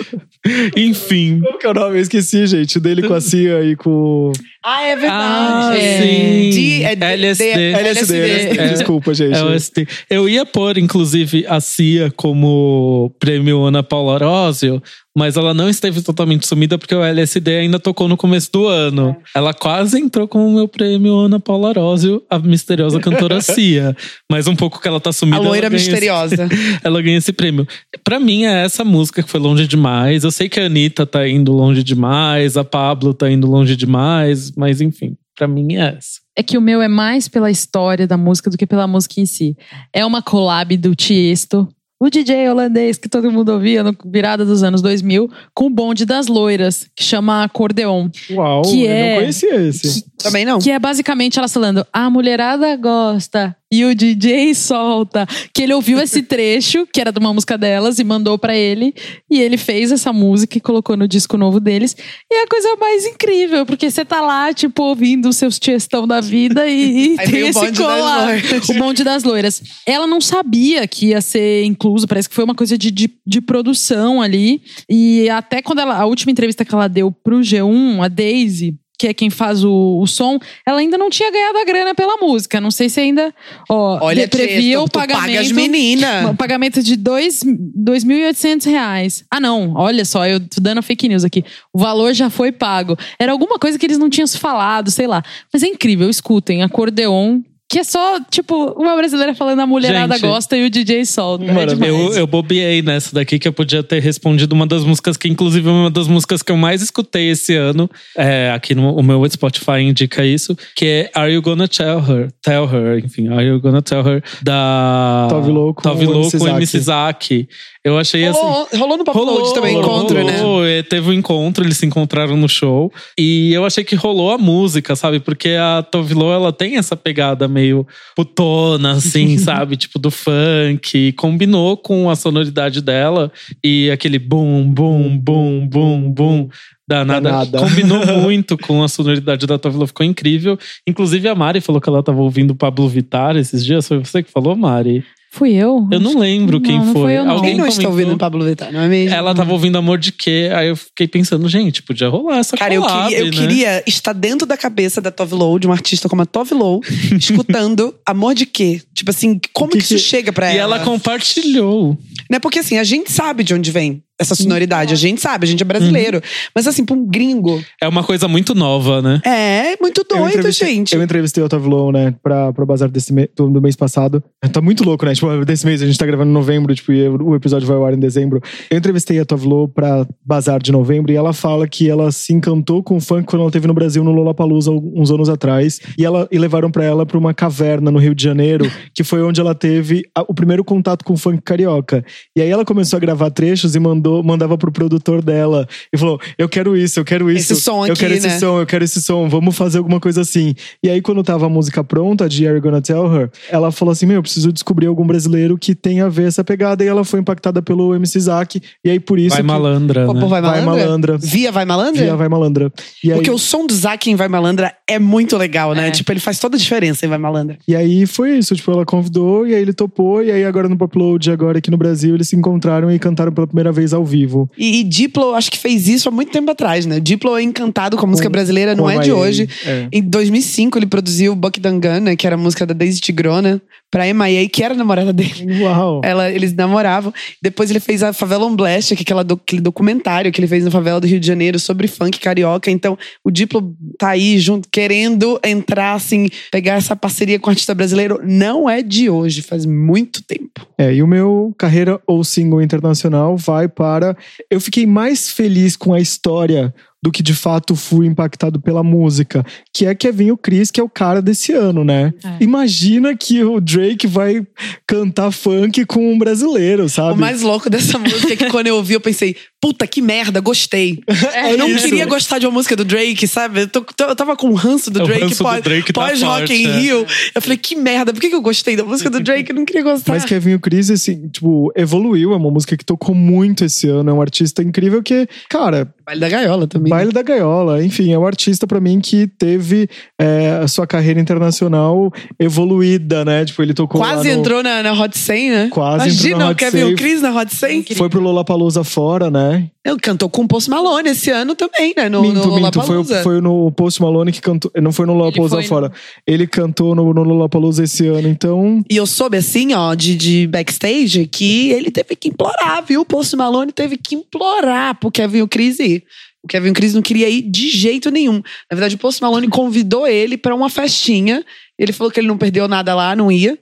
D: Enfim.
A: Como que é o nome? Eu esqueci, gente. O dele com a Cia e com.
C: Ah, é
D: Ah,
B: é.
D: sim.
C: De- é de-
D: LSD.
C: de-
A: LSD.
C: LSD.
A: né? Desculpa, gente.
D: LSD. É. Eu ia pôr, inclusive, a Cia como prêmio Ana Paula Arósio, mas ela não esteve totalmente sumida porque o LSD ainda tocou no começo do ano.
A: É.
D: Ela quase entrou com o meu prêmio Ana Paula Arósio, a misteriosa cantora Cia. Mas um pouco que ela tá sumida.
C: A loira
D: ela ganha esse-
C: misteriosa.
D: ela ganha esse prêmio. Pra mim, é essa música que foi longe demais. Eu sei que a Anitta tá indo longe demais, a Pablo tá indo longe demais, mas enfim, pra mim é essa.
B: É que o meu é mais pela história da música do que pela música em si. É uma collab do Tiesto, o DJ holandês que todo mundo ouvia no virada dos anos 2000, com o bonde das loiras, que chama Acordeon.
A: Uau,
B: Que
A: eu
B: é-
A: não conhecia esse.
C: Também não.
B: Que é basicamente ela falando: a mulherada gosta e o DJ solta. Que ele ouviu esse trecho, que era de uma música delas, e mandou pra ele. E ele fez essa música e colocou no disco novo deles. E é a coisa mais incrível, porque você tá lá, tipo, ouvindo os seus tiestão da vida e, e
C: Aí vem
B: tem
C: o
B: esse
C: bonde das
B: colar.
C: loiras.
B: O bonde das loiras. Ela não sabia que ia ser incluso, parece que foi uma coisa de, de, de produção ali. E até quando ela. A última entrevista que ela deu pro G1, a Daisy. Que é quem faz o, o som, ela ainda não tinha ganhado a grana pela música. Não sei se ainda. Ó,
C: Olha,
B: previa
C: Tiesto,
B: o
C: tu paga as
B: pagamento.
C: meninas.
D: Ah.
B: Um pagamento de dois- 2.800 reais. Ah, não. Olha só, eu tô dando fake news aqui. O valor já foi pago. Era alguma coisa que eles não tinham se falado, sei lá. Mas é incrível, escutem. Acordeon, que é só, tipo, uma brasileira falando a mulherada
D: Gente.
B: gosta e o DJ solta. É
A: Maravilha.
B: demais.
D: Eu, eu bobiei nessa daqui que eu podia ter respondido uma das músicas que, inclusive, é uma das músicas que eu mais escutei esse ano. É, aqui no o meu Spotify indica isso, que é Are You Gonna Tell Her? Tell Her, enfim, Are You Gonna Tell Her? Da.
A: Tove Lo com
D: Tove Lo
A: MC
D: com
A: Zack.
D: MC Zack. Eu achei assim.
C: Rolou, rolou no Pop Load também, encontro, né?
D: rolou, é, Teve um encontro, eles se encontraram no show. E eu achei que rolou a música, sabe? Porque a Tovilô, ela tem essa pegada meio putona, assim, sabe? Tipo do funk. e Combinou com a sonoridade dela. E aquele bum, bum, bum, bum, bum. Danada.
A: Danada.
D: Combinou muito com a sonoridade da Tovilô, ficou incrível. Inclusive, a Mari falou que ela tava ouvindo o Pablo Vittar esses dias. Foi você que falou, Mari?
B: Fui eu?
D: Eu não lembro quem
B: Não, não
D: foi.
B: fui eu, não.
D: Alguém
C: Quem não está
D: comentou?
C: ouvindo o Pablo Vittar, não é mesmo?
D: Ela tava ouvindo Amor de Quê, aí eu fiquei pensando, gente, podia rolar essa
C: Cara, eu
D: collab,
C: queria, eu
D: né?
C: queria estar dentro da cabeça da Tove Lo, de uma artista como a Tove Lo, escutando amor de quê? Tipo assim, como que,
A: Que
C: isso
A: que-
C: chega pra
D: E
C: ela?
D: ela compartilhou.
C: Né? Porque assim, a gente sabe de onde vem essa sonoridade, a gente sabe, a gente é brasileiro. Mas assim, pra um gringo,
D: É uma coisa muito nova, né?
C: é muito doido,
A: entrevistei-
C: gente.
A: Eu entrevistei o Otávio Low, né, pra, pro bazar desse me- do, do mês passado. Tá muito louco, né? Tipo, desse mês a gente tá gravando em novembro, tipo, e o episódio vai ao ar em dezembro. Eu entrevistei a Otávio Low pra bazar de novembro e ela fala que ela se encantou com o funk quando ela teve no Brasil, no Lollapalooza, uns anos atrás. E, ela, e levaram pra ela pra uma caverna no Rio de Janeiro, que foi onde ela teve a- o primeiro contato com o funk carioca. E aí ela começou a gravar trechos e mandou, mandava pro produtor dela. E falou, eu quero isso, eu quero isso.
C: Esse som
A: eu
C: aqui,
A: quero esse
C: né?"
A: som, eu quero esse som, vamos fazer alguma coisa assim. E aí, quando tava a música pronta, de Are You Gonna Tell Her, ela falou assim: Meu, eu preciso descobrir algum brasileiro que tenha a ver essa pegada. E ela foi impactada pelo MC Zack. E aí, por isso.
D: Vai
A: que
D: malandra,
C: Pô,
D: né?
C: pô, vai
A: Vai
C: malandra?
A: Malandra.
C: Via vai malandra?
A: Via Vai Malandra. E aí,
C: Porque o som do Zac em Vai Malandra é muito legal, né?
B: É.
C: Tipo, ele faz toda a diferença em Vai Malandra.
A: e aí foi isso. Tipo, ela convidou, e aí ele topou. E aí, agora no Popload, agora aqui no Brasil, eles se encontraram e cantaram pela primeira vez mais ao vivo.
C: E, e Diplo, eu acho que fez isso há muito tempo atrás, né? Diplo é encantado com a música
A: Com-
C: brasileira, não
A: com
C: é
A: a
C: de
A: Maíra.
C: hoje.
A: É.
C: Em 2005, ele produziu Buck Dangana, que era a música da Daisy Tigrona, pra MIA, que era a namorada dele.
A: É. Uau.
C: Ela, eles namoravam. Depois ele fez a Favela on Blast, que é aquela do- aquele documentário que ele fez na favela do Rio de Janeiro sobre funk carioca. Então, o Diplo tá aí junto, querendo entrar, assim, pegar essa parceria com o artista brasileiro. Não é de hoje, faz muito tempo.
A: É, e o meu carreira ou single internacional vai para. Eu fiquei mais feliz com a história do que de fato fui impactado pela música, que é Kevin o Chris, que é o cara desse ano, né?
B: É.
A: Imagina que o Drake vai cantar funk com um brasileiro, sabe?
C: O mais louco dessa música é que quando eu ouvi, eu pensei, puta que merda, gostei.
D: É
C: eu não
A: isso.
C: queria gostar de uma música do Drake, sabe? Eu, tô- tô- eu tava com o ranço do
D: O
C: Drake
D: ranço do
C: pós-
D: Drake tá
C: pós-Rock
D: forte,
C: in
D: é.
C: Rio. Eu falei, que merda, por que, que eu gostei da música do Drake? Eu não queria gostar.
A: Mas Kevin o Chris, assim, tipo, evoluiu. É uma música que tocou muito esse ano. É um artista incrível que, cara,
C: Baile da Gaiola também. né?
A: Baile da Gaiola, enfim, é um artista pra mim que teve é, a sua carreira internacional evoluída, né? Tipo, ele tocou
C: Quase
A: lá no-
C: entrou na, na Hot 100, né?
A: Quase entrou
C: Imagina
A: na
C: o
A: Hot
C: Kevin
A: 100.
C: o Chris na Hot 100.
A: Foi pro Lollapalooza fora, né?
C: Ele cantou com o Post Malone esse ano também, né? No,
A: minto, minto,
C: no
A: foi, o-
C: Lollapalooza.
A: foi no Post Malone que cantou, não foi no Lollapalooza
B: foi no-
A: fora. Ele cantou no, no Lollapalooza esse ano, então...
C: E eu soube assim, ó, de, de backstage, que ele teve que implorar, viu? O Post Malone teve que implorar pro Kevin o Chris ir. O Kevin o Chris não queria ir de jeito nenhum. Na verdade, o Post Malone convidou ele pra uma festinha. Ele falou que ele não perdeu nada lá, não ia.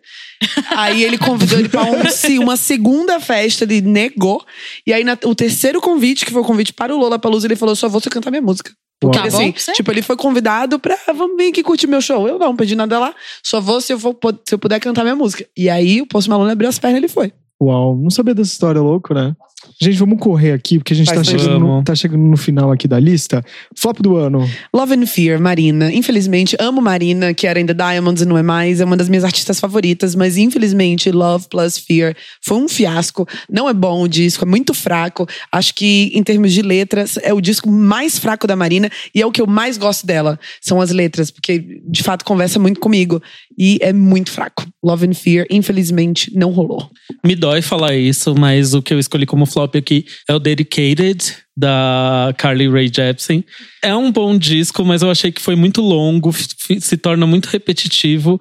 C: Aí ele convidou ele pra um- se- uma segunda festa, ele negou. E aí na- o terceiro convite, que foi o convite para o Lola Palusa, ele falou: só vou se eu cantar minha música. Porque
B: Tá bom
C: assim,
B: pra você?
C: tipo, ele foi convidado pra. "Ah, Vamos vir aqui curtir meu show. Eu não, perdi nada lá. Só vou se eu, for, se eu puder cantar minha música. E aí o Post Malone abriu as pernas e ele foi.
A: Uau, não sabia dessa história, louco, né? Gente, vamos correr aqui, porque a gente
C: Vai,
A: tá
C: vai.
A: chegando, no,
D: Vamos.
A: tá chegando no final aqui da lista. Flop do ano.
C: Love and Fear, Marina. Infelizmente, amo Marina, que era ainda Diamonds e não é mais. É uma das minhas artistas favoritas, mas infelizmente, Love plus Fear foi um fiasco. Não é bom o disco, é muito fraco. Acho que, em termos de letras, é o disco mais fraco da Marina e é o que eu mais gosto dela. São as letras, porque de fato conversa muito comigo. E é muito fraco. Love and Fear, infelizmente, não rolou.
D: Me dói falar isso, mas o que eu escolhi como flop aqui é o Dedicated, da Carly Rae Jepsen. É um bom disco, mas eu achei que foi muito longo, fi- fi- se torna muito repetitivo.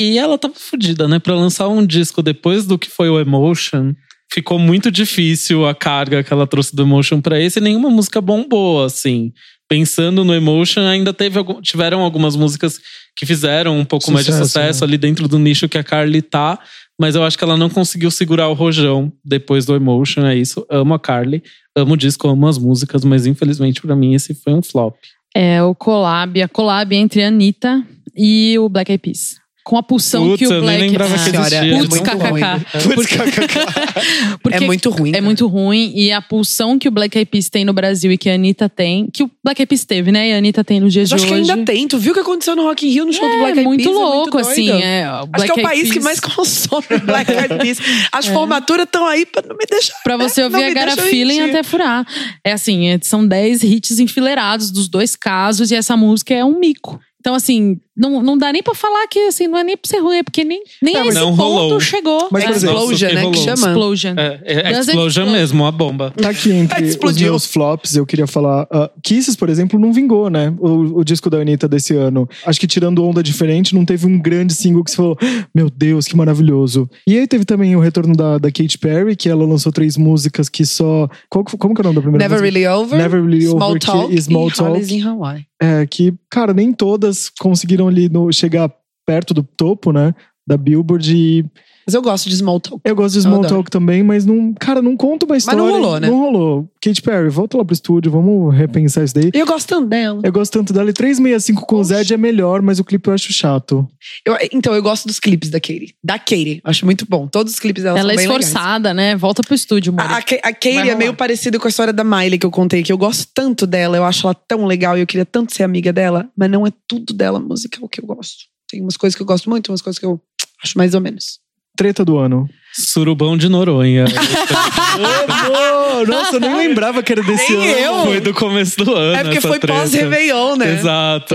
D: E ela tava fodida, né? Pra lançar um disco depois do que foi o Emotion, ficou muito difícil a carga que ela trouxe do Emotion pra esse. E nenhuma música bombou, assim. Pensando no Emotion, ainda teve algum- tiveram algumas músicas que fizeram um pouco mais de
A: Sucesso,
D: sucesso ali dentro do nicho que a Carly tá. Mas eu acho que ela não conseguiu segurar o rojão depois do Emotion, é isso. Amo a Carly, amo o disco, amo as músicas, mas infelizmente pra mim esse foi um flop.
B: É o collab, a collab entre a Anitta e o Black Eyed Peas. Com a pulsão
D: Putz,
B: que o
D: eu nem
B: Black
D: lembrava
B: Ah,
D: que
C: senhora,
D: existia.
C: é
D: era
B: Putz,
D: muito
C: kkk.
D: bom.
B: kkk.
A: Porque-
B: Porque
C: é muito ruim.
B: É
C: cara.
B: muito ruim. E a pulsão que o Black Eyed Peas tem no Brasil e que a Anitta tem, que o Black Eyed Peas teve, né? E a Anitta tem no dia
C: Mas
B: de
C: acho
B: hoje.
C: que ainda tem. Tu viu o que aconteceu no Rock in Rio no show do
B: É
C: Black Eyed
B: muito
C: Peas?
B: louco,
C: doido.
B: assim. É,
C: Acho
B: Black
C: que é o
B: Eyed
C: país que
B: Peas-
C: mais consome Black Eyed Peas. As formaturas estão aí pra não me deixar.
B: Pra você
C: Não
B: ouvir
C: me
B: a Gara
C: deixa
B: Feeling
C: mentir.
B: até furar. É assim, é- são 10 hits enfileirados dos dois casos e essa música é um mico. Então, assim, não, não dá nem pra falar que assim, não é nem pra ser ruim, é porque nem, nem
C: Tá,
D: Não,
B: a
D: mas
B: esse
D: não
B: ponto
D: rolou.
B: chegou.
A: Mas,
B: é.
A: por exemplo,
C: Explosion, né? Que
D: Rolou.
C: chama.
B: Explosion.
D: É, é,
B: Mas
D: explosion
B: explode.
D: mesmo, a bomba.
A: Tá aqui entre os
C: Explodiu.
A: meus flops, eu queria falar. ah, Kisses, por exemplo, não vingou, né? O, o disco da Anitta desse ano. Acho que tirando onda diferente, não teve um grande single que você falou, meu Deus, que maravilhoso. E aí teve também o retorno da, da Katy Perry, que ela lançou três músicas que só. Qual, que foi- como que é o nome da primeira
C: Never
A: música?
C: Really Over.
A: Never Really
C: Small
A: Over que-
C: Talk.
A: e Small
C: e Holidays
A: Talk.
C: in Hawaii.
A: É, que, cara, nem todas conseguiram ali no, chegar perto do topo, né? Da Billboard. E
C: Mas eu gosto de Small Talk.
A: eu gosto de
C: Eu
A: Small
C: adoro.
A: Talk também, mas não. Cara, não conta uma história.
C: não rolou, né?
A: Não rolou. Katy Perry, volta lá pro estúdio, vamos repensar isso daí.
C: E eu gosto tanto dela.
A: Eu gosto tanto dela. E 365 com o Zed é melhor, mas o clipe eu acho chato.
C: Eu- então, eu gosto dos clipes da Katy. Da Katy. Acho muito bom. Todos os clipes dela
B: Ela é
C: são bem
B: esforçada, né? Volta pro estúdio,
C: legais. A,
B: amor.
C: a, Ka- a Katy
B: rolar.
C: é meio parecida com a história da Miley que eu contei, que eu gosto tanto dela, eu acho ela tão legal e eu queria tanto ser amiga dela, mas não é tudo dela musical que eu gosto. Tem umas coisas que eu gosto muito, umas coisas que eu acho mais ou menos.
A: Treta do ano.
D: Surubão de Noronha.
C: Ah,
A: Ô, amor! Nossa, eu nem lembrava que era desse
C: Nem
A: ano.
C: eu.
D: foi do começo do ano.
C: É porque
D: essa
C: foi
D: treta.
C: pós-Réveillon, né?
D: Exato.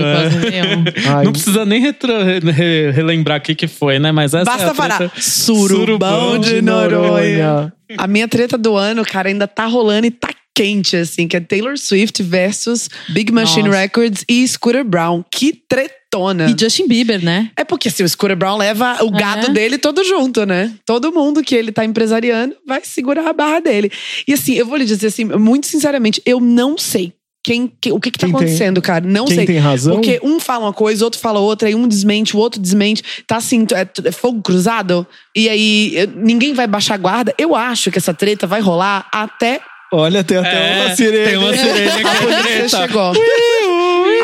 B: Tô
D: é.
B: quase meio-
A: Ai,
D: Não precisa nem retro- re- re- relembrar o que, que foi, né? Mas essa é
C: Basta
D: a treta.
C: parar. Surubão, de Noronha. A minha treta do ano, cara, ainda tá rolando e tá quente, assim, que é Taylor Swift versus Big Machine
B: Nossa.
C: Records e Scooter Brown. Que tretona.
B: E Justin Bieber, né?
C: É porque assim, o Scooter Brown leva o gado
B: É.
C: dele todo junto, né? Todo mundo que ele tá empresariando vai segurar a barra dele. E assim, eu vou lhe dizer assim, muito sinceramente, eu não sei quem, quem- o que que tá
A: Quem tem-
C: acontecendo, cara. Não
A: Quem
C: sei.
A: tem razão?
C: Porque um fala uma coisa, outro fala outra, aí um desmente, o outro desmente. Tá assim, é, t- é fogo cruzado. E aí eu- ninguém vai baixar a guarda. Eu acho que essa treta vai rolar até
A: Olha, tem até
D: É,
A: uma sirene.
D: Tem uma sirene
C: a
D: que é
C: polícia
D: treta.
C: chegou.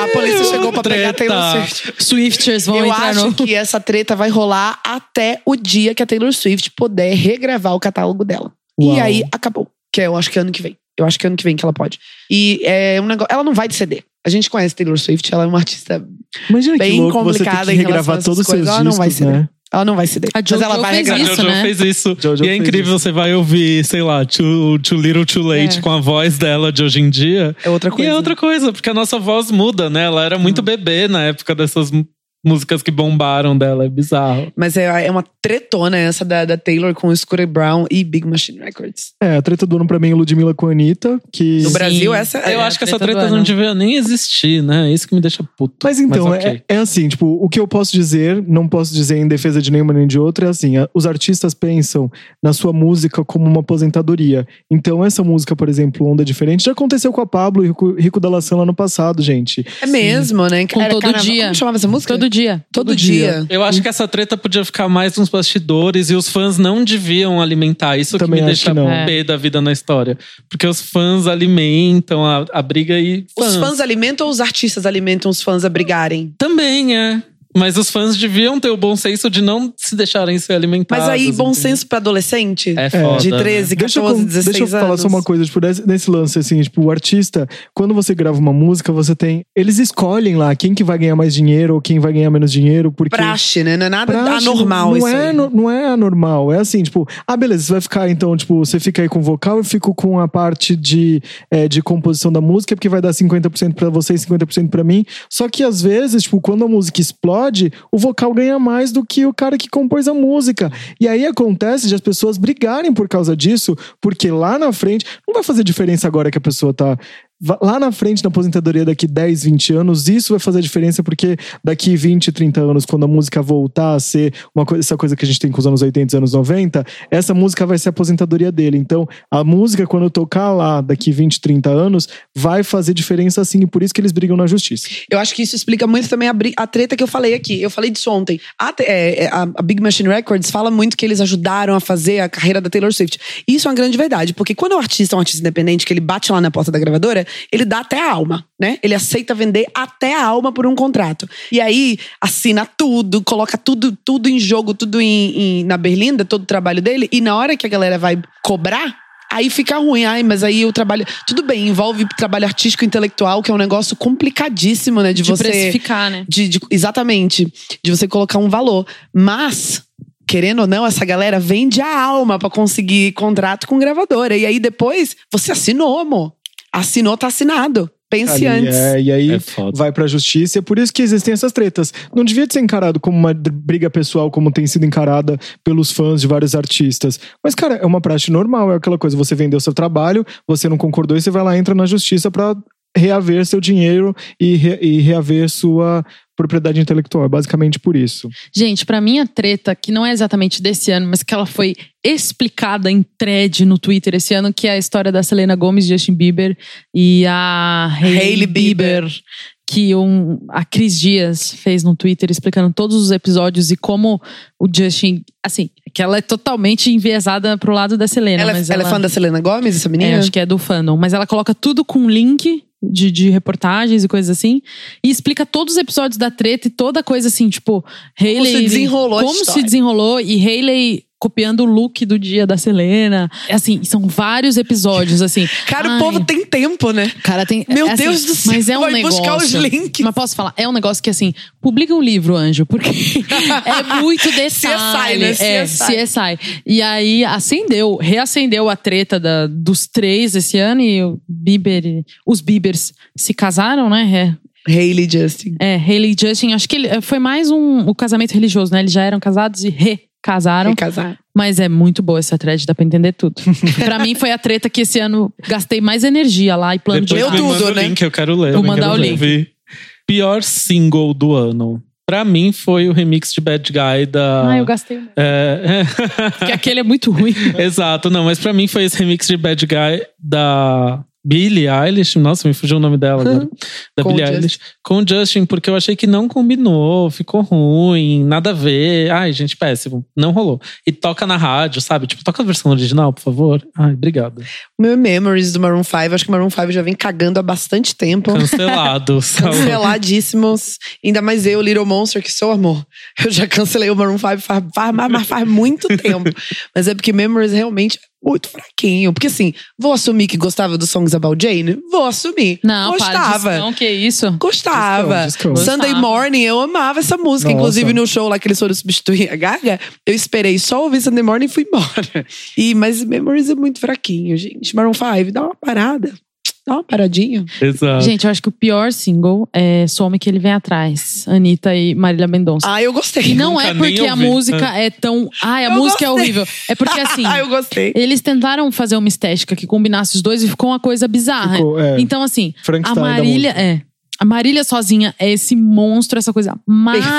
C: A polícia chegou pra pegar
D: Treta.
C: Taylor Swift.
B: Swifters vão
C: Eu
B: entrar
C: acho
B: no.
C: que essa treta vai rolar até o dia que a Taylor Swift puder regravar o catálogo dela.
A: Uau.
C: E aí acabou. Que eu acho que é ano que vem. Eu acho que é ano que vem que ela pode. E é um negócio. Ela não vai ceder. A gente conhece Taylor Swift, ela é uma artista.
A: Imagina que
C: Bem
A: louco você ter
C: complicada
A: que
C: em relação a
A: regravar
C: essas
A: todos os seus
C: coisas.
A: discos,
C: Ela não vai ser,
A: né?
C: Ela não vai ceder.
B: A
C: Mas
B: JoJo
C: ela vai
B: fez
C: regravar.
D: A
B: Isso,
D: Jojo
B: né?
D: fez isso.
A: Jojo
D: e é
A: fez
D: incrível, você vai ouvir, sei lá, Too, too Little Too Late
C: É.
D: com a voz dela de hoje em dia.
C: É outra coisa. Hum.
D: E é outra coisa, porque a nossa voz muda, né? Ela era muito bebê na época dessas mu- músicas que bombaram dela. É bizarro.
C: Mas é, é uma tretona essa da, da Taylor com o Scooter Brown e Big Machine Records.
A: É, a treta do ano pra mim é Ludmilla com a Anitta, que...
C: No
B: Sim.
C: Brasil, essa é.
D: Eu
B: a
D: acho que essa
B: treta do
D: treta um
B: ano.
D: não devia nem existir, né? É isso que me deixa puto.
A: Mas então,
D: ok.
A: é, é assim, tipo, o que eu posso dizer, não posso dizer em defesa de nenhuma nem de outra, é assim, a- os artistas pensam na sua música como uma aposentadoria. Então, essa música, por exemplo, Onda Diferente, já aconteceu com a Pablo e Rico, Rico da Lação lá no passado, gente.
C: É mesmo, né?
B: Com
C: Era
B: Todo
C: carnaval-
B: Dia.
C: Como chamava essa música?
B: Todo dia.
C: Todo dia.
D: Eu acho que essa treta podia ficar mais nos bastidores e os fãs não deviam alimentar. Isso
A: Também
D: que me
A: acho
D: deixa
A: que não.
D: pé da vida na história. Porque os fãs alimentam a, a briga e.
C: Os fãs alimentam ou os artistas alimentam os fãs a brigarem?
D: Também é. Mas os fãs deviam ter o bom senso de não se deixarem ser alimentados.
C: Mas aí, bom
D: entendeu?
C: senso pra adolescente?
D: É foda.
C: De
D: né?
C: 13, 14,
A: Deixa eu, con-
C: 16
A: deixa eu falar
C: anos.
A: só uma coisa, tipo, nesse, nesse lance, assim, tipo, o artista, quando você grava uma música, você tem. Eles escolhem lá quem que vai ganhar mais dinheiro ou quem vai ganhar menos dinheiro, porque.
C: Praxe, né? Não é nada
A: Praxe,
C: anormal
A: não
C: isso
A: é,
C: aí.
A: no- Não é anormal, é assim, tipo, ah, beleza, você vai ficar então, tipo, você fica aí com o vocal, eu fico com a parte de, é, de composição da música, porque vai dar 50% pra você e 50% pra mim. Só que às vezes, tipo, quando a música explode, o vocal ganha mais do que o cara que compôs a música. E aí acontece de as pessoas brigarem por causa disso, porque lá na frente, não vai fazer diferença agora que a pessoa tá Va- Lá na frente, na aposentadoria, daqui 10, 20 anos, isso vai fazer a diferença, porque daqui 20, 30 anos, quando a música voltar a ser uma coisa, essa coisa que a gente tem com os anos 80 e anos 90, essa música vai ser a aposentadoria dele. Então, a música, quando tocar lá daqui 20, 30 anos, vai fazer diferença sim, e por isso que eles brigam na justiça.
C: Eu acho que isso explica muito também a, bri- a treta que eu falei aqui. Eu falei disso ontem. A, te- é, é, a- a Big Machine Records fala muito que eles ajudaram a fazer a carreira da Taylor Swift. E Isso é uma grande verdade, porque quando o artista é um artista independente, que ele bate lá na porta da gravadora, ele dá até a alma, né? Ele aceita vender até a alma por um contrato. E aí assina tudo, coloca tudo, tudo em jogo, tudo em- em- na berlinda, todo o trabalho dele. E na hora que a galera vai cobrar, Aí fica ruim, ai, mas aí o trabalho. Tudo bem, envolve trabalho artístico e intelectual, que é um negócio complicadíssimo, né? De,
B: De,
C: você.
B: precificar, né?
C: de- de- exatamente. De você colocar um valor. Mas, querendo ou não, essa galera vende a alma pra conseguir contrato com gravadora. E aí depois, você assinou, amor. Assinou, tá assinado.
A: Ali,
C: Pense antes.
A: é, e aí
D: É foda.
A: vai pra justiça, e é por isso que existem essas tretas. Não devia ser encarado como uma dr- briga pessoal, como tem sido encarada pelos fãs de vários artistas. Mas, cara, é uma prática normal, é aquela coisa, você vendeu seu trabalho, você não concordou, e você vai lá e entra na justiça pra reaver seu dinheiro e, re- e reaver sua propriedade intelectual. É basicamente por isso.
B: Gente, pra mim a treta, que não é exatamente desse ano, mas que ela foi explicada em thread no Twitter esse ano, que é a história da Selena Gomes, Justin Bieber e a Hailey
C: Hailey
B: Bieber.
C: Bieber.
B: Que um, a Cris Dias fez no Twitter explicando todos os episódios e como o Justin. Assim, que ela é totalmente enviesada pro lado da Selena.
C: Ela, é-
B: mas
C: ela é fã da Selena Gomes, essa menina?
B: é, acho que é do fandom. Mas ela coloca tudo com link de, de reportagens e coisas assim. E explica todos os episódios da treta e toda coisa assim, tipo, Hayley.
C: se desenrolou a
B: Como se
C: história.
B: desenrolou e Hayley. Copiando o look do dia da Selena. Assim, são vários episódios, assim.
C: Cara,
B: Ai,
C: o povo tem tempo, né?
B: Cara, tem.
C: Meu
B: é assim,
C: Deus do céu,
B: Mas é um
C: vai
B: negócio.
C: buscar os links.
B: Mas posso falar? É um negócio que, assim, publica um livro, Anjo, porque é muito detalhe.
C: CSI, né?
B: É,
C: CSI.
B: CSI. E aí acendeu, reacendeu a treta da- dos três esse ano e o Bieber, os Biebers se casaram, né?
C: Hailey Justin.
B: É, é Hailey é, e Justin, acho que ele, foi mais um, o casamento religioso, né? Eles já eram casados e recasaram.
C: Casar.
B: Mas é muito boa essa thread, dá pra entender tudo. pra mim foi a treta que esse ano gastei mais energia lá e plano de
C: Leu
D: Depois me
B: aula.
C: tudo,
D: manda o
C: né?
D: link, eu quero ler.
B: Vou
D: eu
B: mandar
D: quero
B: o
D: ler.
B: link.
D: Vi. Pior single do ano. Pra mim foi o remix de Bad Guy da.
B: Ah, eu gastei muito.
D: É,
B: Porque aquele é muito ruim.
D: Exato, não, mas pra mim foi esse remix de Bad Guy da Billie Eilish. Nossa, me fugiu o nome dela
B: Hum.
D: agora. Da
C: Com
D: Billie
C: o Justin.
D: Eilish. Com o Justin, porque eu achei que não combinou, ficou ruim, nada a ver. Ai, gente, péssimo. Não rolou. E toca na rádio, sabe? Tipo, toca a versão original, por favor. Ai, obrigado.
C: Meu Memories do Maroon 5, acho que o Maroon 5 já vem cagando há bastante tempo.
D: Cancelado. sabe?
C: Canceladíssimos. Ainda mais eu, Little Monster, que sou amor. Eu já cancelei o Maroon 5 faz, faz, mas- mas faz muito tempo. Mas é porque Memories realmente é muito fraquinho. Porque assim, vou assumir que gostava dos Songs About Jane? Vou assumir.
B: Não, para disso,
C: gostava.
B: não, que isso?
C: Gostava.
A: Discão, discão.
C: Sunday
B: Gostava.
C: Morning, eu amava essa música.
A: Nossa.
C: Inclusive, no show lá que eles foram substituir a Gaga, eu esperei só ouvir Sunday Morning e fui embora. E, mas Memories é muito fraquinho, gente. Maroon 5, dá uma parada. Dá uma paradinha.
D: Exato.
B: Gente, eu acho que o pior single é Some Que Ele Vem Atrás. Anitta e Marília Mendonça.
C: Ah, eu gostei.
B: e não
D: nunca
B: é
D: nem
B: porque a
D: ouvi.
B: música é tão. Ai, a
C: Ah. Eu
B: música é
C: gostei.
B: horrível. É porque assim.
C: Ah, eu gostei.
B: Eles tentaram fazer uma estética que combinasse os dois e ficou uma coisa bizarra.
A: Ficou, é,
B: Então, assim, a
A: Frankenstein da
B: Marília é. A Marília sozinha é esse monstro, essa coisa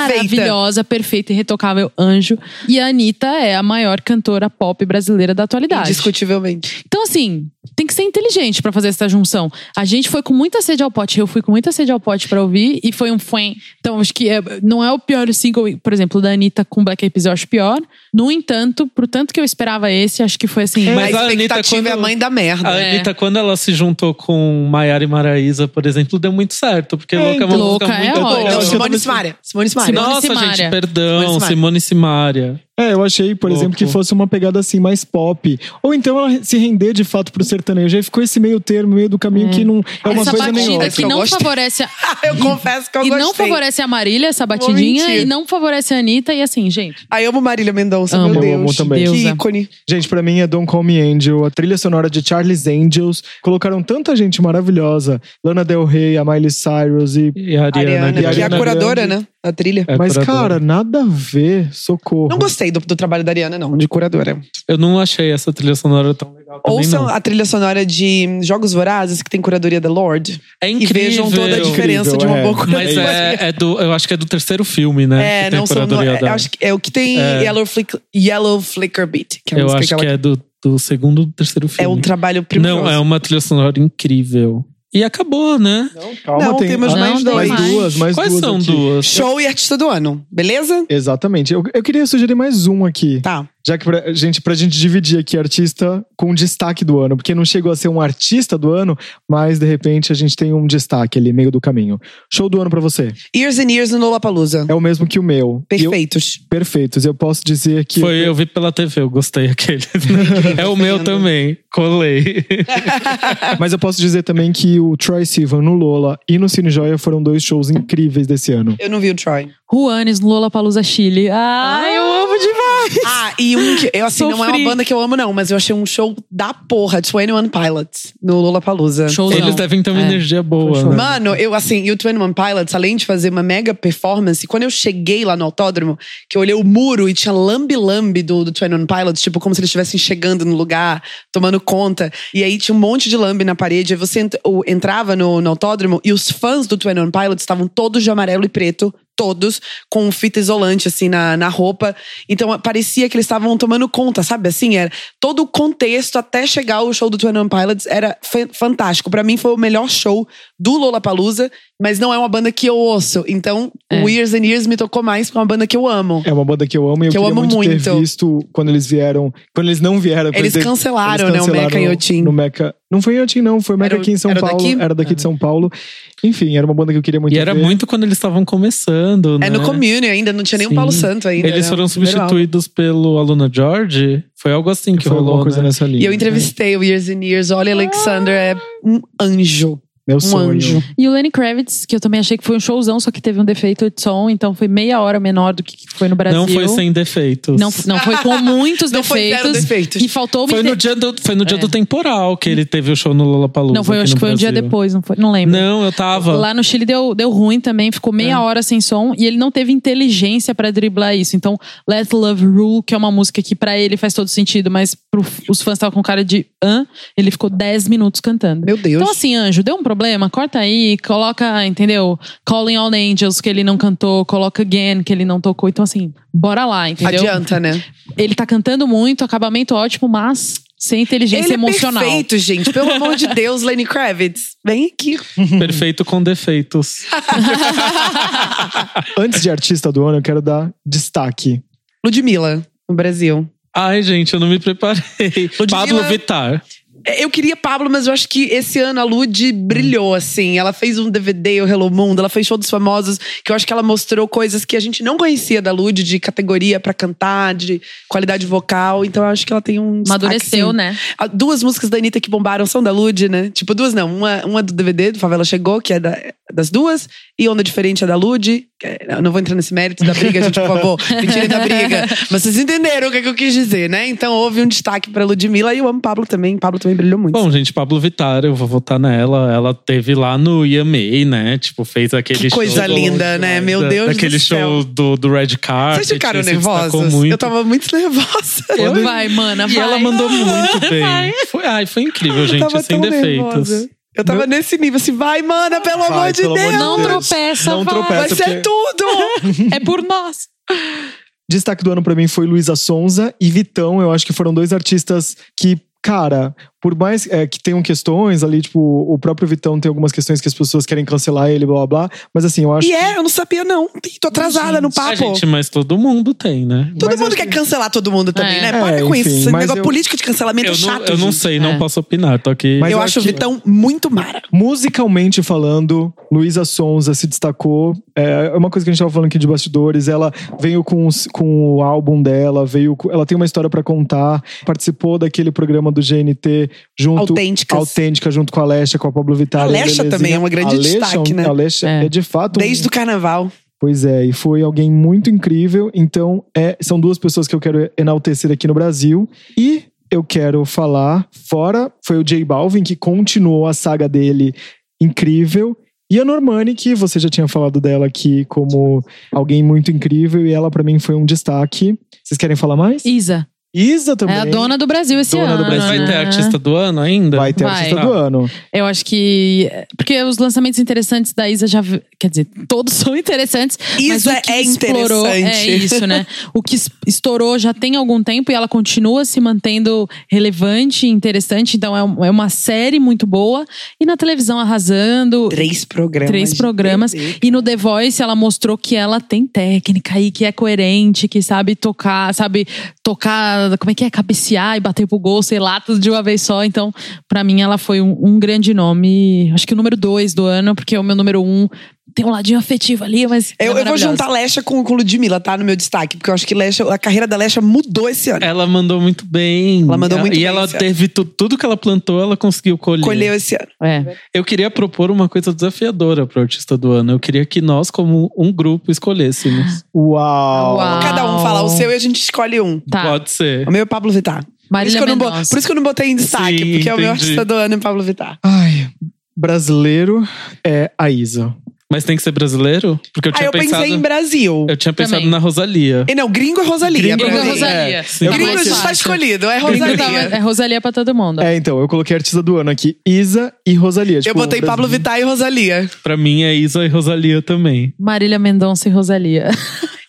B: maravilhosa, perfeita e retocável anjo. E a Anitta é a maior cantora pop brasileira da atualidade.
C: Indiscutivelmente.
B: Então, assim, tem que ser inteligente pra fazer essa junção. A gente foi com muita sede ao pote, eu fui com muita sede ao pote pra ouvir e foi um fã. Então, acho que é- não é o pior single, por exemplo, da Anitta com Black Eyed Peas, eu acho pior. No entanto, pro tanto que eu esperava esse, acho que foi assim.
D: Mas
C: a
D: a Anitta,
C: expectativa é a
D: quando-
C: mãe da merda.
D: A
B: É.
D: Anitta, quando ela se juntou com Maiara e Maraísa, por exemplo, deu muito certo. Porque Louca é uma
B: Louca é
D: música muito
B: ótimo.
D: legal.
C: Não,
A: acho que eu
C: Simone
A: também-
C: Simaria. Simone Simaria.
B: Simone
D: Nossa,
B: Simaria.
D: gente, perdão.
C: Simone Simaria.
D: Simone e Simaria.
A: É, eu achei, por
D: Louco.
A: exemplo, que fosse uma pegada assim, mais pop. Ou então ela se render de fato pro sertanejo. Aí ficou esse meio termo, meio do caminho que não é uma
B: essa
A: coisa nem
B: batida
A: outra.
C: Essa
B: que
C: eu
B: não
C: gostei.
B: favorece a,
C: Ah, eu confesso que eu
B: e
C: gostei.
B: não favorece a Marília, essa
C: Vou
B: batidinha,
C: mentir.
B: e não favorece a Anitta, e assim, gente.
C: Aí amo Marília Mendonça,
B: Amo.
C: meu
A: Eu
C: Deus.
A: amo também.
C: Que
B: Deusa.
C: ícone.
A: Gente, pra mim é Don't Call Me Angel, a trilha sonora de Charles Angels. Colocaram tanta gente maravilhosa. Lana Del Rey, a Miley Cyrus e...
D: E a Ariana.
C: Ariana, que é a
A: Ariana
C: curadora,
A: Grande.
C: né? Da trilha.
D: É
A: Mas,
D: curadora.
A: cara, nada a ver. Socorro.
C: Não gostei do, do trabalho da Ariana, não, de curadora.
D: Eu não achei essa trilha sonora tão legal também,
C: Ouçam
D: não.
C: a trilha sonora de Jogos Vorazes, que tem curadoria da Lorde.
D: É
C: E
D: incrível.
C: vejam toda a diferença de uma
A: é.
C: boa curadoria.
D: Mas é, é do, eu acho que é do terceiro filme, né?
C: É,
D: que tem
C: não são. não-
D: curadoria
C: é,
D: da-
C: acho que é o que tem
D: É.
C: Yellow, Flick- Yellow Flicker Beat, que é a
D: eu
C: música
D: acho
C: que
D: que,
C: ela
D: é do, do segundo ou terceiro
C: É
D: filme.
C: um trabalho primoroso.
D: Não, é uma trilha sonora incrível. E acabou, né?
A: Não, calma,
C: Não,
A: tem...
C: temos
A: ah,
C: mais
B: tem
C: dois.
A: mais duas, mais
D: Quais
A: duas
D: são
A: aqui.
D: duas?
C: Show e artista do ano, beleza?
A: Exatamente. Eu, eu queria sugerir mais um aqui.
C: Tá.
A: Já que pra gente, pra gente dividir aqui artista com um destaque do ano, porque não chegou a ser um artista do ano, mas de repente a gente tem um destaque ali, meio do caminho. Show do ano pra você.
C: Years and Years no Lollapalooza.
A: É o mesmo que o meu. E eu-
C: Perfeitos.
A: perfeitos. Eu posso dizer que.
D: Foi, eu vi pela TV, eu gostei aquele. é o meu
C: vendo.
D: também, colei.
C: É,
A: Mas eu posso dizer também que o Troy Sivan no Lola e no Cine Joia foram dois shows incríveis desse ano.
C: Eu não vi o Troy.
B: Juanes no Lollapalooza Chile.
D: Ah,
B: Ai, eu amo demais.
C: Ah, e um que. Eu, assim, não é
B: Sofri.
C: uma banda que eu amo, não, mas eu achei um show da porra, 21 Pilots, no Lollapalooza.
B: Showzão.
D: Eles devem ter um uma
B: É.
D: energia boa, né?
C: Mano, eu assim, e o 21 Pilots, além de fazer uma mega performance, quando eu cheguei lá no autódromo, que eu olhei o muro e tinha lambi-lambi do, do 21 Pilots, tipo, como se eles estivessem chegando no lugar, tomando conta. E aí tinha um monte de lambi na parede. Aí você ent- ou entrava no, no autódromo e os fãs do 21 Pilots estavam todos de amarelo e preto. Todos com fita isolante, assim, na, na roupa. Então, parecia que eles estavam tomando conta, sabe? Assim, era todo o contexto até chegar o show do 21 Pilots era fa- fantástico. Pra mim, foi o melhor show do Lollapalooza, mas não é uma banda que eu ouço. Então,
B: É.
C: o Years and Years me tocou mais porque é uma banda que eu amo.
A: É uma banda que eu amo e eu
C: Que eu
A: queria
C: amo
A: muito, ter
C: muito.
A: visto quando eles vieram. Quando eles não vieram. porque
C: Eles cancelaram,
A: eles
C: né, o Meca
A: cancelaram
C: em Otim.
A: No Meca. Não foi em Otim, não. Foi o Meca
C: Era o-
A: aqui em São
C: era
A: Paulo.
C: daqui? Ah.
A: Era daqui de São Paulo. Enfim, era uma banda que eu queria muito
D: E era
A: ver.
D: muito quando eles estavam começando, né?
C: É no Commune ainda, não tinha nem o
D: Sim.
C: Paulo Santo ainda.
D: Eles
C: né?
D: foram
C: O primeiro álbum.
D: substituídos pelo Aluna George. Foi algo assim que
A: Foi
D: rolou.
A: alguma coisa
D: né?
A: nessa linha.
C: E eu entrevistei o Years and Years. Olha, Alexander é um anjo.
A: Meu
C: um
A: sonho.
C: anjo.
B: E o Lenny Kravitz, que eu também achei que foi um showzão, só que teve um defeito de som, então foi meia hora menor do que foi no Brasil.
D: Não foi sem defeitos.
B: Não, não foi com muitos
C: Não foi
B: defeitos.
C: zero defeitos.
B: E faltou me
D: Foi no
B: de-
D: dia do, foi no dia do temporal que ele teve o show no Lollapalooza.
B: É. Não, foi,
D: aqui
B: acho
D: no
B: que foi um dia
D: Brasil.
B: depois, não foi? Não lembro.
D: Não, eu tava. É.
B: Lá no Chile deu, deu ruim também, ficou meia hora sem som e ele não teve inteligência pra driblar isso. Então, Let Love Rule, que é uma música que pra ele faz todo sentido, mas pro, os fãs estavam com cara de hã, ele ficou 10 minutos cantando.
C: Meu Deus.
B: Então, assim, anjo, deu um problema? Corta aí, coloca, entendeu? Calling All Angels, que ele não cantou, coloca Again, que ele não tocou. Então, assim, bora lá, entendeu?
C: Adianta, né?
B: Ele tá cantando muito, acabamento ótimo, mas sem inteligência
C: Ele
B: emocional.
C: é perfeito, gente. Pelo amor de Deus, Lenny Kravitz. Vem aqui.
D: Perfeito com defeitos.
A: Antes de artista do ano, eu quero dar destaque.
C: Ludmilla, no Brasil.
D: Ai, gente, eu não me preparei. Pablo Vittar.
C: É, Eu queria Pablo, mas eu acho que esse ano a Lud brilhou, assim. Ela fez um DVD, o Hello Mundo, ela fez show dos famosos, que eu acho que ela mostrou coisas que a gente não conhecia da Lud, de categoria pra cantar, de qualidade vocal. Então eu acho que ela tem um. destaque,
B: Amadureceu,
C: sim.
B: né?
C: Ah, Duas músicas da Anitta que bombaram são da Lud, né? Tipo, duas não. Uma, uma do DVD, do Favela Chegou, que é da- das duas. E Onda Diferente é da Lud. que é- eu Não vou entrar nesse mérito da briga, gente, por favor. Me tirem da briga. Mas vocês entenderam o que, é que eu quis dizer, né? Então houve um destaque pra Ludmilla e eu amo Pablo também. Pablo também brilhou muito.
D: Bom, gente, Pablo Vittar, eu vou votar nela. Ela teve lá no IMA, né? Tipo, fez aquele
C: Que
D: show.
C: coisa
D: do-
C: linda, né? Meu Deus do
D: Aquele
C: céu.
D: show do, do Red Carpet.
C: Vocês ficaram
D: se destacou
C: nervosos?
D: Muito. É
C: Eu tava muito nervosa.
B: Eu vai, mana,
D: E
B: vai.
D: ela mandou muito bem. Foi, ai, foi incrível,
C: eu
D: gente.
C: tava
D: Sem
C: tão
D: defeitos.
C: nervosa. Eu tava nesse nível, assim, vai, mana, pelo amor
A: Vai,
C: de
A: pelo amor
C: Deus.
A: de
B: Não
A: Deus.
B: tropeça,
A: Não
B: vai.
A: tropeça,
C: Vai
A: Essa
C: ser
A: porque-
C: tudo!
B: É por nós.
A: Destaque do ano pra mim foi Luísa Sonza e Vitão. Eu acho que foram dois artistas que, cara, por mais é, que tenham questões ali, tipo, o próprio Vitão tem algumas questões que as pessoas querem cancelar ele, blá blá blá. Mas assim, eu acho.
C: e é, eu não sabia, não. Ih, Tô atrasada no
D: Ah,
C: papo.
D: gente, mas todo mundo tem, né?
C: Todo
A: Mas
C: mundo
A: eu-
C: quer cancelar todo mundo também,
B: É.
C: né? Para
A: É,
C: com
A: enfim,
C: isso. Esse
A: mas
C: negócio
A: eu-
C: político de cancelamento
D: Eu,
C: é chato.
D: não, eu não
C: gente.
D: sei, não
B: É.
D: posso opinar. Tô aqui.
A: Mas
C: eu,
A: eu
C: acho o
A: acho que-
C: Vitão muito mara.
A: Musicalmente falando, Luísa Sonza se destacou. É uma coisa que a gente tava falando aqui de bastidores. Ela veio com, os- com o álbum dela, veio, com- ela tem uma história pra contar. Participou daquele programa do GNT junto
C: Autênticas.
A: autêntica junto com a Lesha, com a Pablo Vittar.
C: A Lesha
A: belezinha.
C: também é uma grande
A: A Lesha,
C: destaque, né?
A: A Lesha
B: É.
A: é, de fato. um-
C: Desde o carnaval.
A: Pois é, e foi alguém muito incrível. Então, é, são duas pessoas que eu quero enaltecer aqui no Brasil. E eu quero falar, fora, foi o J Balvin, que continuou a saga dele incrível. E a Normani, que você já tinha falado dela aqui como alguém muito incrível, e ela pra mim foi um destaque. Vocês querem falar mais?
B: Isa.
A: Isa também.
B: É a dona do Brasil esse
A: Dona
B: ano.
A: do
D: Mas
A: Brasil.
D: vai
B: né?
D: ter artista do ano ainda?
A: Vai ter
B: Vai.
A: artista do ano.
B: Eu acho que. Porque os lançamentos interessantes da Isa já. vi- Quer dizer, todos são interessantes. mas
C: Isa
B: o que
C: é
B: explorou, É
C: interessante.
B: isso, né? O que es- estourou já tem algum tempo e ela continua se mantendo relevante e interessante. Então é, um- é uma série muito boa. E na televisão arrasando.
C: Três programas.
B: Três
C: de
B: programas.
C: TV.
B: E no The Voice ela mostrou que ela tem técnica e que é coerente, que sabe tocar, sabe tocar, como é que é? Cabecear e bater pro gol, sei lá, tudo de uma vez só. Então, pra mim, ela foi um, um grande nome. Acho que o número dois do ano, porque o meu número um tem um ladinho afetivo ali, mas. é
C: Eu, eu vou
B: maravilhosa.
C: juntar Lesha com, com Ludmilla, tá? No meu destaque. Porque eu acho que Lesha, a carreira da Lesha mudou esse ano.
D: Ela mandou muito bem.
C: Ela mandou muito
D: e
C: bem,
D: ela
C: Céu.
D: teve tu- tudo que ela plantou, ela conseguiu colher.
C: Colheu esse ano.
B: É.
D: Eu queria propor uma coisa desafiadora para artista do ano. Eu queria que nós, como um grupo, escolhêssemos.
A: Uau!
B: Uau.
C: Cada um fala o seu e a gente escolhe um.
B: Tá.
D: Pode ser.
C: O meu é Pablo Vittar. Por isso,
B: Marília
C: que eu não bo-
B: Mendonça.
C: por isso que eu não botei em destaque,
D: Sim,
C: porque é o meu
D: entendi.
C: artista do ano é Pablo Vittar.
A: Ai, brasileiro é a Isa.
D: Mas tem que ser brasileiro? Porque eu
C: Aí
D: tinha
C: Ah, eu
D: pensado.
C: pensei em Brasil.
D: Eu tinha pensado
B: Também.
D: na Rosalia.
C: E não, gringo é Rosalia.
B: Gringo é
C: pra mim.
B: Rosalia.
D: É, sim.
B: Tá
C: Gringo
B: mais
C: já está
B: fácil.
C: escolhido, é
B: Gringo
C: Rosalia.
B: tava- é Rosalia pra todo mundo.
A: É, então, eu coloquei artista do ano aqui. Isa e Rosalia.
C: Eu
A: Tipo,
C: botei Pablo
A: brasileiro.
C: Vittar e Rosalia.
D: Pra mim é Isa e Rosalia também.
B: Marília Mendonça e Rosalia.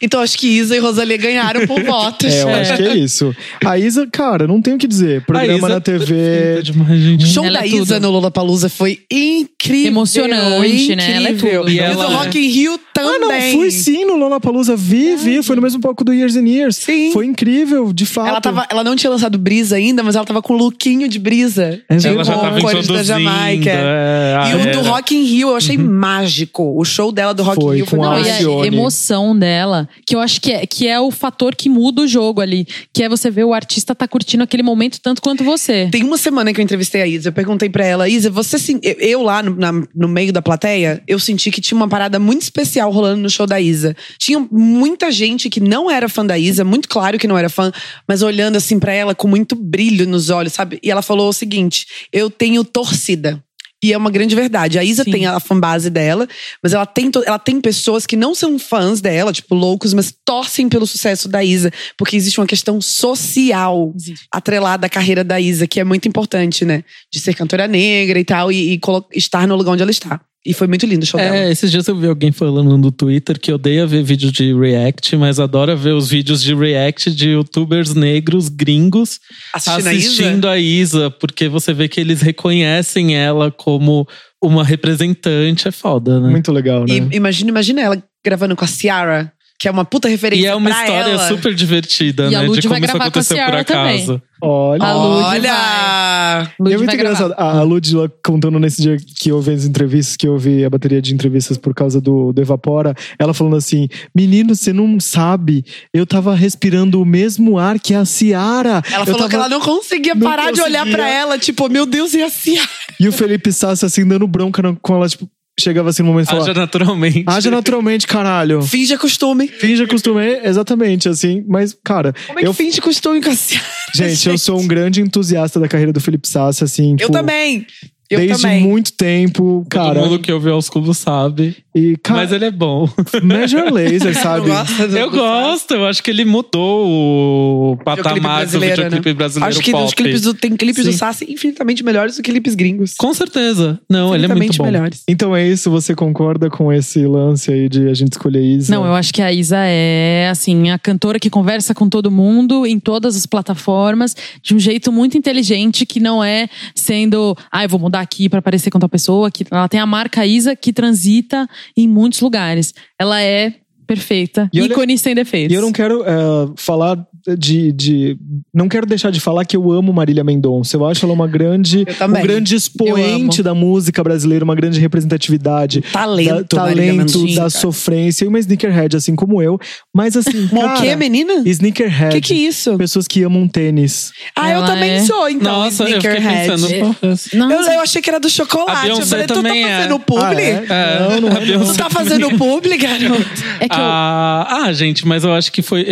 C: Então acho que Isa e Rosalia ganharam por votos.
A: É, eu acho que é isso. A Isa, cara, não tem o que dizer. Programa
D: A Isa
A: na
D: é
A: TV.
D: perfeita demais, gente.
C: O show
B: Ela
C: da
B: é
C: Isa
B: tudo.
C: no Lollapalooza foi incrível.
B: Emocionante, né? Ela é
C: incrível.
B: tudo.
D: E
C: E,
D: ela-
C: do Rock in Rio
A: Ah,
C: também.
A: não, fui sim no Lollapalooza, vi, vi. Foi no mesmo palco do Years and Years.
C: Sim.
A: Foi incrível, de fato.
C: Ela, tava, ela não tinha lançado brisa ainda, mas ela tava com o lookinho de brisa.
A: É
C: de
A: verdade.
D: Ela já
C: com
D: tava
C: cores
D: introduzindo.
C: da Jamaica.
D: é, a
C: E o do
D: era.
C: Rock in Rio eu achei mágico. O show dela do Rock
A: Foi,
C: in Rio foi
A: com a
B: Não, e
C: mágico.
A: Alcione.
B: a emoção dela. que eu acho que é, que é o fator que muda o jogo ali. Que é você ver o artista tá curtindo aquele momento tanto quanto você.
C: Tem uma semana que eu entrevistei a Isa, eu perguntei pra ela, Isa, você se- eu- Eu lá no, na- no meio da plateia, eu senti que tinha uma parada muito especial rolando no show da Isa. Tinha muita gente que não era fã da Isa, muito claro que não era fã, mas olhando assim pra ela com muito brilho nos olhos, sabe? E ela falou o seguinte: eu tenho torcida. E é uma grande verdade. A Isa
B: Sim.
C: tem a fanbase dela, mas ela tem, to- ela tem pessoas que não são fãs dela, tipo loucos, mas torcem pelo sucesso da Isa, porque existe uma questão social atrelada à carreira da Isa, que é muito importante, né? De ser cantora negra e tal, e, e colo- estar no lugar onde ela está. E foi muito lindo o show dela.
D: É, esses dias eu vi alguém falando no Twitter que odeia ver vídeo de react, mas adora ver os vídeos de react de youtubers negros gringos
C: Assistindo, a Isa.
D: assistindo a Isa, porque você vê que eles reconhecem ela como uma representante, é foda, né?
A: Muito legal, né?
C: E imagina, imagina ela gravando com a Ciara, que é uma puta referência.
D: E é uma
C: pra
D: história
C: ela.
D: super divertida,
B: E a
D: né?
B: Lud
D: De
B: vai
D: como isso
B: gravar com a
D: aconteceu por
B: Ciara também.
D: acaso.
A: Olha.
B: A Lud
C: Olha!
A: E
B: Lud
A: é muito
B: vai gravar.
A: engraçado. A a Lud lá contando nesse dia que houve as entrevistas, que houve a bateria de entrevistas por causa do, do Evapora, ela falando assim: Menino, você não sabe, eu tava respirando o mesmo ar que a Ciara.
C: Ela
A: Eu
C: falou
A: tava-
C: que ela não conseguia
A: não
C: parar de olhar
A: conseguia.
C: pra ela, tipo, meu Deus, e a Ciara?
A: E o Felipe Sassi assim, dando bronca no- com ela, tipo, chegava assim no momento e
D: Haja
A: falava:
D: naturalmente.
A: Haja naturalmente, caralho.
C: Finge é costume.
A: Finge costume, exatamente, assim, mas, cara,
C: Como é que
A: eu,
C: finge costume com a Ciara?
A: gente, eu sou um grande entusiasta da carreira do Felipe Sassi, assim.
C: Eu
A: tipo,
C: também. Eu
A: desde
C: também.
A: muito tempo,
D: Todo
A: cara.
D: mundo que ouviu aos cubos sabe.
A: E, cara,
D: Mas ele é bom.
A: Major Laser, sabe?
C: gosta do-
D: Eu
C: do-
D: gosto, eu acho que ele mudou o patamar do
C: brasileiro, né?
D: videoclipe brasileiro
C: Acho que
D: pop.
C: os clipes do, tem clipes do
D: Sim.
C: Sassi infinitamente melhores do que clipes gringos.
D: Com certeza. Não, ele é muito
C: Infinitamente
D: bom.
C: melhores.
A: Então é isso, você concorda com esse lance aí de a gente escolher né? Isa?
B: Não, eu acho que a Isa é, assim, a cantora que conversa com todo mundo em todas as plataformas de um jeito muito inteligente, que não é sendo, ai, vou mudar aqui pra parecer com tal pessoa. Que ela tem a marca Isa que transita em muitos lugares. Ela é perfeita,
A: E eu le-
B: ícone sem defeitos.
A: E eu não quero eh, falar de, de- Não quero deixar de falar que eu amo Marília Mendonça. Eu acho ela uma grande.
C: Eu também.
A: Um grande expoente da música brasileira, uma grande representatividade.
C: Talento,
A: da,
C: Marília
A: talento,
C: Mendonça,
A: da
C: cara.
A: sofrência. E uma sneakerhead, assim como eu. Mas assim.
C: Uma
A: cara,
C: o quê, menina?
A: Sneakerhead.
C: Que que é isso?
A: Pessoas que amam tênis.
C: Ah, eu
B: Ela
C: também
B: é-
C: sou, então.
D: Nossa, eu fiquei
C: sneakerhead.
D: pensando.
C: Eu,
B: Nossa,
C: eu achei que era do chocolate.
D: A
C: Eu
D: Beyoncé
C: falei, tu tá
D: também é.
C: fazendo publi?
A: Ah, é?
D: É,
A: Não, não é,
D: a Beyoncé
C: Tu tá fazendo publi, garoto?
B: é que eu,
D: Ah, ah, gente, mas eu acho que foi.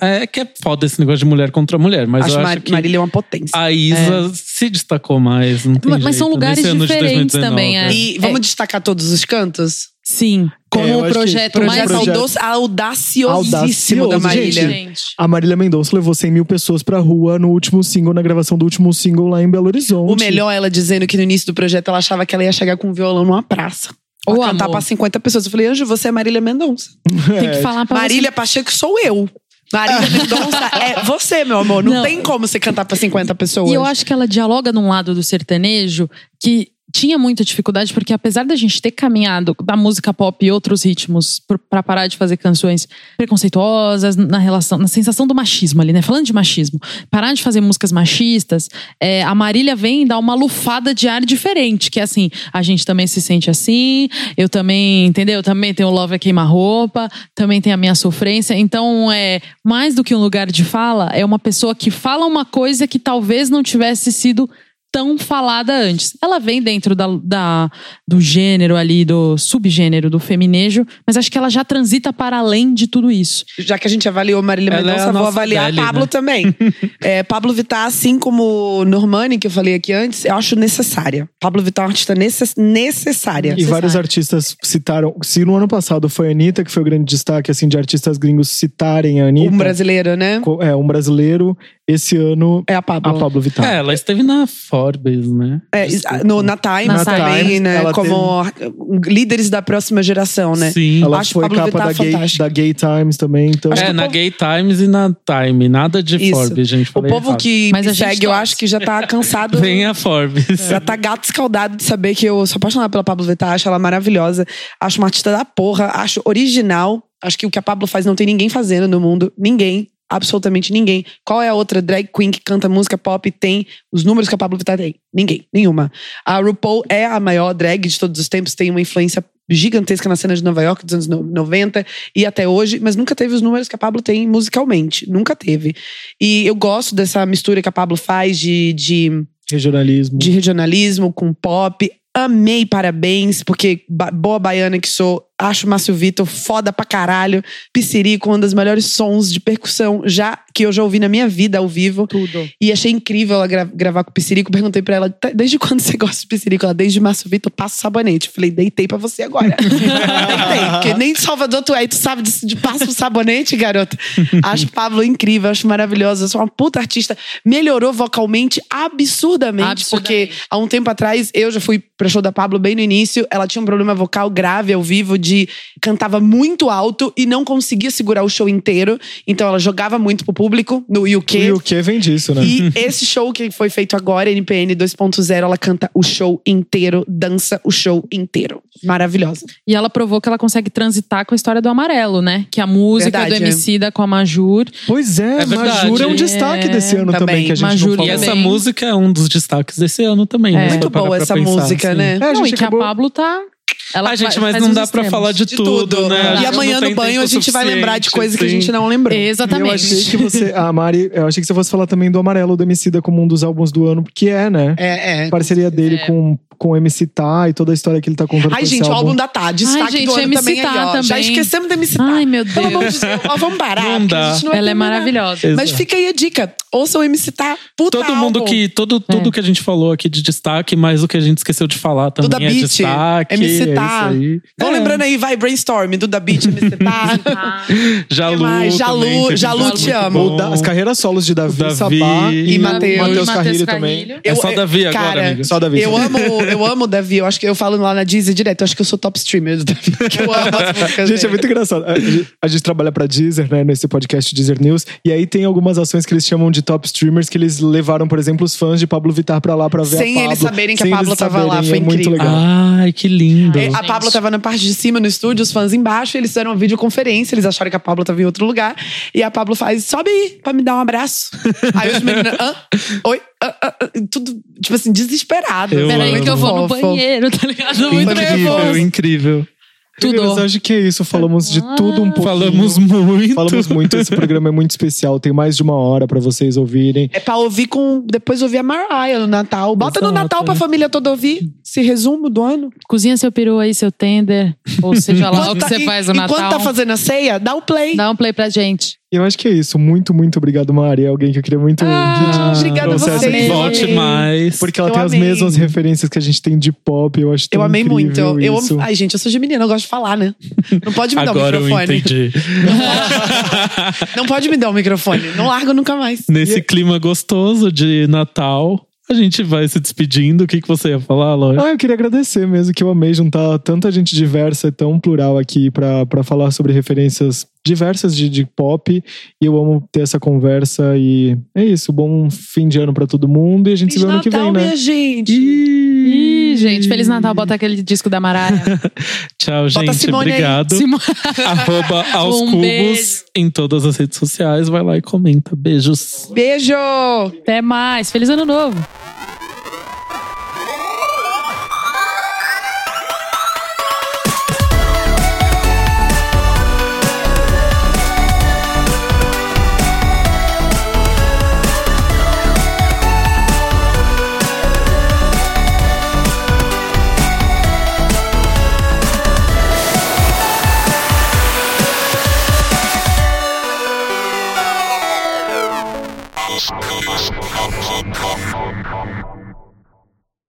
D: É, é que é foda esse negócio de mulher contra mulher, mas
C: acho É.
D: eu acho
C: Mar
D: que Ah,
C: Marília é uma potência.
D: a Isa se destacou mais. Não tem
B: Mas- mas são
D: jeito,
B: lugares
D: nesse ano de
B: diferentes
D: 2019,
B: também, é.
C: E vamos destacar todos os cantos?
B: sim,
D: É,
B: como
A: eu acho
B: o
A: que-
B: projeto
A: Projeto-
B: mais
C: Projeto
A: projeto-
C: audac- audaciosíssimo
A: Audacioso,
C: da
A: gente.
C: Marília.
B: inteligente.
A: A Marília Mendonça levou 100 mil pessoas pra rua no último single, na gravação do último single lá em Belo Horizonte.
C: O melhor é ela dizendo que no início do projeto ela achava que ela ia chegar com um violão numa praça.
B: Ô,
C: Pra cantar
B: amor.
C: pra 50 pessoas. Eu falei, Anjo, você é Marília Mendonça. assim,
B: Tem que falar pra
C: Marília Pacheco é sou eu. Marília Mendonça é você, meu amor. Não,
B: Não.
C: tem como você cantar pra 50 pessoas.
B: E eu acho que ela dialoga num lado do sertanejo que tinha muita dificuldade, porque apesar da gente ter caminhado da música pop e outros ritmos por- pra parar de fazer canções preconceituosas, na relação, na sensação do machismo ali, né? Falando de machismo, parar de fazer músicas machistas, é, a Marília vem dar uma lufada de ar diferente, que é assim, a gente também se sente assim, eu também, entendeu? Eu também tenho Love é Queima-Roupa, também tem a minha sofrência. Então, é mais do que um lugar de fala, é uma pessoa que fala uma coisa que talvez não tivesse sido tão falada antes. Ela vem dentro da, da- do gênero ali, do subgênero do feminejo, mas acho que ela já transita para além de tudo isso.
C: Já que a gente avaliou Marília
D: Ela é
C: Mendonça,
D: a
C: vou
D: nossa
C: avaliar
D: Adele,
C: Pablo
D: né?
C: também. é, Pablo Vittar, assim como Normani, que eu falei aqui antes, eu acho necessária. Pablo Vittar é uma artista necess- necessária. Um
A: E
B: Você
A: vários
B: sabe.
A: artistas citaram. Se no ano passado foi a Anitta, que foi o grande destaque, assim, de artistas gringos citarem a Anitta.
C: Um brasileiro, né?
A: co- É, um brasileiro. Esse ano,
C: É a
A: a
C: Pablo.
A: Pablo Vittar.
D: É, ela esteve na Forbes, né?
C: É, no, na Time
B: Na
C: também,
A: Time,
C: né?
A: ela
C: Como ar- líderes da próxima geração, né?
D: Sim.
A: Ela
C: Acho
A: foi
C: Pablo
A: capa
C: Vittar
A: da gay,
C: fantástica.
A: da gay Times também. Então,
D: é, na Gay Times e na Time. Nada de
C: Isso.
D: Forbes, gente.
C: O
D: falei
C: povo
D: é errado.
C: que
B: Mas a
C: me
B: gente
C: segue, eu
B: torce.
C: acho que já tá cansado.
D: Vem a Forbes.
C: Já tá gato escaldado de saber que eu sou apaixonada pela Pablo Vittar, acho ela maravilhosa, acho uma artista da porra, acho original, acho que o que a Pablo faz não tem ninguém fazendo no mundo, ninguém, absolutamente ninguém. Qual é a outra drag queen que canta música pop e tem os números que a Pablo Vittar tem? Ninguém, nenhuma. A RuPaul é a maior drag de todos os tempos, tem uma influência gigantesca na cena de Nova York dos anos no- 90 e até hoje, mas nunca teve os números que a Pablo tem musicalmente. Nunca teve. E eu gosto dessa mistura que a Pablo faz de- de
A: Regionalismo.
C: de regionalismo com pop. Amei, parabéns, porque ba- boa baiana que sou, acho Márcio Vitor foda pra caralho. Pissirico, um dos melhores sons de percussão já que eu já ouvi na minha vida ao vivo.
B: Tudo.
C: E achei incrível ela gra- gravar com o Pissirico. Perguntei pra ela, "Tá- desde quando você gosta de Pissirico? Ela, desde Márcio Vitor, passa sabonete. Falei, deitei pra você agora. deitei, porque nem de Salvador tu é, e tu sabe de, de passa o sabonete, garota. Acho Pablo incrível, acho maravilhosa. Sou uma puta artista. Melhorou vocalmente absurdamente,
B: Absurdamente.
C: porque há um tempo atrás eu já fui pra show da Pablo bem no início. Ela tinha um problema vocal grave ao vivo de cantava muito alto e não conseguia segurar o show inteiro. Então ela jogava muito pro público no UK.
A: E o que vem disso, né?
C: E esse show que foi feito agora, NPN 2.0, ela canta o show inteiro, dança o show inteiro. Maravilhosa.
B: E ela provou que ela consegue transitar com a história do amarelo, né? Que a música
C: Verdade,
B: do
C: é.
B: MC da com a Majur.
A: Pois é,
D: É verdade.
A: Majur é um destaque
B: É,
A: desse ano também,
C: também,
A: que a gente
B: Majur
A: não
D: E
A: falou.
D: essa
B: Também.
D: música é um dos destaques desse ano também. né?
B: É.
D: Se
C: Muito
D: for parar
C: boa
D: pra
C: essa
D: pensar,
C: música,
D: assim.
C: né?
A: É, a
B: não, e
A: gente
B: que
A: acabou-
B: a Pablo tá. Ela
D: ah, gente,
B: fa-
D: mas
B: faz
D: não
B: os
D: dá pra
B: extremos.
D: falar de, tudo, né?
C: E
D: A gente
C: amanhã
D: não tem
C: no banho a
D: tempo
C: gente vai lembrar de
D: suficiente,
C: coisa que a gente
D: sim.
C: não lembrou.
A: E eu achei que
B: Exatamente.
A: você. A Mari, eu achei que você fosse falar também do Amarelo do Emicida como um dos álbuns do ano, porque é, né?
C: É, é.
A: A parceria dele com, com o MC Tá e toda a história que ele tá contando com
C: Ai,
A: esse
C: gente, o
A: álbum.
C: álbum da Tá, destaque
B: Ai, gente,
C: do ano
B: MC
C: também, aí, ó.
B: Tá
C: Já
B: também.
C: esquecemos da MC Tá.
B: Ai, meu Deus.
C: Pelo amor de Deus, ó, vamos parar.
D: Não
C: porque a
D: dá.
C: gente não vai
B: Ela é
C: terminar.
B: maravilhosa.
C: Mas fica aí a dica. Ouça o MC Tá, puta
D: Todo mundo
C: álbum.
D: que. Todo, tudo que a gente falou aqui de destaque, mais o que a gente esqueceu de falar também
C: Duda
D: é
C: Beat,
D: destaque.
C: MC
D: é isso
C: Tá.
D: aí.
C: Vão lembrando aí, vai, brainstorm, Duda Beat, MC Tá.
B: Ah,
D: Jalu.
C: mais? Jalu,
D: também, que a gente
C: Jalu,
D: fala
C: te
D: muito
C: amo.
D: bom.
A: Ou da- as carreiras solos de Davi,
D: Davi.
A: Sabá
D: E
A: o Mateus
C: Mateus.
B: e
A: Carrilho
B: Mateus
A: também.
B: Carrilho.
D: É só
C: Eu-
D: Davi agora,
C: cara,
D: amiga.
A: Só Davi.
C: Eu
A: Sabá.
C: amo, eu amo o Davi. Eu acho que eu falo lá na Disney direto. Eu acho que eu sou top streamer do Davi. porque eu amo as músicas
A: Gente, é
C: dele.
A: muito engraçado. A gente, a gente trabalha pra Deezer, né? Nesse podcast Deezer News. E aí tem algumas ações que eles chamam de top streamers, que eles levaram, por exemplo, os fãs de Pablo Vittar pra lá pra ver
C: Sem
A: a Pablo.
C: eles saberem que a
A: sem eles
C: Pablo tava lá,
A: saberem,
C: foi
A: é muito
C: incrível. Ah,
A: legal.
D: Ai, que lindo.
C: É, a Pablo tava na parte de cima no estúdio, os fãs embaixo, eles fizeram uma videoconferência, eles acharam que a Pablo tava em outro lugar. E a Pablo faz, sobe aí pra me dar um abraço. aí os meninos, hã? Oi? Hã? Hã? Hã? Tudo, tipo assim, desesperado.
D: Eu
B: Peraí, que eu vou no
C: Fofo.
B: banheiro, tá ligado? Muito
D: Incrível,
B: nervoso.
D: incrível.
C: Um
A: Meninas,
B: Tudo.
A: acho que é isso. Falamos de tudo
C: Ah.
A: um pouquinho.
D: Falamos muito.
A: Falamos
C: Então.
A: muito, esse programa é muito especial. Tem mais de uma hora pra vocês ouvirem.
C: É pra ouvir com. Depois ouvir a Mariah no Natal. Bota no
D: Exato,
C: Natal
D: é.
C: pra família toda ouvir. Se resumo do ano.
B: Cozinha seu peru aí, seu tender. Ou seja lá o
C: Enquanto
B: que
C: tá-
B: você
C: e-
B: faz no
C: Enquanto tá
B: Natal.
C: fazendo a ceia, dá o play.
B: Dá um play pra gente.
A: E eu acho que é isso. Muito, muito obrigado, Mari. É alguém que eu queria muito.
B: Ah,
A: que
C: obrigada a
A: trouxesse
C: vocês.
A: aqui.
D: Volte mais.
A: Porque ela
C: Eu
A: tem as
C: amei.
A: mesmas referências que a gente tem de pop. Eu acho tão
C: Eu amei muito.
A: incrível
C: Eu, eu
A: isso.
C: amo. Ai, gente, eu sou geminiana, eu gosto de falar, né? Não pode me
D: Agora
C: dar um
D: eu
C: microfone.
D: entendi.
C: Não pode me dar um microfone. Não largo nunca mais.
B: é
D: Nesse clima gostoso de Natal, a gente vai se despedindo. O que, que você ia falar, Laura?
A: Ah, eu queria agradecer mesmo, que eu amei juntar tanta gente diversa e tão plural aqui pra pra falar sobre referências diversas de, de pop. E eu amo ter essa conversa. E é isso. Bom fim de ano pra todo mundo. E a gente se vê ano que vem, né?
C: minha gente.
B: Ih, gente, Feliz Natal. Bota aquele disco da Maraia.
D: Tchau,
C: Bota
D: gente.
C: Simone aí.
D: Obrigado.
B: Simone.
D: Arroba aos
B: Um
D: cubos
B: beijo.
D: em todas as redes sociais. Vai lá e comenta. Beijos.
C: Beijo!
B: Até mais. Feliz ano novo.